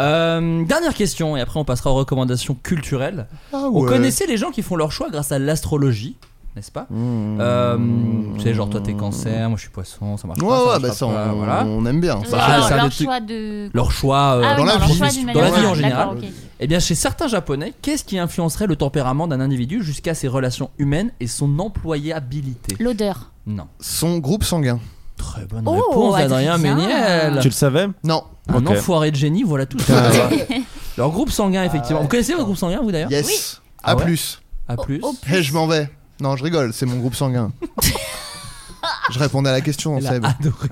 Euh, dernière question, et après on passera aux recommandations culturelles.
Ah
On
ouais.
connaissait les gens qui font leur choix grâce à l'astrologie, n'est-ce pas
Mmh.
Euh, Tu sais, genre toi t'es cancer, moi je suis poisson, ça marche
Ouais,
pas.
ouais,
marchera
bah ça,
pas,
on,
voilà.
on aime bien.
ça,
Leur-
c'est un
leur
des trucs-
choix de.
Leur choix euh,
Ah oui,
dans la
leur
vie.
choix d'une
Dans la
manière
vie en
générale.
général.
D'accord, ok.
Eh bien, chez certains japonais, qu'est-ce qui influencerait le tempérament d'un individu jusqu'à ses relations humaines et son employabilité Ah,
L'odeur.
Non.
Son groupe sanguin.
Très bonne
Oh,
réponse, Adrien
Adrien.
Méniel. Ah
Tu le savais
Non. Ah,
Un
Ok.
enfoiré de génie, voilà tout.
Putain,
(laughs) Leur groupe sanguin, effectivement. Vous connaissez votre groupe sanguin, vous d'ailleurs
Yes.
Ah
A
ouais
plus.
À plus.
Oh,
Hey, Eh, je m'en vais. Non, je rigole, c'est mon groupe sanguin. je répondais à la question,
Elle a
Seb.
adoré.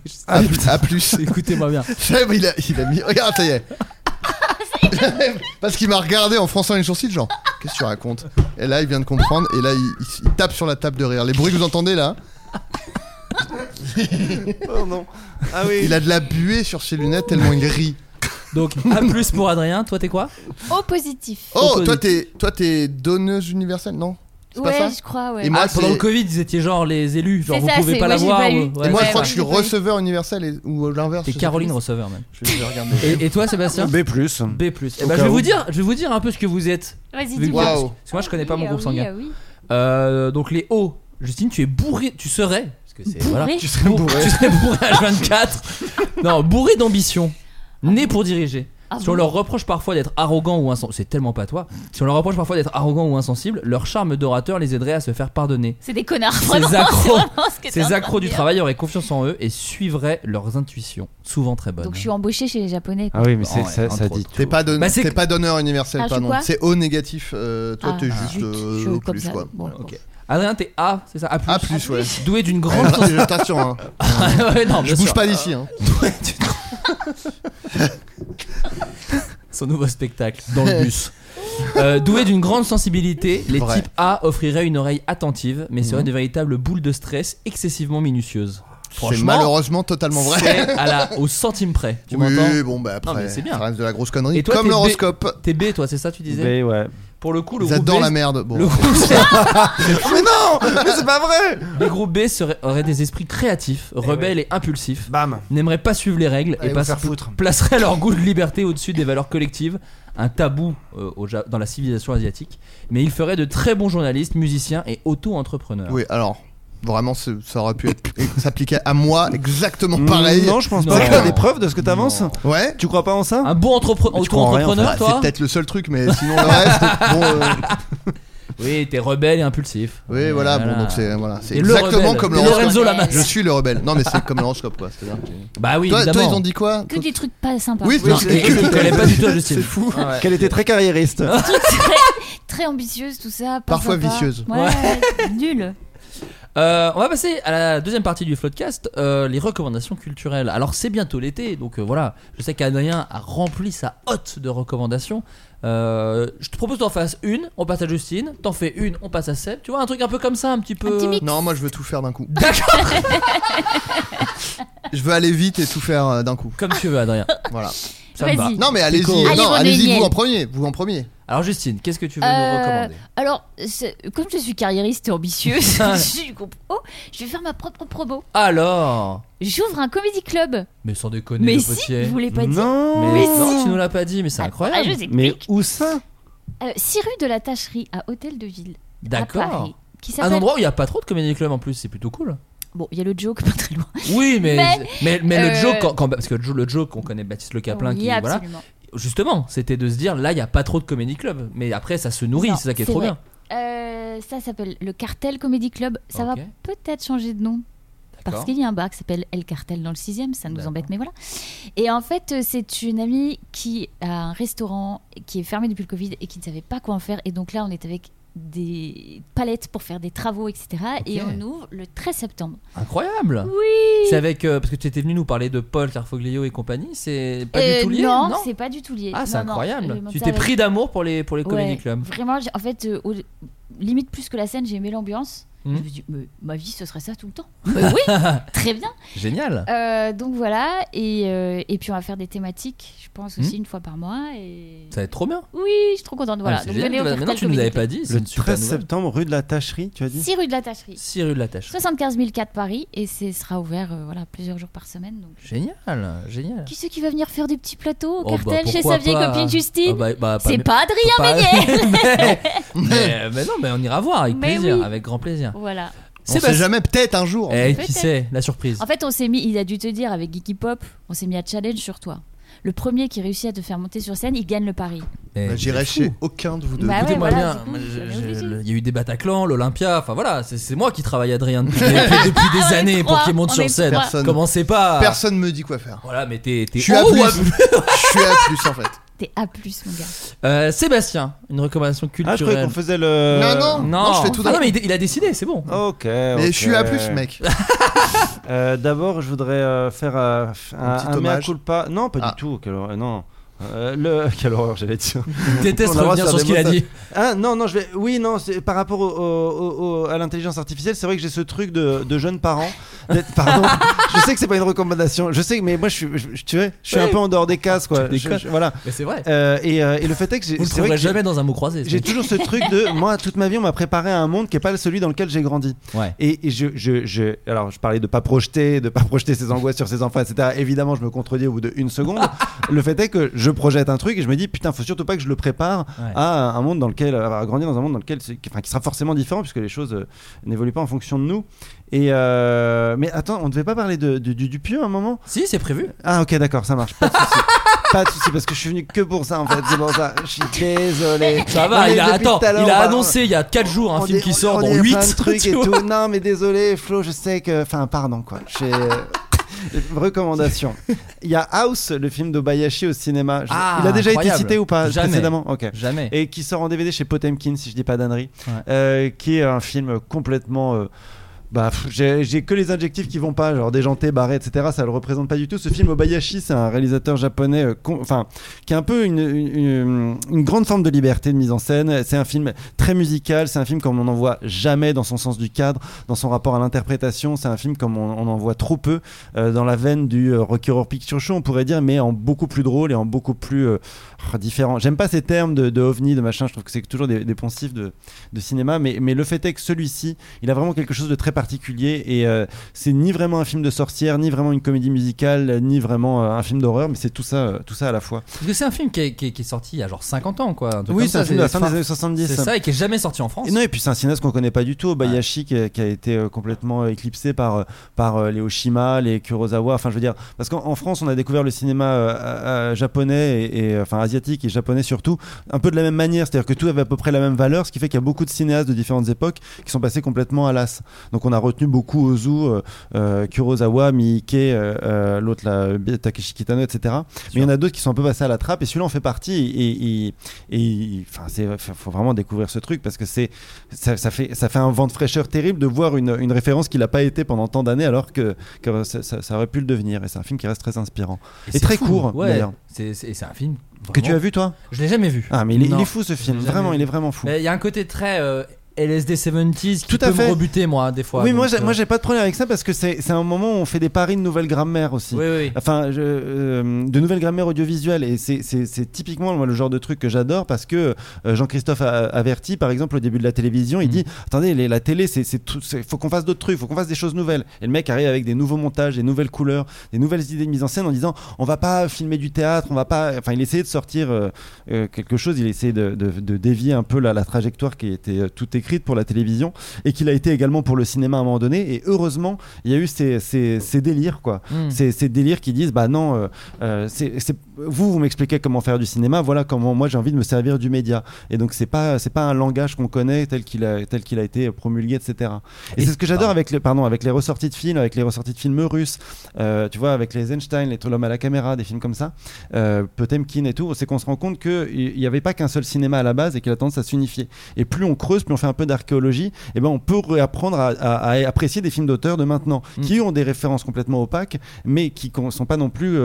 A plus.
(laughs) Écoutez-moi bien.
Seb, il a, il a mis. Regarde, ça y est. Parce qu'il m'a regardé en fronçant les sourcils, genre, qu'est-ce que tu racontes Et là, il vient de comprendre, et là, il, il- il tape sur la table de rire. Les bruits que vous entendez là,
Oh non. Ah oui.
il a de la buée sur ses lunettes tellement il rit.
Donc, à plus pour Adrien. Toi, t'es quoi
(laughs) Au positif.
Oh,
Opposite.
toi, t'es, toi, t'es donneuse universelle, non C'est pas ça
ouais, je crois, ouais.
Et moi,
Ah, pendant
c'est-
le Covid, ils étaient genre les élus. Genre,
C'est
vous
ça,
pouvez
c'est-
pas
ouais,
la
j'ai
voir.
pas eu.
ou- ouais,
Et moi,
c'est
je
ça.
crois que je suis receveur universel et- ou l'inverse.
T'es
je sais
Caroline
plus.
Receveur, même.
Je vais je vais regarder.
Et, et toi, Sébastien
B plus.
B+. Eh ben,
Au
je,
cas
vais vous
où.
dire, je vais vous dire un peu ce que vous êtes.
Vas-y,
Vu que-
dis-moi.
oh.
Waouh.
Parce que moi, je connais
Ah
pas mon
oui,
groupe
ah
sanguin.
oui,
Euh, donc, les O. Justine, tu es bourré. Tu serais. Parce que c'est.
ah oui.
Voilà.
Bourré.
Tu serais bourré.
Tu serais bourré à
(laughs)
24. non, bourré d'ambition. Né pour diriger.
Ah
Si
bon
on leur reproche parfois d'être arrogant ou insensible, c'est tellement pas toi. Si on leur reproche parfois d'être arrogant ou insensible, leur charme d'orateur les aiderait à se faire pardonner.
C'est des connards,
Ces
vraiment. (laughs)
accros,
vraiment ce que t'es en
ces
train
accros
de
du
dire.
travail auraient confiance en eux et suivraient leurs intuitions, souvent très bonnes.
Donc je suis embauché chez les Japonais. quoi.
Ah oui, mais c'est-
Ouais,
ça, ça
entre
dit.
autres.
T'es pas, don-
Bah, c'est-
t'es pas donneur universel,
Ah, je suis
pardon.
quoi
C'est O négatif. euh, toi,
Ah,
t'es
ah,
juste
zut,
euh,
je
O
comme
plus,
ça.
quoi.
Bon,
Ouais.
ok.
Adrien, t'es A, c'est ça A+.
A plus, ouais.
Doué d'une grande Ah
Ouais, je
(laughs)
t'assure, hein.
Ouais, non, bien
je bouge
sûr.
pas d'ici. Hein.
(laughs) Doué d'une- Son nouveau spectacle dans le
(laughs)
bus. Euh, doué d'une grande sensibilité, les
Vrai. Mhm.
types A offriraient une oreille attentive, mais seraient de véritables boules de stress excessivement minutieuses.
C'est malheureusement totalement vrai.
c'est à la- au centime près. Tu
oui,
m'entends
bon, bah
Non,
après,
mais c'est bien.
ça reste de la grosse connerie.
Et toi,
Comme
t'es B-
l'horoscope.
T'es B, toi, c'est ça, tu disais
B, ouais.
Pour le coup, le
Ils
groupe B.
adorent la merde. Bon.
Le
(laughs)
groupe C-
mais non Mais c'est pas vrai
Les groupes B seraient, auraient des esprits créatifs,
Eh
rebelles et impulsifs,
Bam
n'aimeraient pas suivre les règles
Allez
et
vous
pas-
faire foutre.
placeraient leur goût de liberté au-dessus des valeurs collectives, un tabou euh, au Ja- dans la civilisation asiatique. Mais ils feraient de très bons journalistes, musiciens et auto-entrepreneurs.
Oui, alors. Vraiment, c'est- ça aurait pu être- s'appliquer à moi exactement pareil.
Non, je pense
Non.
pas. T'as des preuves de ce que t'avances
Non.
Ouais.
Tu crois pas en ça
Un bon entrepre-
Mais tu crois en rien,
auto-entrepreneur,
Bah, c'est
toi
peut-être le seul truc, mais sinon le reste. Bon, euh,
(laughs) Oui, t'es rebelle et impulsif.
oui, voilà. Bon, donc c'est voilà, c'est
Et le
exactement
rebelle.
comme
Et
l'horoscope.
Lorenzo Lamas.
Je suis le rebelle. Non, mais c'est comme l'horoscope, quoi. c'est-à-dire que-
Bah oui,
Toi, toi,
évidemment.
ils ont dit quoi
Que des trucs pas sympas.
Oui,
Non,
c'est-
et que je ne connais pas du tout, Justine.
C'est fou.
Ah ouais. Ah,
Qu'elle était très carriériste. (laughs)
Très ambitieuse, tout ça. pas
Parfois
sympa.
vicieuse.
Ouais, ouais, nul.
Euh, on va passer à la deuxième partie du Floodcast, euh, les recommandations culturelles. Alors c'est bientôt l'été, donc euh, voilà, je sais qu'Adrien a rempli sa hotte de recommandations. Euh, je te propose d'en faire une, on passe à Justine, t'en fais une, on passe à Seb. Tu vois, un truc un peu comme ça, un petit peu...
Un petit mix.
Non, moi, je veux tout faire d'un coup.
D'accord
Je veux aller vite et tout faire euh, d'un coup.
Comme tu veux Adrien.
(laughs) Voilà.
Ça me va.
Vas-y.
Non, mais allez-y.
cool.
non,
Allez, René
allez-y vous
Niel.
en premier. Vous en premier.
Alors Justine, qu'est-ce que tu veux nous
Euh,
recommander
Alors, c'est- comme je suis carriériste et ambitieuse,
(laughs)
je comprends. Oh, je vais faire ma propre promo.
Alors
J'ouvre un comédie club.
Mais sans déconner,
Mais
le
si,
potier.
vous voulez pas dire.
Non
Mais
Mais
non,
si.
tu nous l'as pas dit, mais c'est
Ah, je
incroyable.
vous
Mais
explique.
où ça
Euh, six rue de la Tacherie à Hôtel de Ville. à
D'accord.
Paris, Qui
Un
s'appelle.
endroit où il n'y a pas trop de comédie club en plus, c'est plutôt cool.
Bon, il y a le joke (laughs) pas très loin.
Oui, mais mais,
Mais-
mais, le
euh,
joke quand, quand- parce que le joke, on connaît Baptiste Le Caplin
Oui,
qui voilà.
absolument.
Justement, c'était de se dire là, il y a pas trop de comédie club, mais après ça se nourrit,
Non,
c'est ça qui est,
c'est
trop
vrai.
bien.
Euh, ça s'appelle le Cartel Comedy Club. Ça
Ok.
va peut-être changer de nom. Parce
D'accord.
qu'il y a un bar qui s'appelle El Cartel dans le 6 ça nous
D'accord.
embête, mais voilà. Et en fait, euh, c'est une amie qui a un restaurant qui est fermé depuis le Covid et qui ne savait pas quoi en faire. Et donc là, on est avec des palettes pour faire des travaux, etc. Et
Ok.
on ouvre le 13 septembre.
Incroyable.
Oui
C'est avec euh, parce que tu étais venu nous parler de Paul Carfoglio et compagnie, c'est pas du tout lié,
Euh, Non, c'est pas du tout lié.
Ah, c'est
Non, non, je
incroyable.
monte
Tu
ça
t'es
avec-
pris d'amour pour les pour les
Ouais,
comédie clubs.
Vraiment, j'ai- en fait, euh, au- limite plus que la scène, j'ai aimé l'ambiance.
Mhm.
Je me dis, mais Euh, ma vie, ce serait ça tout le temps. Mais
(laughs)
oui, très bien.
Génial.
Euh, donc voilà, et, euh, et puis on va faire des thématiques, je pense aussi
Hmm.
une fois par mois. Et...
Ça va être trop bien.
Oui, je suis trop contente. Voilà.
Ah, c'est
donc
génial.
venez au
Maintenant,
Cartel
tu nous avais
Comedy
pas dit, c'est
Le
une super
13
nouvelle.
septembre, rue de la Tacherie, tu as
Club.
dit
6 rue de la Tacherie,
6 rue de la Tâche.
75 004 Paris, et c'est sera ouvert euh, voilà, plusieurs jours par semaine. Donc...
Génial, génial.
Qui c'est qui va venir faire des petits plateaux au
Ah. Oh, bah,
Cartel chez
pourquoi
sa vieille
pas.
copine Justine
Ah, bah, bah,
C'est
mais-
pas Adrien
pas-
Meunier
(laughs)
(laughs)
mais, mais- mais non, mais on ira voir avec
Mais
plaisir,
oui.
avec grand plaisir.
Voilà.
On sait
Sébastien-
jamais, peut-être un jour.
Eh, qui
Peut-être.
sait La surprise.
En fait, on s'est mis, il a dû te dire avec Geeky Pop, on s'est mis à challenge sur toi. Le premier qui réussit à te faire monter sur scène, il gagne le pari.
Eh,
Bah,
c'est
J'irai
fou.
chez aucun de vous deux.
Bah ouais.
Écoutez-moi
voilà,
bien,
du coup,
moi,
vous
je-
l'avez
je-
obligé.
le- il y a eu des Bataclan, l'Olympia, enfin voilà, c'est c'est moi qui travaille Adrien
(laughs)
depuis, depuis- depuis des
On est
années pour
Ah trois,
qu'il monte
on
sur
est
scène.
trois.
Personne.
Commencez pas. à-
Personne me dit quoi faire.
Voilà, mais t'es t'es
Je suis
en hein.
à
haut,
plus.
à-
Je suis à plus en fait.
T'es A, mon gars.
Euh, Sébastien, une recommandation
Ah, je croyais
culturelle.
qu'on faisait le.
Non, non. je fais tout
Ah
d'un
non, mais il, il a décidé, c'est bon.
Ok.
Mais je suis à plus,
(laughs)
(laughs)
mec.
D'abord, je voudrais euh, faire euh, f- un,
petit
un mea
hommage.
culpa. Non, pas
Ah.
du tout. quelle horreur, Non. Euh, le... (laughs) Quelle horreur, j'allais dire.
Il déteste
On a le droit de
revenir
faire
sur ce
des
qu'il a
mots,
dit.
Ah non, non, je vais. Oui, non, c'est par rapport au- au- au- au- à l'intelligence artificielle, c'est vrai que j'ai ce truc de, de jeune parent. d'être- (laughs) Pardon, je sais que c'est pas une recommandation, je sais, mais moi, je suis, je- je- tu vois, je suis un
Oui.
peu en dehors des cases, quoi.
Tu
Je-
déconnes.
je- voilà.
Mais c'est vrai.
Euh, et, euh, et le fait est que j'ai-
Vous le
c'est vrai que
trouverez
j'ai-
jamais dans un mot croisé. ce
j'ai
mec.
toujours
(laughs)
ce truc de moi toute ma vie on m'a préparé à un monde qui est pas celui dans lequel j'ai grandi
Ouais.
et, et je, je, je alors je parlais de pas projeter de pas (laughs) projeter ses angoisses sur ses enfants etc évidemment je me contredis au bout de une
(laughs)
seconde le fait est que je projette un truc et je me dis putain faut surtout pas que je le prépare
Ouais.
à un monde dans lequel à grandir dans un monde dans lequel c'est- enfin, qui sera forcément différent puisque les choses euh, n'évoluent pas en fonction de nous et euh, mais attends on devait pas parler de, du, du, du pieu à un moment
Si, c'est prévu.
ah ok d'accord ça marche pas de souci pas de souci parce que je suis venu que pour ça en fait c'est pour ça je suis désolé
Ça va,
Mais
il a,
depuis tout
attends,
à l'heure,
il a
on va-
annoncé il y a 4 jours un
on
film
dit-
qui
on-
sort
on
dans
dit plein
8
de
(laughs)
trucs et tout. Non, mais désolé, Flo, je sais que. Enfin, pardon, quoi. J'ai- euh, (laughs) Recommandation. Il y a House, le film d'Obayashi au cinéma. Je-
Ah,
Il a déjà été
incroyable.
cité ou pas
Jamais.
précédemment Ok.
Jamais.
Et qui sort en DVD chez Potemkin, si je dis pas d'ânerie,
Ouais.
Euh, qui est un film complètement. euh, bah, pff, j'ai j'ai que les adjectifs qui vont pas, genre déjanté, barré, etc. Ça le représente pas du tout. Ce film Obayashi, c'est un réalisateur japonais, euh, con- enfin, qui a un peu une, une- une- une grande forme de liberté de mise en scène. C'est un film très musical. C'est un film comme on n'en voit jamais dans son sens du cadre, dans son rapport à l'interprétation. C'est un film comme on, on en voit trop peu euh, dans la veine du euh, Rocky Horror Picture Show, on pourrait dire, mais en beaucoup plus drôle et en beaucoup plus euh, ah, différent. J'aime pas ces termes de, de ovni, de machin. Je trouve que c'est toujours des, des poncifs de, de cinéma, mais, mais le fait est que celui-ci, il a vraiment quelque chose de très particulier et euh, c'est ni vraiment un film de sorcière, ni vraiment une comédie musicale, ni vraiment euh, un film d'horreur, mais c'est tout ça, euh, tout ça à la fois.
Parce que c'est un film qui est, qui est- qui est sorti il y a genre 50 ans, quoi. un truc
Oui,
comme
c'est un film de la fin
enfin,
des années 70.
C'est ça et qui est jamais sorti en France.
Et non, et puis c'est un cinéaste qu'on connaît pas du tout, Obayashi, qui, a- qui a été euh, complètement euh, éclipsé par, euh, par euh, les Oshima, les Kurosawa. Enfin, je veux dire, parce qu'en en France, on a découvert le cinéma euh, euh, japonais, et, et, enfin asiatique et japonais surtout, un peu de la même manière. C'est-à-dire que tout avait à peu près la même valeur, ce qui fait qu'il y a beaucoup de cinéastes de différentes époques qui sont passés complètement à l'as. Donc on a retenu beaucoup Ozu, euh, euh, Kurosawa, Miike, euh, euh, l'autre là, euh, Takeshi Kitano, etc. Mais il y en a d'autres qui sont un peu passés à la trappe, et celui-là en fait partie. Et, et- et, et- enfin, c'est, euh, faut vraiment découvrir ce truc parce que c'est ça, ça fait, ça fait un vent de fraîcheur terrible de voir une, une référence qu'il n'a pas été pendant tant d'années alors que, que ça, ça- ça aurait pu le devenir. Et c'est un film qui reste très inspirant. Et
c'est
très
fou.
court,
Ouais.
d'ailleurs.
C'est c'est- c'est un film
Que
vraiment-
tu as vu toi
Je l'ai jamais vu.
Ah mais il est, il
Non.
est fou ce film,
Je l'ai jamais
vraiment,
vu.
il est vraiment fou.
Mais Il y a un côté très euh, LSD 70s qui
Tout à
peut
fait.
me rebuter moi des fois.
oui, moi
donc,
j'ai,
euh,
moi j'ai pas de problème avec ça parce que c'est, c'est un moment où on fait des paris de nouvelles grammaires aussi.
Oui, oui, oui.
Enfin, je- euh, de nouvelles grammaires audiovisuelles. Et c'est- c'est c'est typiquement moi, le genre de truc que j'adore parce que euh, Jean-Christophe A- Averti, par exemple, au début de la télévision, il
Mm.
dit Attendez, les- la télé, c'est c'est tout- c'est- faut qu'on fasse d'autres trucs, faut qu'on fasse des choses nouvelles. Et le mec arrive avec des nouveaux montages, des nouvelles couleurs, des nouvelles idées de mise en scène en disant On va pas filmer du théâtre, on va pas. Enfin, il essayait de sortir euh, euh, quelque chose, il essayait de, de- de dévier un peu la, la trajectoire qui était euh, toute écrite pour la télévision et qu'il a été également pour le cinéma à un moment donné. Et heureusement, il y a eu ces- ces- ces délires, quoi
Mm.
ces, ces délires qui disent bah non euh, euh, c'est- c'est- vous vous m'expliquez comment faire du cinéma voilà comment moi j'ai envie de me servir du média et donc c'est pas c'est pas un langage qu'on connaît tel qu'il a tel qu'il a été promulgué etc et,
Et-
c'est ce que j'adore
pardon.
avec les pardon avec les ressorties de films avec les ressorties de films russes euh, tu vois avec les Einstein les L'homme à la caméra des films comme ça euh, Potemkin et tout c'est qu'on se rend compte que il n'y avait pas qu'un seul cinéma à la base et qu'il a tendance à s'unifier et plus on creuse plus on fait un peu d'archéologie et ben on peut réapprendre à, à- à apprécier des films d'auteurs de maintenant
Mm.
qui ont des références complètement opaques mais qui con- sont pas non plus euh,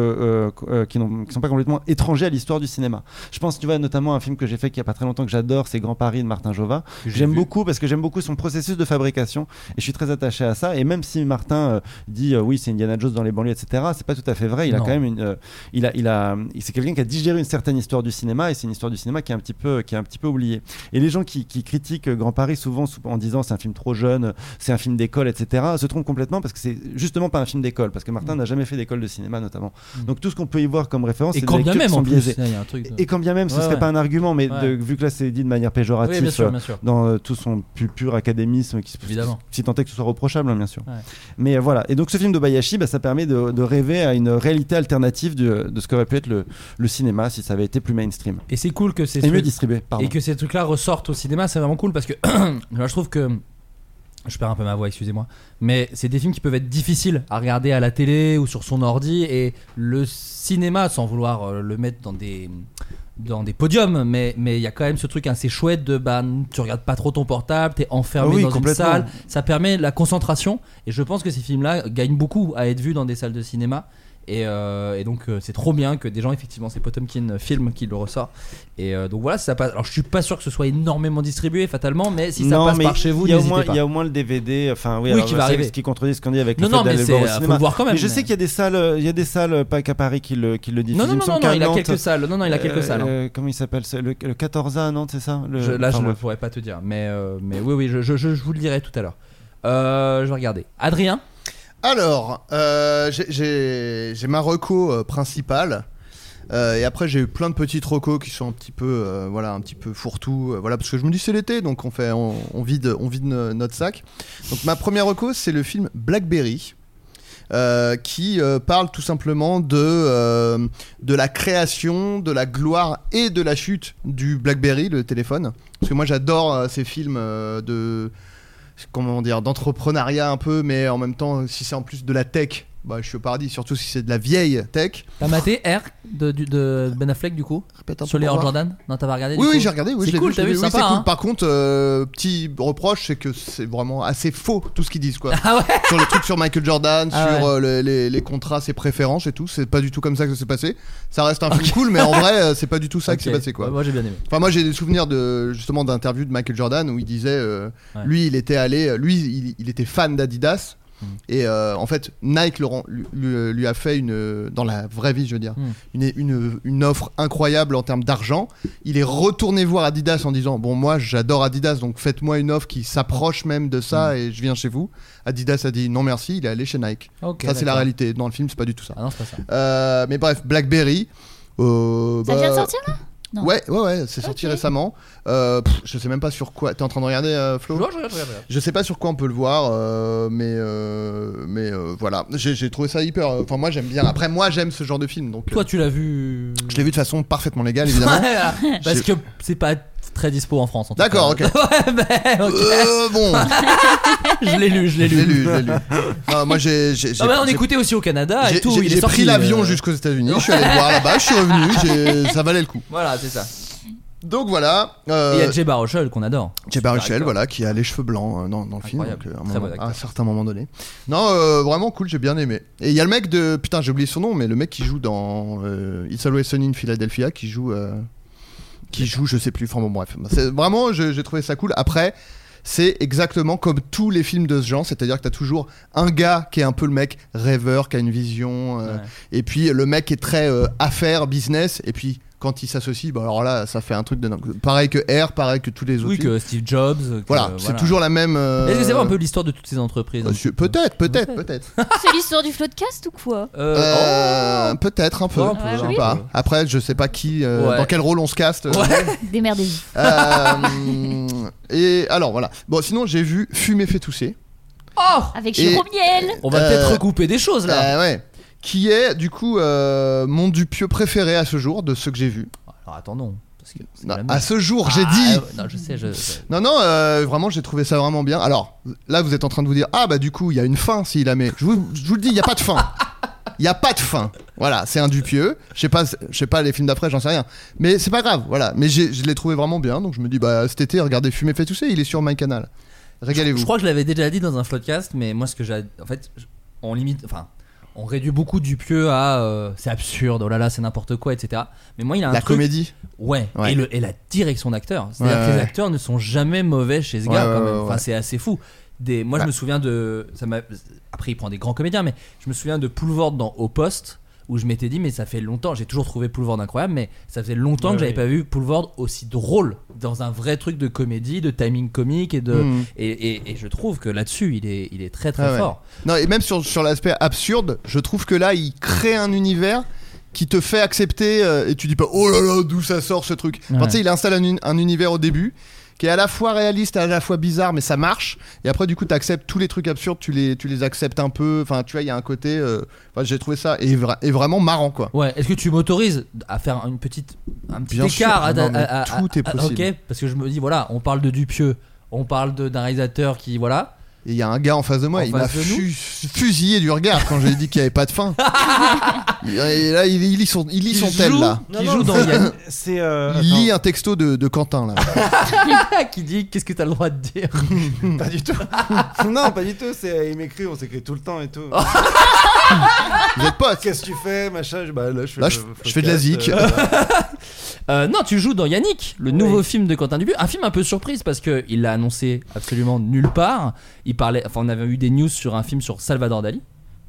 euh, co- euh, qui, n'ont- qui sont pas complètement étrangers à l'histoire du cinéma. Je pense tu vois notamment à un film que j'ai fait qui y a pas très longtemps que j'adore, c'est Grand Paris de Martin Jova.
Que j'ai
J'aime
vu.
beaucoup parce que j'aime beaucoup son processus de fabrication et je suis très attaché à ça. Et même si Martin euh, dit euh, oui c'est Indiana Jones dans les banlieues etc, c'est pas tout à fait vrai. Il a
Non.
quand même une, euh, il a, il a, il- c'est quelqu'un qui a digéré une certaine histoire du cinéma et c'est une histoire du cinéma qui est un petit peu, qui est un petit peu oubliée. Et les gens qui, qui critiquent euh, Grand Paris souvent sou- en disant c'est un film trop jeune, c'est un film d'école, etc., se trompent complètement parce que c'est justement pas un film d'école, parce que Martin n'a jamais fait d'école de cinéma notamment.
Mm.
Donc tout ce qu'on peut y voir comme référence,
Et
c'est
quand
des
bien
lectures qui
même
sont
en plus,
biaisées.
il y a un truc. de-
Et quand bien même, ce
Ouais,
serait
ouais.
pas un argument, mais
Ouais.
de- vu que là c'est dit de manière péjorative,
Oui, bien sûr,
euh,
bien sûr.
dans euh, tout son pu- pur académisme, qui, se-
Évidemment.
si tant est que ce soit reprochable, hein, bien sûr.
Ouais.
Mais euh, voilà. Et donc ce film de Bayashi, bah, ça permet de, de rêver à une réalité alternative de, de ce qu'aurait pu être le, le cinéma si ça avait été plus mainstream.
Et c'est cool que c'est
Et mieux distribué, pardon.
Et que ces trucs-là ressortent au cinéma, c'est vraiment cool parce que (clears throat) moi, je trouve que. Je perds un peu ma voix, excusez-moi. Mais c'est des films qui peuvent être difficiles à regarder à la télé ou sur son ordi. Et le cinéma, sans vouloir euh, le mettre dans des, dans des podiums, mais mais il y a quand même ce truc assez chouette de bah, tu regardes pas trop ton portable, t'es enfermé
Ah oui,
dans une
complètement.
salle. Ça permet la concentration. Et je pense que ces films-là gagnent beaucoup à être vus dans des salles de cinéma. Et, euh, et donc euh, c'est trop bien que des gens effectivement c'est Potemkin film qui le ressort et euh, donc voilà si ça passe alors je suis pas sûr que ce soit énormément distribué fatalement mais si ça
Non,
passe
mais
par chez vous
il y a au
n'hésitez
moins-
pas
il y a au moins le DVD enfin oui,
Oui,
alors, bah,
qui va
c'est
arriver.
ce qui contredit ce qu'on dit avec
non
le
non
fait
mais
d'aller
c'est
le
euh,
voir au
faut
cinéma
le voir quand même
mais je sais qu'il y a des salles euh, il y a des salles euh, pas qu'à Paris qui le qui le diffusent
non non
me
non,
semble
non,
qu'à
il a
Nantes,
quelques salles non non il a quelques
euh,
salles hein.
euh, comment il s'appelle c'est le, le 14 à Nantes c'est ça le,
Je- là,
enfin,
je ne
bref.
pourrais pas te dire, mais, euh, mais oui, oui, je, je- je- je vous le dirai tout à l'heure. Euh, je vais regarder. Adrien,
Alors, euh, j'ai- j'ai j'ai ma reco euh, principale. Euh, et après j'ai eu plein de petites recos qui sont un petit peu euh, voilà un petit peu fourre-tout euh, voilà parce que je me dis c'est l'été donc on fait on, on vide on vide no- notre sac donc ma première reco c'est le film Blackberry euh, qui euh, parle tout simplement de euh, de la création de la gloire et de la chute du Blackberry le téléphone parce que moi j'adore euh, ces films euh, de comment dire, d'entrepreneuriat un peu, mais en même temps, si c'est en plus de la tech, bah, je suis au paradis, surtout si c'est de la vieille tech.
t'as Bah, maté R de, du- de Ben Affleck du coup
Répète un peu
Sur les
pour
Air
voir.
Jordan Non, t'as pas regardé Ah, du
Oui, oui,
coup
j'ai regardé, oui,
C'est
je l'ai
cool,
vu, je
t'as
l'ai
vu,
oui, c'est
sympa,
cool.
hein.
Par contre, euh, petit reproche, c'est que c'est vraiment assez faux tout ce qu'ils disent, quoi.
(laughs) Ah ouais
sur le truc sur Michael Jordan,
Ah
sur
ouais.
euh, les, les- les contrats, ses préférences et tout, c'est pas du tout comme ça que ça s'est passé. Ça reste un film cool, mais en vrai, euh, c'est pas du
(laughs)
tout ça que c'est
Ok.
passé, quoi.
Ouais, Moi j'ai bien aimé.
Enfin, moi, j'ai des souvenirs de justement d'interviews de Michael Jordan où il disait, euh,
Ouais.
lui, il était allé, euh, lui, il, il était fan d'Adidas.
Mm.
Et euh, en fait, Nike le rend- lui, euh, lui- lui a fait une, dans la vraie vie, je veux dire,
Mm.
une, une, une offre incroyable en termes d'argent. Il est retourné voir Adidas en disant Bon, moi j'adore Adidas, donc faites-moi une offre qui s'approche même de
Mm.
ça et je viens chez vous. Adidas a dit Non, merci, il est allé chez Nike.
Ok,
ça, c'est la
d'accord.
réalité. Dans le film, c'est pas du tout ça.
Ah non, c'est pas ça.
Euh, mais bref, Blackberry. euh,
Ça vient de
bah,
sortir là Non.
Ouais, ouais, ouais, c'est sorti
Ok.
récemment. Euh, pff, je sais même pas sur quoi. T'es en train de regarder, euh,
Je
Flo
regarde, je regarde, je regarde.
Je sais pas sur quoi on peut le voir, euh, mais euh, mais euh, voilà. J'ai j'ai trouvé ça hyper. euh, Enfin, moi j'aime bien. Après, moi j'aime ce genre de film, donc. euh,
Toi tu l'as vu
je l'ai vu de façon
(laughs)
parfaitement légale, évidemment.
Ouais, Parce que
J'ai-
c'est pas très dispo en France en tout
D'accord,
cas. ouais, mais ok. Ah,
Euh, bon,
(laughs) je l'ai lu, je l'ai
je l'ai
lu.
lu, je l'ai lu. Non, moi j'ai. j'ai- j'ai-
Ah bah, on
j'ai-
écoutait aussi au Canada et
j'ai-
tout.
j'ai-
il est
J'ai
sorti,
pris l'avion
euh,
jusqu'aux États-Unis, je suis allé le voir là-bas, je suis revenu, j'ai- ça valait le coup.
Voilà, c'est ça.
Donc voilà. euh,
Et Il y a Jay Baruchel qu'on adore.
Jay Baruchel, voilà, qui a les cheveux blancs euh, dans, dans le film,
Incroyable.
donc, euh, à un
Très
moment-
bon acteur.
à un certain moment donné. Non, euh, vraiment cool, j'ai bien aimé. Et il y a le mec de. Putain, j'ai oublié son nom, mais le mec qui joue dans euh, It's Always Sunny in Philadelphia, qui joue. euh, qui joue, je sais plus. Enfin bon, bref. C'est- Vraiment, je- j'ai trouvé ça cool. Après. C'est exactement comme tous les films de ce genre, c'est-à-dire que t'as toujours un gars qui est un peu le mec rêveur, qui a une vision, euh,
Ouais.
et puis le mec est très euh, affaire, business, et puis quand il s'associe, bah alors là, ça fait un truc de dingue. pareil que R, pareil que tous les autres.
Oui,
films.
que Steve Jobs. que,
Voilà,
euh,
c'est toujours la même. euh,
Est-ce que c'est vrai un peu l'histoire de toutes ces entreprises
Monsieur- Peut-être, peut-être, peut-être.
C'est l'histoire du floodcast ou quoi
Euh,
Euh, peut-être un peu.
Ouais, un
peu,
je sais
oui.
pas. Après, je sais pas qui, euh,
Ouais.
dans quel rôle on se caste. euh,
Démerdez-vous.
euh, (laughs) et alors voilà. Bon, sinon j'ai vu Fumer fait tousser.
Oh
Avec
Et-
Jérôme Niel
On va
Euh,
peut-être recouper des choses là.
Euh, ouais. Qui est du coup euh, mon Dupieux préféré à ce jour de ceux que j'ai vus.
Alors attendons. Parce que c'est
Non,
la
à
merde.
ce jour, j'ai
Ah,
dit.
euh, non, je sais, je. je-
Non, non, euh, vraiment, j'ai trouvé ça vraiment bien. Alors, là, vous êtes en train de vous dire, ah bah du coup, il y a une fin s'il a, mais je vous, je vous le dis, il n'y a pas de fin. Il n'y a pas de fin. Voilà, c'est un Dupieux. Je sais pas, je sais pas les films d'après, j'en sais rien. Mais c'est pas grave, voilà. Mais j'ai- je l'ai trouvé vraiment bien, donc je me dis, bah cet été, regardez Fumer fait tousser, il est sur My Canal. Régalez-vous.
Je crois que je l'avais déjà dit dans un podcast, mais moi ce que j'ai. En fait, je- on limite. Enfin, on réduit beaucoup du pieu à. euh, c'est absurde, oh là là, c'est n'importe quoi, etc. Mais moi, il a un
La
truc.
comédie.
Ouais,
Ouais.
Et, le, et la direction d'acteur. C'est-à-dire
Ouais,
que les
ouais.
acteurs ne sont jamais mauvais chez ce
Ouais,
gars,
ouais,
quand
ouais,
même. Enfin,
ouais.
c'est assez fou. Des, moi, je
Bah.
me souviens de. Ça m'a- Après, il prend des grands comédiens, mais je me souviens de Poulvord dans Au Poste, où je m'étais dit, mais ça fait longtemps, j'ai toujours trouvé Poulvord incroyable, mais ça faisait longtemps
Ouais,
que j'avais
ouais.
pas vu Poulvord aussi drôle dans un vrai truc de comédie, de timing comique et de.
Mhm.
Et, et- et je trouve que là-dessus, il est, il est très très
Ah ouais.
fort.
Non, et même sur, sur l'aspect absurde, je trouve que là, il crée un univers qui te fait accepter euh, et tu dis pas oh là là d'où ça sort ce truc. Enfin,
Ouais.
tu sais, il installe un, uni- un univers au début qui est à la fois réaliste et à la fois bizarre mais ça marche et après du coup tu acceptes tous les trucs absurdes tu les tu les acceptes un peu enfin tu vois il y a un côté euh, enfin, j'ai trouvé ça et, vra- et vraiment marrant quoi
Ouais, est-ce que tu m'autorises à faire une petite, un petit
Bien sûr,
écart à-
non, mais
à- à-
tout est
à-
possible.
Ok, parce que je me dis, voilà, on parle de Dupieux, on parle de- d'un réalisateur qui, voilà,
Et il y a un gars en face de moi,
En
il
face
m'a
de nous
fu- fusillé du regard quand j'ai dit qu'il n'y avait pas
(laughs)
de fin. et là, il, il lit son, il lit son thème, là.
Qui joue dans Yann.
C'est. euh,
(laughs) Il lit
attends.
un texto de, de Quentin, là.
(laughs) qui dit qu'est-ce que t'as le droit de
(laughs)
dire
Pas du tout. Hmm. (laughs) non, pas du tout. C'est, il m'écrit, on s'écrit tout le temps et
(laughs)
tout.
Vous êtes potes.
Qu'est-ce que tu fais, machin je- bah, là, je fais,
Là,
le
je- je fais de la
podcast,
zik.
euh, (laughs)
Euh, Non, tu joues dans Yannick, le nouveau film de Quentin Dupieux. Un film un peu surprise parce que il l'a annoncé absolument nulle part. Il parlait, enfin, on avait eu des news sur un film sur Salvador Dali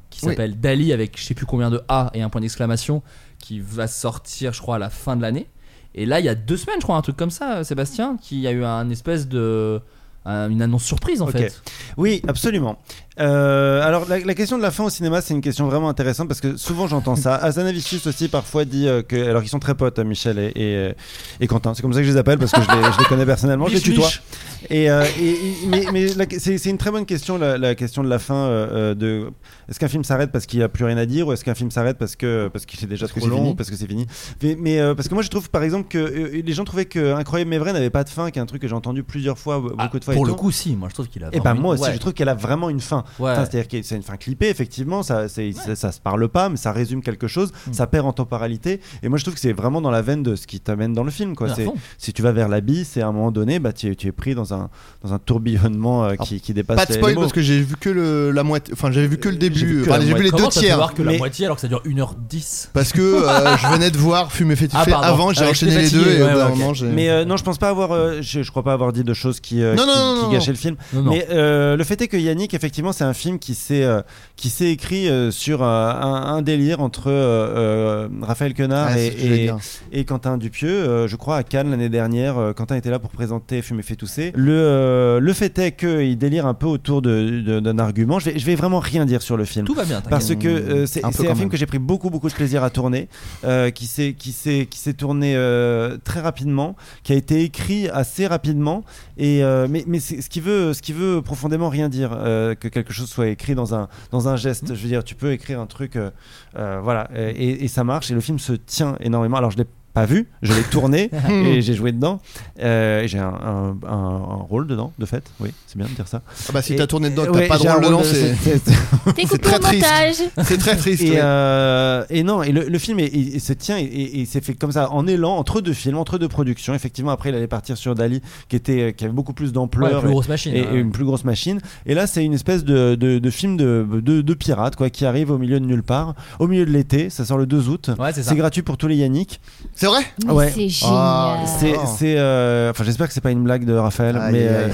qui
Oui.
s'appelle Dali avec je sais plus combien de A et un point d'exclamation qui va sortir, je crois, à la fin de l'année. Et là, il y a deux semaines, je crois, un truc comme ça, euh, Sébastien, qui y a eu un espèce de un- une annonce surprise en
Ok.
fait.
Oui, absolument. Euh, alors, la, la question de la fin au cinéma, c'est une question vraiment intéressante parce que souvent j'entends ça. Azanavicius aussi, parfois, dit euh, que. Alors, ils sont très potes, euh, Michel et, et, euh, et Quentin. C'est comme ça que je les appelle parce que je les, je les connais personnellement. je les
Mich,
tutoie.
mich.
Et, euh, et- et- mais mais la- c'est c'est une très bonne question, la, la question de la fin. euh, euh, de Est-ce qu'un film s'arrête parce qu'il n'y a plus rien à dire ou est-ce qu'un film s'arrête parce que parce qu'il est déjà
Parce que
trop
c'est
long
fini.
ou parce que c'est fini Mais, mais, euh, parce que moi, je trouve par exemple que euh, les gens trouvaient que Incroyable mais vrai n'avait pas de fin, qui est un truc que j'ai entendu plusieurs fois, beaucoup
Ah,
de fois. et
pour le
tout.
coup, si, moi je trouve qu'il a.
Et ben
vraiment-
moi aussi,
ouais.
je trouve qu'elle a vraiment une fin.
Ouais.
Enfin, C'est-à-dire que c'est une fin clippée, effectivement, ça, c'est- ça, ça se parle pas, mais ça résume quelque chose,
Mm.
ça perd en temporalité. Et moi, je trouve que c'est vraiment dans la veine de ce qui t'amène dans le film. Quoi.
À
C'est-
fond.
Si tu vas vers la bille, c'est à un moment donné, bah, tu, es- tu es pris dans un, dans un tourbillonnement euh, qui, qui dépasse
Pas de
les-
spoil
les mots.
parce que j'ai vu que le, la moitié. Enfin, j'avais vu que le
Euh, J'ai vu que
début.
la
Enfin, j'ai vu les
Comment
deux
t'as pu
tiers.
voir que la
Mais-
moitié alors que ça dure 1h10
Parce que euh, je venais de voir Fumer Fétifé
Ah, pardon.
avant, j'ai
Ah,
enchaîné
j'étais
les deux
fatigué,
et au
ouais,
bout d'un
ouais, ok.
moment, j'ai.
Mais euh, non, je pense pas avoir. euh, je, je crois pas avoir dit de choses qui, euh,
Non,
qui,
non, non,
qui
non,
gâchaient
non.
le film.
Non, non.
Mais euh, le fait est que Yannick, effectivement, c'est un film qui s'est euh, qui s'est écrit euh, sur euh, un, un délire entre euh, euh, Raphaël Quenard
Ouais, Ah, c'est ce que j'allais
et, et,
dire.
et Quentin Dupieux. euh, je crois à Cannes l'année dernière, euh, Quentin était là pour présenter Fumer fait tousser. Le, euh, le fait est qu'il délire un peu autour de- de- d'un argument. Je vais, je vais vraiment rien dire sur le film.
Tout va bien, t'inquiète.
Parce que euh, c'est
Un peu
c'est un,
quand
film
même.
que j'ai pris beaucoup beaucoup de plaisir à tourner, euh, qui s'est qui s'est qui s'est tourné euh, très rapidement, qui a été écrit assez rapidement. Et euh, mais mais c'est- ce qui veut ce qui veut profondément rien dire euh, que quelque chose soit écrit dans un dans un geste. Je veux dire, tu peux écrire un truc, euh, euh, voilà, euh, et, et ça marche. Et le film se tient énormément. Alors je l'ai pas vu, je l'ai
(laughs)
tourné et j'ai joué dedans. Euh, et j'ai un, un- un- un rôle dedans, de fait. Oui, c'est bien de dire ça.
Ah bah, si t'as
Et- euh,
tourné dedans,
Ouais,
t'as pas
j'ai un
droit de
rôle
lancer.
(laughs)
c'est.
c'est-
T'es coupé
très
au montage.
C'est très triste.
Et,
ouais.
euh, et non, et le, le film est- il- il se tient et, et- et s'est fait comme ça en élan entre deux films, entre deux productions. Effectivement, après il allait partir sur Dali, qui était euh, qui avait beaucoup plus
Ouais, la
d'ampleur
plus
et-
grosse machine.
et,
hein.
et une plus grosse machine. Et là, c'est une espèce de, de, de film de, de, de pirate quoi, qui arrive au milieu de nulle part, au milieu de l'été. Ça sort le 2 août.
Ouais, c'est ça.
C'est gratuit pour tous les Yannick.
C'est vrai
Mais
Ouais.
C'est
Ah,
génial.
C'est, c'est, euh, enfin, j'espère que c'est pas une blague de Raphaël,
Aïe,
mais,
aïe,
euh,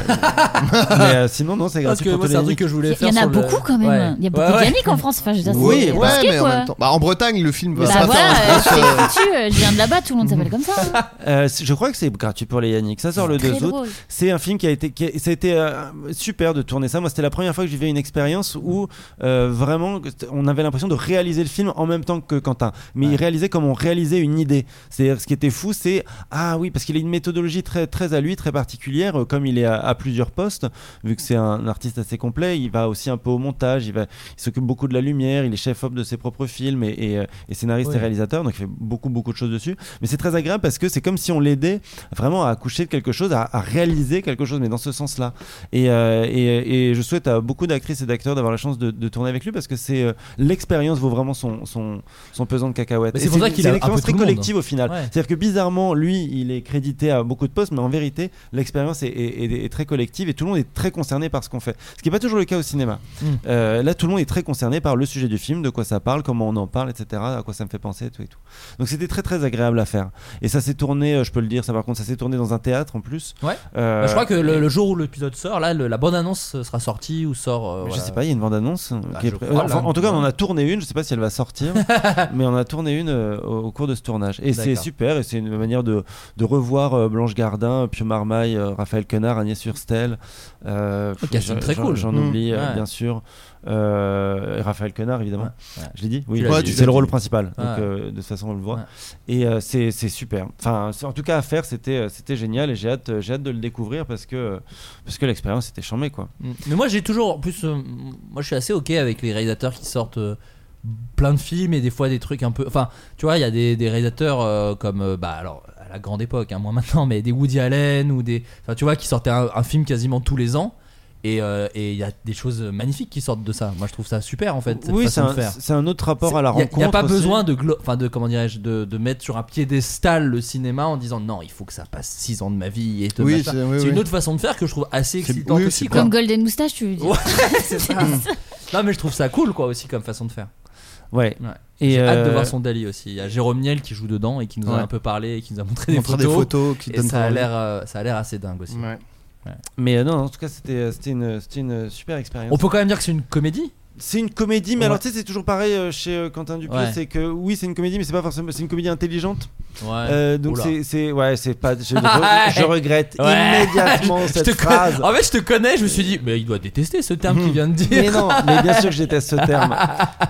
mais, euh, (laughs) sinon non, c'est
Parce
gratuit
que
pour
moi,
tous les
c'est un truc
Yannick.
que je voulais
Il
faire.
y en a
sur le-
beaucoup quand même.
euh, Ouais.
Il y a beaucoup
Ouais,
de
ouais.
Yannick en France. Enfin, je veux dire,
Oui,
c'est
ouais,
masqué,
mais en
quoi.
même temps. Bah, en Bretagne, le film va
Bah
pas faire
voilà,
un
euh,
gros,
(laughs) c'est
euh,
foutu. euh, Je viens de là-bas, tout le monde s'appelle
(laughs)
comme ça. hein.
Euh, c'est- je crois que c'est gratuit pour les Yannick. Ça sort le 2
Très
août.
drôle.
C'est un film qui a été, qui a- ça a été euh, super de tourner ça. Moi, c'était la première fois que je vivais une expérience où euh, vraiment, on avait l'impression de réaliser le film en même temps que Quentin. Mais il réalisait comme on réalisait une idée. C'est-à-dire, ce qui était fou, c'est ah oui, parce qu'il a une méthodologie très, très à lui, très particulière. euh, Comme il est à, à plusieurs postes, vu que c'est un artiste assez complet, il va aussi un peu au montage. Il va, il s'occupe beaucoup de la lumière. Il est chef op de ses propres films et, et, euh, et scénariste
Oui.
et réalisateur. Donc, il fait beaucoup, beaucoup de choses dessus. Mais c'est très agréable parce que c'est comme si on l'aidait vraiment à accoucher de quelque chose, à, à réaliser quelque chose, mais dans ce sens-là. Et, euh, et, et je souhaite à beaucoup d'actrices et d'acteurs d'avoir la chance de, de tourner avec lui parce que c'est euh, l'expérience vaut vraiment son, son, son pesant de cacahuètes.
Mais
Et
c'est pour ça qu'il
c'est
a
une
un
expérience très
peu tout le monde.
collective au final.
Ouais.
C'est-à-dire que bizarrement, lui, il est crédité à beaucoup de postes, mais en vérité, l'expérience est, est- est- est très collective et tout le monde est très concerné par ce qu'on fait. Ce qui n'est pas toujours le cas au cinéma.
Mm.
Euh, là, tout le monde est très concerné par le sujet du film, de quoi ça parle, comment on en parle, etc., à quoi ça me fait penser, tout et tout. Donc c'était très très agréable à faire. Et ça s'est tourné, euh, je peux le dire, ça par contre, ça s'est tourné dans un théâtre en plus.
Ouais.
Euh,
Bah, je crois que le, le jour où l'épisode sort, là, le- la bonne annonce sera sortie ou sort. euh,
mais
voilà.
Je sais pas, il y a une bande-annonce. euh,
Ah,
qui est
je
pré-
crois,
enfin,
là.
en tout cas, on en a tourné une. Je sais pas si elle va
(laughs)
sortir, mais on a tourné une euh, au, au cours de ce tournage. Et c'est
D'accord.
super. Et c'est une manière de, de revoir euh, Blanche Gardin, Pio Marmaille, euh, Raphaël Quenard, Agnès Hurstel. Euh,
Ok, c'est
j'en-
très
j'en-
cool. Mmh.
J'en
Mm.
oublie, euh,
Ouais.
bien sûr. Euh, et Raphaël Quenard, évidemment.
Ouais.
Je l'ai dit Oui,
Tu l'as
Ouais, dit. tu
c'est
l'as
le
dit.
rôle principal. Donc,
Ouais.
euh, de toute façon, on le voit.
Ouais.
Et euh, c'est c'est super. Enfin, c'est- en tout cas, à faire, c'était euh, c'était génial. Et j'ai hâte, euh, j'ai hâte de le découvrir parce que, euh, parce que l'expérience était chambée, quoi.
Mm. Mais moi, j'ai toujours. En plus, euh, moi, je suis assez ok avec les réalisateurs qui sortent euh, plein de films et des fois des trucs un peu. Enfin, tu vois, il y a des, des réalisateurs euh, comme. euh, bah, alors, à la grande époque, hein, moins maintenant, mais des Woody Allen ou des. Enfin, tu vois, qui sortaient un, un film quasiment tous les ans. Et euh, et il y a des choses magnifiques qui sortent de ça. Moi, je trouve ça super en fait. Cette
oui, c'est
façon de
un,
faire.
c'est un autre rapport à la rencontre.
Il n'y a, pas
aussi.
besoin de, glo- enfin de comment dirais-je, de, de mettre sur un piédestal le cinéma en disant non, il faut que ça passe 6 ans de ma vie et de
Oui,
machin.
c'est- oui,
une
oui.
autre façon de faire que je trouve assez
C'est-
excitante
oui,
aussi.
c'est
Quoi.
Comme Golden Moustache, tu veux dire
Ouais,
(laughs)
c'est ça. non, mais je trouve ça cool quoi aussi comme façon de faire.
Ouais.
Ouais.
Et
J'ai hâte de
euh,
voir son Dali aussi. Il y a Jérôme Niel qui joue dedans et qui nous en a
Ouais.
un peu parlé et qui nous a montré des
Montrer
photos.
des photos qui te
et
donnent
ça a
envie.
l'air, euh, ça a l'air assez dingue aussi.
Ouais.
Mais euh, non, en tout cas, c'était c'était une, c'était une super expérience.
On peut quand même dire que c'est une comédie.
C'est une comédie, mais
Ouais.
alors tu sais, c'est toujours pareil euh, chez euh, Quentin Dupieux,
Ouais.
c'est que oui, c'est une comédie, mais c'est pas forcément, c'est une comédie intelligente.
Ouais.
Euh, donc
Oula.
c'est, c'est, ouais, c'est pas.
(laughs)
Je, je- je regrette
Ouais.
immédiatement
(laughs) Je
cette
te connais-
phrase. Hmm.
En fait, je te connais, je me suis dit, mais il doit détester ce terme qu'il vient de dire.
Mais non, mais bien sûr que je déteste ce
(laughs)
terme.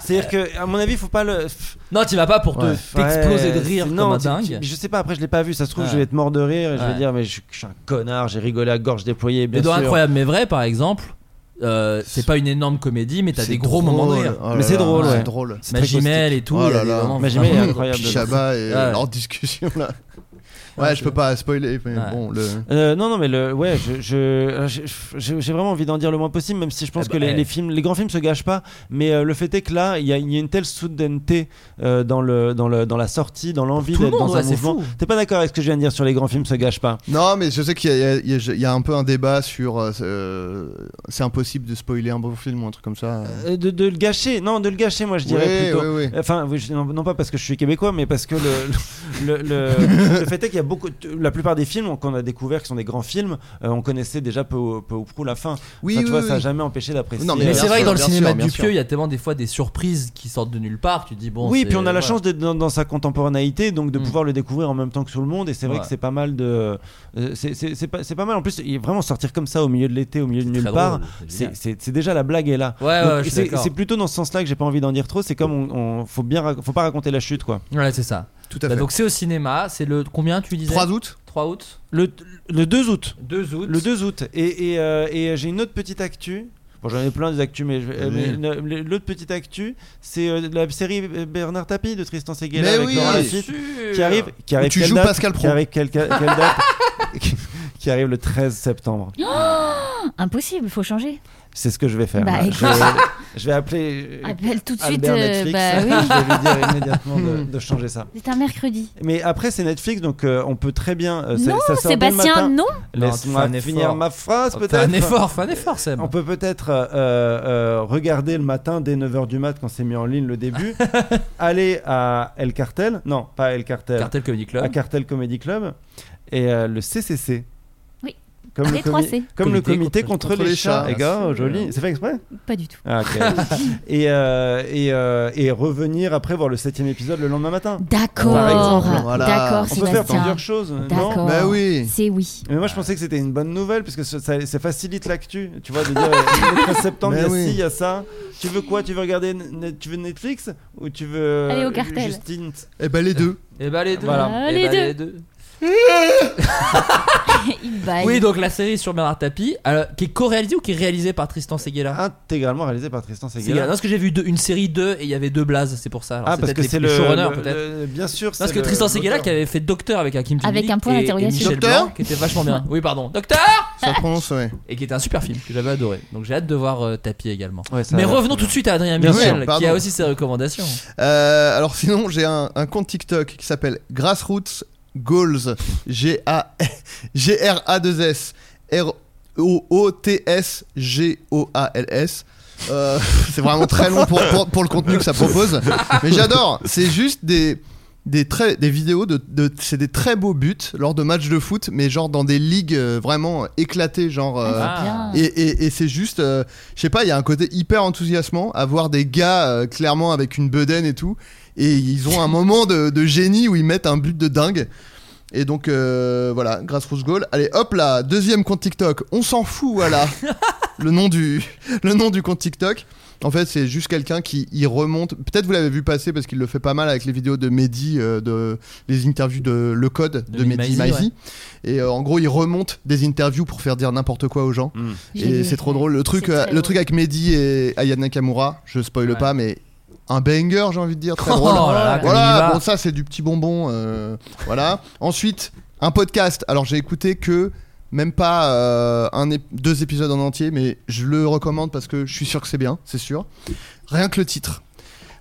C'est-à-dire que, à mon avis, faut pas le.
Non, tu vas pas pour te-
Ouais.
t'exploser
Ouais,
de rire
c'est-
comme
non,
un
tu- tu-
dingue.
mais je sais pas, après, je l'ai pas vu. Ça se trouve,
Ouais.
je vais être mort de rire et je
Ouais.
vais dire, mais je, je suis un connard, j'ai rigolé à gorge déployée. Bien
Mais dans
sûr.
Incroyable mais vrai, par exemple, euh, c'est pas une énorme comédie, mais t'as
C'est
des gros moments de
drôle.
rire.
Oh là
Mais c'est
là,
drôle, ouais.
C'est drôle.
C'est très
Magimel et tout.
Oh
il y a
là
des
là.
moments
Magimel
vraiment-
est incroyable.
Shabba et
Ouais.
leur discussion
(laughs)
là.
Ouais,
Ouais,
c'est-
je peux pas spoiler, mais
Ouais.
bon, le.
Euh, non, non, mais le, ouais, je, euh, je- je- je- j'ai vraiment envie d'en dire le moins possible, même si je pense
Ah
que
bah,
les,
eh.
les films, les grands films se gâchent pas. Mais euh, le fait est que là, il y a, il y a une telle soudaineté euh, dans le, dans le, dans la sortie, dans l'envie
Tout le
d'être
monde,
dans
ouais,
un
c'est
mouvement.
fou.
T'es pas d'accord avec ce que je viens de dire sur les grands films se gâchent pas
Non, mais je sais qu'il y a, il y a- il y a un peu un débat sur. euh, c'est impossible de spoiler un bon film ou un truc comme ça.
Euh, de, de le gâcher, non, de le gâcher, moi je dirais
Ouais,
plutôt.
ouais, ouais.
Enfin, oui, je- non, non pas parce que je suis québécois, mais parce que le, le,
(laughs)
le- le fait est qu'il y a beaucoup. La plupart des films qu'on a découvert qui sont des grands films, euh, on connaissait déjà peu, ou- peu ou prou la fin.
Oui,
Enfin, tu
oui,
vois,
oui,
ça n'a
oui.
jamais empêché d'apprécier.
Non,
Mais
Bien
c'est vrai
sûr,
que dans le
bien
cinéma
sûr, bien
du
sûr.
pieux, il y a tellement des fois des surprises qui sortent de nulle part. Tu te dis bon.
oui,
c'est-
puis on a la
ouais.
chance d'être dans, dans sa contemporanéité, donc de
Mm.
pouvoir le découvrir en même temps que tout le monde. Et c'est vrai
Ouais.
que c'est pas mal de. euh, c'est- C'est c'est pas, c'est pas mal. En plus, il- vraiment sortir comme ça au milieu de l'été, au milieu de
Très
nulle
drôle,
part,
c'est
c'est
génial.
c'est- c'est déjà la blague est là.
Ouais,
Donc,
ouais, je suis
c'est-
d'accord.
c'est plutôt dans ce sens-là que j'ai pas envie d'en dire trop. C'est comme on, on- faut bien, rac- faut pas raconter la chute, quoi.
Ouais, c'est ça.
Tout à
Bah,
fait.
donc c'est au cinéma. C'est le combien tu disais
3 août
3 août.
Le, le 2 août.
2 août.
Le 2 août. Et, et, euh, et j'ai une autre petite actu. Bon, j'en ai plein des actus, mais, je- euh,
Allez.
mais une- l'autre petite actu, c'est euh, la série euh, Bernard Tapie de Tristan Seguela
Mais
avec
oui,
Laurent
bien
Lafitte. qui arrive, qui
Où
arrive
tu
quelle
joues
date
Pascal
qui
Praud.
arrive quelle- quelle- quelle
(laughs)
date Qui- qui arrive le 13 septembre.
Oh, Impossible, faut changer.
C'est ce que je vais faire.
Bah,
là.
écoute.
je, je vais appeler euh,
(laughs) Appelle tout de suite.
Albert
euh,
Netflix.
bah
(laughs)
oui.
Je vais lui dire immédiatement
(laughs)
de, de changer ça.
C'est un mercredi.
Mais après c'est Netflix, donc euh, on peut très bien. euh, c'est-
non,
ça sort dès le
Sébastien,
matin.
non.
Laisse-moi
Non, tu fais un
finir
effort.
ma phrase
Fais
peut-être.
un effort, fais un effort, Seb.
On peut peut-être euh, euh, regarder le matin dès 9h du mat quand c'est mis en ligne le
(laughs)
début. aller à El Cartel, non pas El Cartel,
Cartel Comedy
à
Club.
Cartel Comedy Club et euh, le CCC.
Oui.
Comme le,
Les 3C.
comi- comme le comité contre, les, chats. Les gars, joli. C'est fait exprès
Pas du tout.
Ah, ok.
(laughs)
et, euh, et, euh, et revenir après voir le septième épisode le lendemain matin. Par
D'accord.
exemple,
voilà.
D'accord,
On peut faire
Sébastien.
plusieurs choses. Non
D'accord.
Bah oui
C'est oui.
mais moi je pensais que c'était une bonne nouvelle parce que ça, ça- ça facilite l'actu, tu vois, de dire euh, le 13 septembre il y a
Mais oui.
ci, il y a ça. Tu veux quoi Tu veux regarder, Net- tu veux Netflix ou tu veux
Aller au
euh,
cartel.
Justine
Eh ben les deux
Et bah les deux.
Voilà.
Eh
Les
bah,
deux.
deux.
(laughs) Il baille.
Oui, donc la série sur Bernard Tapie, alors, qui est co-réalisée ou qui est réalisée par Tristan Seguela
Intégralement réalisé par Tristan
Seguela.
Seguela.
Non, parce que j'ai vu deux- une série 2 et il y avait deux blazes, c'est pour ça. Alors,
Ah parce
peut-être
que
les-
c'est
les
le,
showrunner
le-
peut-être.
le- bien sûr.
Parce
c'est
que
le-
Tristan Seguela
l'auteur.
qui avait fait Docteur avec Hakim Jimmy
Avec un point
et- et
d'interrogation.
Michel
Docteur
Blanc, qui était vachement bien. Oui, pardon. Docteur
Ça prononce, ouais.
Et qui était un super film que j'avais adoré. Donc j'ai hâte de voir euh, Tapie également.
Ouais, ça a
Mais
l'air
revenons tout de suite à Adrien
Bien sûr,
Michel qui a
pardon.
aussi ses recommandations.
Euh, alors sinon, j'ai un, un compte TikTok qui s'appelle Grassroots Goals. G-A-G-R-A-2-S. R-O-O-T-S-G-O-A-L-S. Euh, c'est vraiment très long pour, pour, pour le contenu que ça propose. Mais j'adore. C'est juste des. Des, très, des vidéos de, de- c'est des très beaux buts lors de matchs de foot mais genre dans des ligues euh, vraiment éclatées genre euh,
Ah.
Bien.
et, et- et c'est juste, euh, je sais pas, il y a un côté hyper enthousiasmant à voir des gars euh, clairement avec une bedaine et tout. Et ils ont un moment de, de génie où ils mettent un but de dingue. Et donc euh, voilà, Grassroots Goal. Allez, hop là, deuxième compte TikTok. On s'en fout, voilà. le, nom du, le nom du compte TikTok. En fait, c'est juste quelqu'un qui y remonte. Peut-être vous l'avez vu passer parce qu'il le fait pas mal avec les vidéos de Mehdi, euh, de, les interviews de Le Code
De
de,
Mehdi
Mehdi
Maizi,
Maizi. Et euh, en gros, il remonte des interviews pour faire dire n'importe quoi aux gens.
Mm.
J'ai
Et
vu.
c'est trop drôle. Le truc,
C'est
euh,
très
le
drôle.
truc avec Mehdi et Ayana Nakamura, je spoil
Ouais.
pas, mais un banger, j'ai envie de dire, très
(laughs) Oh
drôle.
là là, comme il y
voilà,
va.
bon, ça c'est du petit bonbon. euh, voilà. Ensuite, un podcast. Alors j'ai écouté que même pas euh, un ép- deux épisodes en entier, mais je le recommande parce que je suis sûr que c'est bien, c'est sûr. Rien que le titre.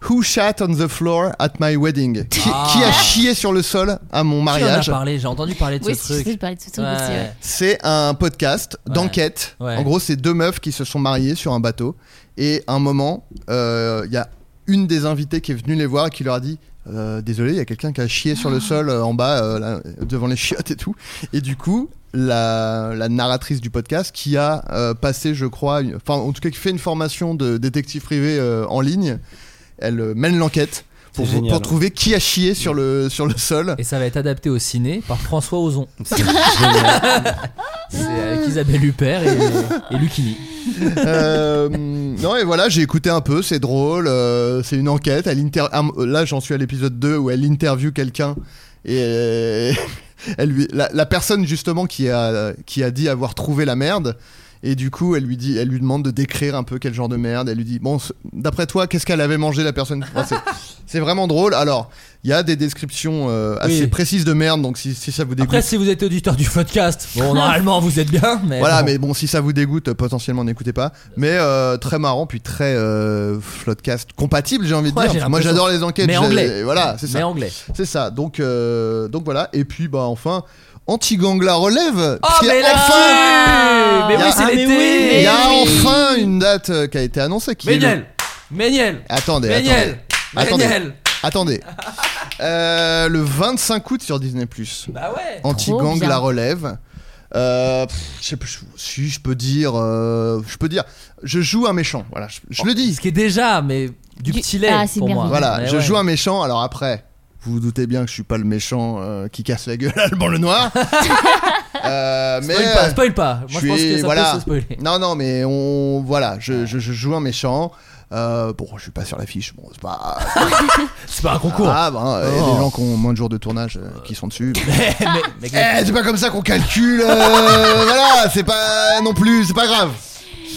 Who shat on the floor at my wedding Qui,
Ah.
qui a chié sur le sol à mon
Qui en a
mariage
parlé J'ai entendu parler de
Oui,
ce
si,
truc.
je parlais de ce truc
Ouais.
aussi. ouais.
C'est un podcast
Ouais.
d'enquête.
Ouais.
En gros, c'est deux meufs qui se sont mariées sur un bateau. Et à un moment, euh, il y a une des invitées qui est venue les voir et qui leur a dit euh, Désolé, il y a quelqu'un qui a chié sur le sol euh, en bas, euh, là, devant les chiottes et tout. Et du coup, la, la narratrice du podcast qui a euh, passé, je crois, une- enfin, en tout cas, qui fait une formation de détective privé euh, en ligne, elle euh, mène l'enquête. Pour,
C'est génial.
pour trouver qui a chié sur le, sur le sol.
hein. Et ça va être adapté au ciné par François
(laughs)
Ozon. C'est avec Isabelle Huppert et, et Lucchini.
Euh, non et voilà j'ai écouté un peu c'est drôle euh, c'est une enquête elle inter ah, m- là j'en suis à l'épisode 2 où elle interviewe quelqu'un et (laughs) euh, elle lui la, la personne justement qui a qui a dit avoir trouvé la merde et du coup elle lui dit elle lui demande de décrire un peu quel genre de merde elle lui dit bon ce- d'après toi qu'est-ce qu'elle avait mangé la personne Enfin, c'est- c'est vraiment drôle alors il y a des descriptions euh, assez
Oui.
précises de merde donc si, si ça vous dégoûte
Après, si vous êtes auditeur du podcast, bon, normalement, vous êtes bien. Mais
voilà,
bon.
mais bon, si ça vous dégoûte, euh, potentiellement n'écoutez pas. Mais euh, très marrant, puis très euh, floodcast compatible, j'ai envie de
Ouais, j'ai
dire. Moi,
l'impression.
j'adore les enquêtes.
Mais
j'ai-
anglais.
Voilà, c'est
Mais
ça.
anglais.
C'est ça. Donc, euh, donc voilà. Et puis, bah enfin, anti-gang la
Oh,
relève. parce qu'il y a
mais là
enfin,
Mais
Il y a-
oui, c'est
ah, mais
l'été
il y a enfin une date euh, qui a été annoncée. Qui est le-
Méniel Méniel
Attendez, attendez.
Méniel
Attendez.
Méniel (laughs)
attendez. Euh, le 25 août sur Disney+.
Bah ouais
Trop
anti-gang
bien.
la relève. Euh, pff, je sais plus si je peux dire, euh, je peux dire, je joue un méchant. Voilà, je, je le dis.
Ce qui est déjà, mais du
Du-
petit lait
Ah, c'est
pour moi.
merveilleux.
Voilà,
Mais
je
ouais.
joue un méchant. Alors après, vous vous doutez bien que je suis pas le méchant euh, qui casse la gueule à Alban
(laughs)
le Noir. Euh, mais
Spoil pas, spoil pas. Moi, je,
suis-
pense que ça
voilà.
peut se spoiler.
non, non, mais on voilà, je, je- je joue un méchant. Euh, bon, je suis pas sur l'affiche. Bon,
(laughs)
c'est pas.
C'est pas un concours.
Ah, ben, euh, il y a
Oh.
des gens qui ont moins de jours de tournage euh, qui sont dessus.
(laughs) mais, mais-
(laughs) Eh, c'est pas comme ça qu'on calcule.
(laughs)
euh, voilà, c'est pas non plus, c'est pas grave.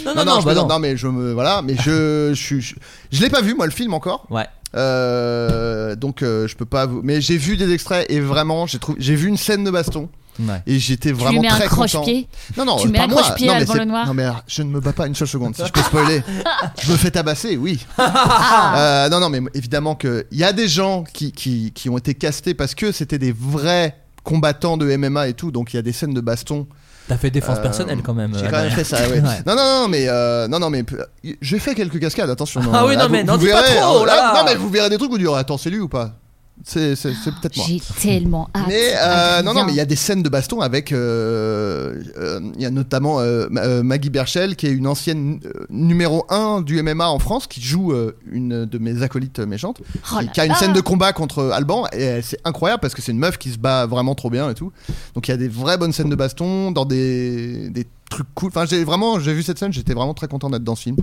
non, non, non,
je
bah
plaisante,
non.
non, mais je me voilà, mais je je, suis- je, je l'ai pas vu moi le film encore.
Ouais.
Euh, donc euh, je peux pas vous mais j'ai vu des extraits et vraiment j'ai trouvé j'ai vu une scène de baston
Ouais.
et j'étais
Tu lui
vraiment
mets un
très content.
croche-pied.
Non non,
Tu mets
pas
un
moi.
croche-pied
non,
à
mais
Alban
c'est-
le Noir.
Non mais alors, je ne me bats pas une seule seconde si je peux
(laughs)
spoiler. je me fais tabasser, oui.
Ah.
(laughs)
Euh, non non, mais évidemment que il y a des gens qui, qui qui ont été castés parce que c'était des vrais combattants de MMA et tout, donc il y a des scènes de baston
T'as fait défense
euh,
personnelle quand même. euh,
J'ai quand même
Adrien.
fait ça, ouais.
(laughs) Ouais.
Non, non, non, mais euh, non, non, mais euh, j'ai fait quelques cascades. Attention. hein,
Ah oui, non,
vous-
mais
vous
n'en dis pas
verrez,
trop,
hein,
là.
Non, mais vous verrez des trucs où vous direz attends, c'est lui ou pas C'est, c'est, c'est peut-être moi.
J'ai tellement hâte.
Mais euh, non, non, mais il y
Adrien.
a des scènes de baston avec. euh, euh, Il y a notamment euh, Ma- euh, Maggie Berchel, qui est une ancienne euh, numéro 1 du MMA en France, qui joue euh, une de mes acolytes méchantes,
Oh
qui,
là
qui a une
là.
scène de combat contre Alban. Et euh, c'est incroyable parce que c'est une meuf qui se bat vraiment trop bien et tout. Donc il y a des vraies bonnes scènes de baston dans des, des trucs cool. Enfin, j'ai vraiment j'ai vu cette scène, j'étais vraiment très content d'être dans ce film.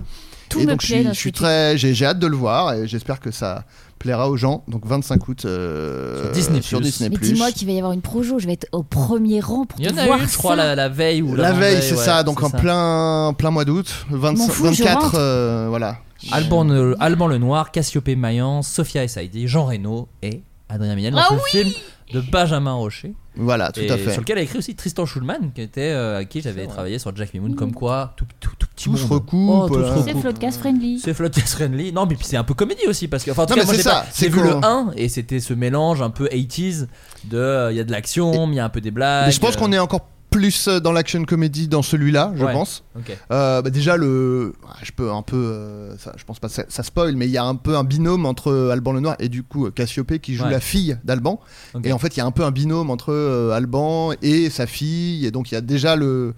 Tout
et
me
donc je
plaît
suis,
dans
je
ce
suis
que tu-
très j'ai j'ai hâte de le voir et j'espère que ça plaira aux gens. Donc 25 août euh,
Sur Disney+.
sur Disney+.
Mais dis-moi qu'il va y avoir une projo, je vais être au premier rang pour
Il y
te
en a
voir
eu, je crois,
ça.
la, la veille ou
La veille,
l'avant-veille,
c'est
ouais,
ça, donc
c'est
en plein plein mois d'août, 25
fous, je
24
rentre.
euh, voilà.
Alban, euh, Alban Lenoir, Cassiopée Maillan, Sophia Saidi, Jean Reno et Adrien Méniel dans
Ah
ce film de Benjamin Rocher.
Voilà, Ah, tout
et
à fait.
Sur lequel a écrit aussi Tristan Schulman, qui était, euh, à qui j'avais travaillé sur Jack Mimoun, comme quoi tout, tout, tout petit
Tout se
monde.
recoupe,
Oh, tout se
voilà.
C'est
recoupe.
Floodcast Friendly.
C'est Floodcast Friendly. Non, mais puis c'est un peu comédie aussi parce que enfin en tout cas
Non, mais
moi
c'est
j'ai
ça,
pas-
c'est
j'ai vu
cool,
le 1 et c'était ce mélange un peu 80s de euh, il y a de l'action, mais il y a un peu des blagues.
Mais je pense qu'on est encore plus euh, dans l'action comédie dans celui-là, je
euh. Ouais.
pense.
OK.
Euh, bah déjà le ah, je peux un peu euh, ça, je pense pas que ça, ça spoil mais il y a un peu un binôme entre euh, Alban Lenoir et du coup euh, Cassiopée qui joue
Ouais.
la fille d'Alban
Ok.
et en fait il y a un peu un binôme entre euh, Alban et sa fille et donc il y a déjà le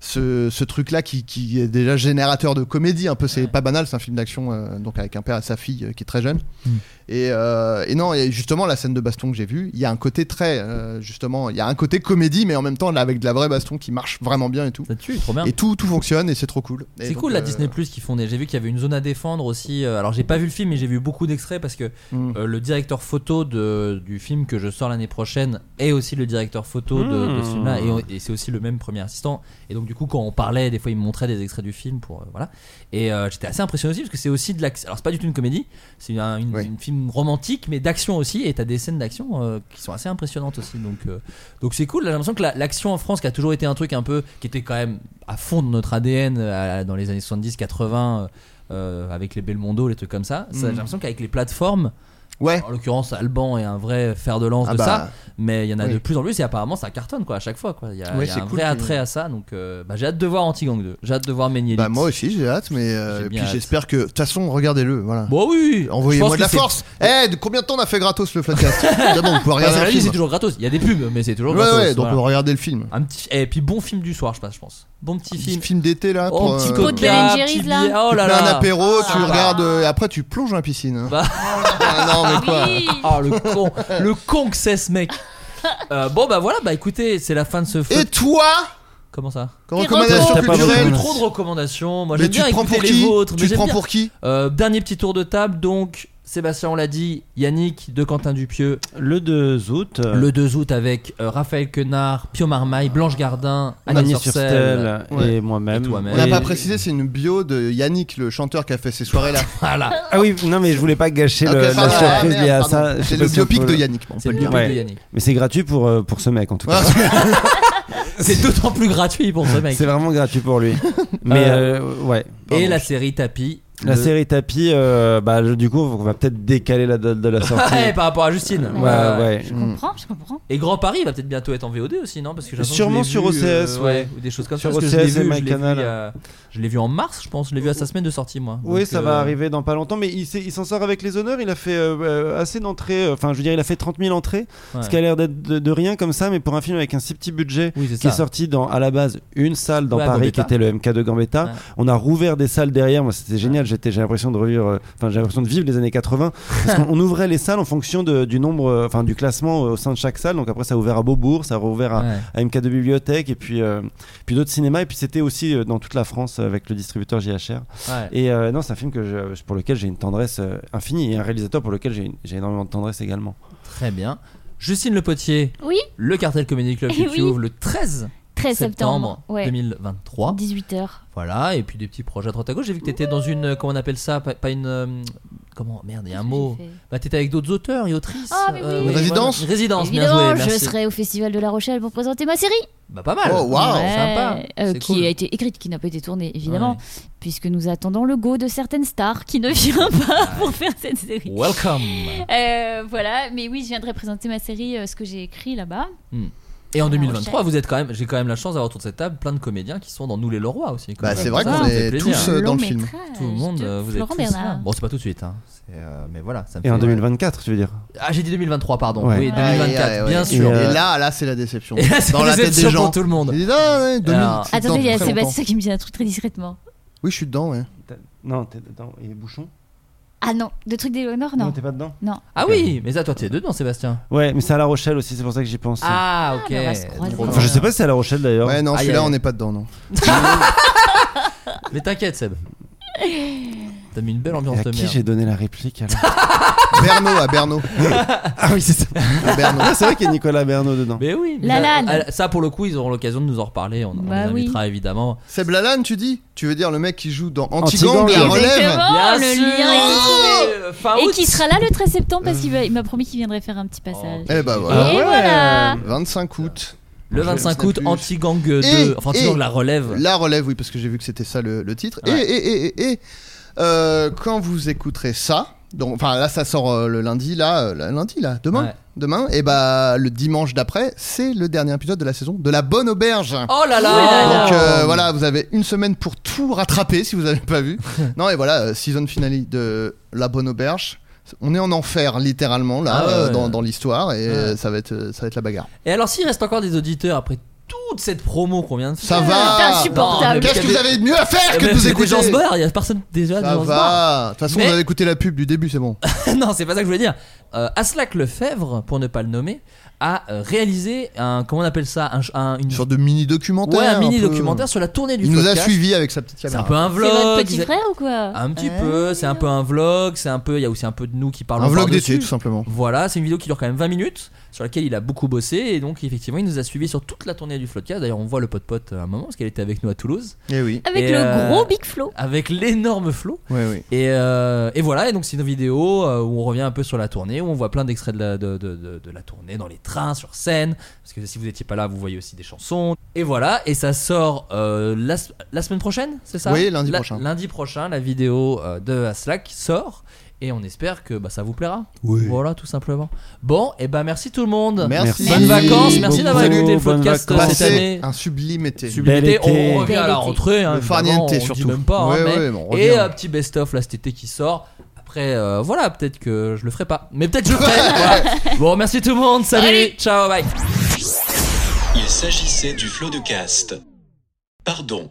ce, truc là qui, qui est déjà générateur de comédie un peu c'est
Ouais.
pas banal c'est un film d'action euh, donc avec un père et sa fille euh, qui est très jeune
Mm.
et, euh, et non et justement la scène de baston que j'ai vue il y a un côté très euh, justement il y a un côté comédie mais en même temps là avec de la vraie baston qui marche vraiment bien et tout
Ça tue, trop bien.
et tout, tout fonctionne et c'est trop cool. Et
C'est
donc,
cool la
euh,
Disney Plus qui font des. J'ai vu qu'il y avait une zone à défendre aussi. euh, Alors j'ai pas vu le film, mais j'ai vu beaucoup d'extraits parce que
Mm.
euh, le directeur photo de, du film que je sors l'année prochaine est aussi le directeur photo de, de ce film-là et, et c'est aussi le même premier assistant. Et donc du du coup, quand on parlait, des fois, il me montrait des extraits du film pour euh, voilà. Et euh, j'étais assez impressionné aussi parce que c'est aussi de l'action. Alors c'est pas du tout une comédie, c'est un une,
Oui.
une film romantique, mais d'action aussi. Et t'as des scènes d'action euh, qui sont assez impressionnantes aussi. Donc euh, donc c'est cool. Là, J'ai l'impression que la- l'action en France, qui a toujours été un truc un peu qui était quand même à fond de notre ADN euh, dans les années 70-80. euh, avec les Belmondo, les trucs comme ça. Ça,
Mhm.
J'ai l'impression qu'avec les plateformes,
Ouais.
en l'occurrence, Alban est un vrai fer de lance
Ah
de
bah,
ça, mais il y en a
oui.
de plus en plus et apparemment ça cartonne quoi à chaque fois quoi. Il y a,
Ouais,
il y a
c'est
un
cool
vrai
que-
attrait à ça, donc euh, bah, j'ai hâte de voir Anti-Gang 2, j'ai hâte de voir Méniel.
Bah, moi aussi, j'ai hâte, mais euh,
J'ai
et
bien
puis
hâte.
j'espère que. De toute façon, regardez-le, voilà.
Bon oui, Je pense
Envoyez-moi
que
de la
c'est-
force. Eh, de combien de temps on a fait gratos
(laughs)
le Floodcast D'abord, on peut
Enfin,
regarder
c'est
le
la vie,
film.
c'est toujours gratos. Il y a des pubs, mais c'est toujours
Ouais,
gratos.
ouais, donc
voilà.
on peut regarder le film.
un petit et puis bon film du soir, je pense, je pense. Bon petit
Petit
film.
film d'été là.
Oh,
pour,
petit
euh,
pot de
tu
coca,
Ben Jerry's,
petit
là.
billet- Oh là
mets un
là.
apéro, tu
Ah.
regardes euh, et après tu plonges dans la piscine. hein.
Bah.
Ah, non mais quoi
Oui.
Ah le con, le con que c'est ce mec. Euh, bon bah voilà, bah écoutez, c'est la fin de ce.
Et
feu
toi
Comment ça
Comme
Et
recommandation
repos. T'as pas
J'ai eu
culturelle
beaucoup.
trop de recommandations. Moi
Mais
j'aime
tu
bien
te prends
écouter
pour
les
qui
vôtres. mais
Tu te
j'aime
prends
bien-
pour qui
Euh, dernier petit tour de table, donc Sébastien, on l'a dit, Yannick de Quentin Dupieux,
Le 2 août, euh,
le 2 août avec euh, Raphaël Quenard, Pio Marmaille, Blanche Gardin, Agnès
Agnès
Surstel.
Surstel
Ouais.
et moi-même.
Et toi-même.
On n'a pas précisé, c'est une bio de Yannick, le chanteur qui a fait ces soirées là.
Voilà,
Ah oui, non, mais je voulais pas gâcher
Ok,
le-
pardon,
la surprise
ah,
liée à
merde, pardon.
ça. Je sais
C'est
pas
le
si on
biopic
peut-
de Yannick. bon, on
c'est
peut
le
le dire.
biopic de
Ouais.
Yannick.
Mais c'est gratuit pour, euh, pour ce mec en tout cas.
(laughs) C'est d'autant plus gratuit pour ce mec.
C'est vraiment gratuit pour lui. Mais euh, ouais.
Et
Pardon.
la série Tapis.
La
de-
série tapis, euh, bah, je- du coup, on va peut-être décaler la date de
(laughs)
la sortie.
(laughs) Ouais, par rapport à Justine.
Ouais, ouais.
Je comprends, je comprends.
Et Grand Paris va peut-être bientôt être en VOD aussi, non Parce que j'ai l'impression que je
Sûrement
l'ai
sur
vu, euh,
OCS, ouais.
ou des choses comme
Sur
ça. parce que
OCS
je l'ai
et
vu, je l'ai
MyCanal.
vu, euh, je l'ai vu en mars, je pense. Je l'ai vu à sa semaine de sortie, moi.
Oui,
Donc,
ça
euh,
va arriver dans pas longtemps, mais il s'est- il s'en sort avec les honneurs. Il a fait euh, euh, assez d'entrées, euh, enfin, je veux dire, il a fait 30 000 entrées,
ouais.
ce qui a l'air d'être de, de rien comme ça, mais pour un film avec un si petit budget.
Oui, c'est
Qui est
ça.
sorti dans, à la base, une salle dans
Ouais, à
Paris
Gambetta.
qui était le MK de Gambetta.
Ouais.
On a rouvert des salles derrière. Moi, c'était génial. J'étais, j'ai l'impression de revivre, euh, enfin, j'ai l'impression de vivre les années 80. Parce
(laughs)
qu'on on ouvrait les salles en fonction de- du nombre, euh, enfin, du classement au sein de chaque salle. Donc après, ça a ouvert à Beaubourg, ça a rouvert à,
Ouais.
à MK2 Bibliothèque et puis, euh, puis d'autres cinémas. Et puis c'était aussi euh, dans toute la France avec le distributeur JHR.
Ouais.
Et euh, non, c'est un film que je- pour lequel j'ai une tendresse euh, infinie et un réalisateur pour lequel j'ai une- j'ai énormément de tendresse également.
Très bien. Justine Le Potier,
Oui,
le Cartel Comedy
(laughs)
Club
Eh
qui
oui.
ouvre le 13
13
septembre,
septembre. ouais.
2023.
18h.
Voilà, et puis des petits projets à droite à gauche. J'ai vu que t'étais dans une. euh, Comment on appelle ça Pas, pas une. euh, Comment Merde, il y a un mot. Bah, t'étais avec d'autres auteurs et autrices.
Ah, mais oui. Une
Euh, voilà.
résidence
Une résidence, bien
Évidemment,
joué,
je
merci.
serai au Festival de La Rochelle pour présenter ma série.
Bah, pas mal.
Oh, waouh.
Ouais,
Sympa.
euh,
C'est
qui
cool.
a été écrite, qui n'a pas été tournée, évidemment,
Ouais.
puisque nous attendons le go de certaines stars qui ne vient pas pour faire cette série.
Welcome.
Euh, voilà, mais oui, je viendrai présenter ma série, euh, ce que j'ai écrit là-bas.
Hmm. Et en
La
2023,
Rochelle.
vous êtes quand même. J'ai quand même la chance d'avoir autour de cette table plein de comédiens qui sont dans Nous les Leroy aussi. quand
Bah,
même.
c'est vrai
Ça,
qu'on
ça fait
est
plaisir.
tous euh, dans le film.
Long-métrage
Tout le monde,
de
euh, vous
Florent
êtes tous
Bernard.
là. Bon, c'est pas tout de suite, hein. C'est, euh, mais voilà, ça me
Et en
fait-
2024, tu veux dire
Ah, j'ai dit 2023, pardon.
Ouais.
Oui,
Ah,
Ouais.
2024,
Ouais, ouais, ouais.
bien
Et
sûr.
euh,
là, là, c'est la déception.
Et là, (laughs) c'est
Dans la tête des
déception pour
gens.
tout le monde.
Ils disent, ah, ouais, 2000,
Alors-
c'est
Attendez,
dans
il y a
très longtemps.
Sébastien qui me dit un truc très discrètement.
Oui, je suis dedans, ouais.
Non, t'es dedans. Et Bouchon
Ah non, le truc d'Éléonore, non.
t'es pas dedans
Ah oui, mais ça, toi, t'es dedans, Sébastien.
Ouais, mais c'est à La Rochelle aussi, c'est pour ça que j'y pense.
Ah, ok.
bah,
mais on va se croiser.
Drôle.
Enfin, je sais pas si c'est à La Rochelle d'ailleurs.
Ouais, non,
Aïe,
celui-là,
aïe.
on n'est pas dedans, non.
Mais t'inquiète, Seb. T'as mis une belle
Et
ambiance
à
de
qui
merde.
j'ai donné la réplique
(laughs)
alors
Berno, à Berno.
ah oui, c'est ça.
À Berno.
Ah, C'est vrai qu'il y a Nicolas Bernot dedans.
(laughs) Mais oui. mais
La
là-
Lane.
ah, Ça, pour le coup, ils auront l'occasion de nous en reparler. On, on
Bah
les invitera évidemment.
Seb Lalanne, tu dis Tu veux dire le mec qui joue dans
Antigone,
Antigone, la
oui.
relève
Exactement,
Bien
le
sûr.
lien est trouvé.
Euh, Fin
Et
août.
qui sera là le 13 septembre parce qu'il
Euh.
va- il m'a promis qu'il viendrait faire un petit passage.
Eh
ben,
bah
Et
voilà.
ouais.
voilà
25 août.
Le
Je-
25
je
août,
sais plus.
anti-gang 2.
Et-
Enfin, anti-gang
et-
la relève.
La relève, oui, parce que j'ai vu que c'était ça le, le titre. Et-
Ouais.
Et, et, et, et, euh, quand vous écouterez ça, donc, enfin là ça sort euh, le lundi, là, euh, le lundi, là, demain,
Ouais.
demain, et bah le dimanche d'après, c'est le dernier épisode de la saison de La Bonne Auberge.
Oh là là
Donc euh, voilà, vous avez une semaine pour tout rattraper si vous n'avez
(laughs)
pas vu. non et voilà, euh, season finale de La Bonne Auberge. On est en enfer littéralement là
Ah ouais,
euh, dans,
ouais.
dans l'histoire et euh,
Ouais.
ça va être euh, ça va être la bagarre.
Et alors, s'il reste encore des auditeurs après toute cette promo qu'on vient de faire.
Ça
C'est
va.
insupportable.
Qu'est-ce que vous avez de mieux à faire que de nous
vous
écouter
ben, gens se barrent, il y a personne déjà des
Ça
gens se barrent.
va. De toute façon,
Mais-
on avait écouté la pub du début,
(laughs)
c'est bon.
non, c'est pas ça que je voulais dire. Euh, Aslak Lefebvre, pour ne pas le nommer, a euh, réalisé un comment on appelle ça, un, ch- un- une
Une sorte de mini documentaire.
ouais, un mini documentaire sur la tournée du
Il nous a
podcast.
suivis avec sa petite
C'est un
caméra.
peu un
C'est
vlog.
votre
ils
petit
a-
frère ou quoi
Un petit
Euh,
peu, c'est un peu un vlog, c'est un peu, il y a aussi un peu de nous qui parlons.
Un vlog
par-dessus.
d'été, tout simplement.
Voilà, c'est une vidéo qui dure quand même 20 minutes, sur laquelle il a beaucoup bossé, et donc effectivement il nous a suivis sur toute la tournée du podcast. D'ailleurs, on voit le pote-pote à un moment parce qu'elle était avec nous à Toulouse
Et Eh oui.
Avec
Et,
le
euh,
gros Big Flow.
avec l'énorme flot.
Ouais, oui.
Et, euh, et voilà, et donc c'est une vidéo euh, où on revient un peu sur la tournée, où on voit plein d'extraits de la, de, de- de- de la tournée dans les trains, sur scène, parce que si vous n'étiez pas là, vous voyez aussi des chansons. Et voilà, et ça sort euh, la, s- la semaine prochaine, c'est ça
Oui, lundi
La-
prochain.
Lundi prochain, la vidéo euh, de Slack sort, et on espère que bah, ça vous plaira. Voilà, tout simplement. Bon, et ben merci tout le monde.
Merci.
Bonnes vacances, merci d'avoir
beaucoup,
écouté le
bonnes
podcast euh,
vacances.
cette année.
Passez un sublime été.
Bel
Sublimité,
été.
on revient à la
Bel été.
rentrée, hein,
Le farniente,
évidemment, on dit
surtout.
même pas, hein,
Ouais,
mais-
ouais, mais on revient.
et un petit best-of là cet été qui sort. Après, euh, voilà, peut-être que je le ferai pas, mais peut-être je le
(laughs)
ferai. voilà. Bon, merci tout le monde, salut. ciao, bye.
Il s'agissait du flot de cast. Pardon.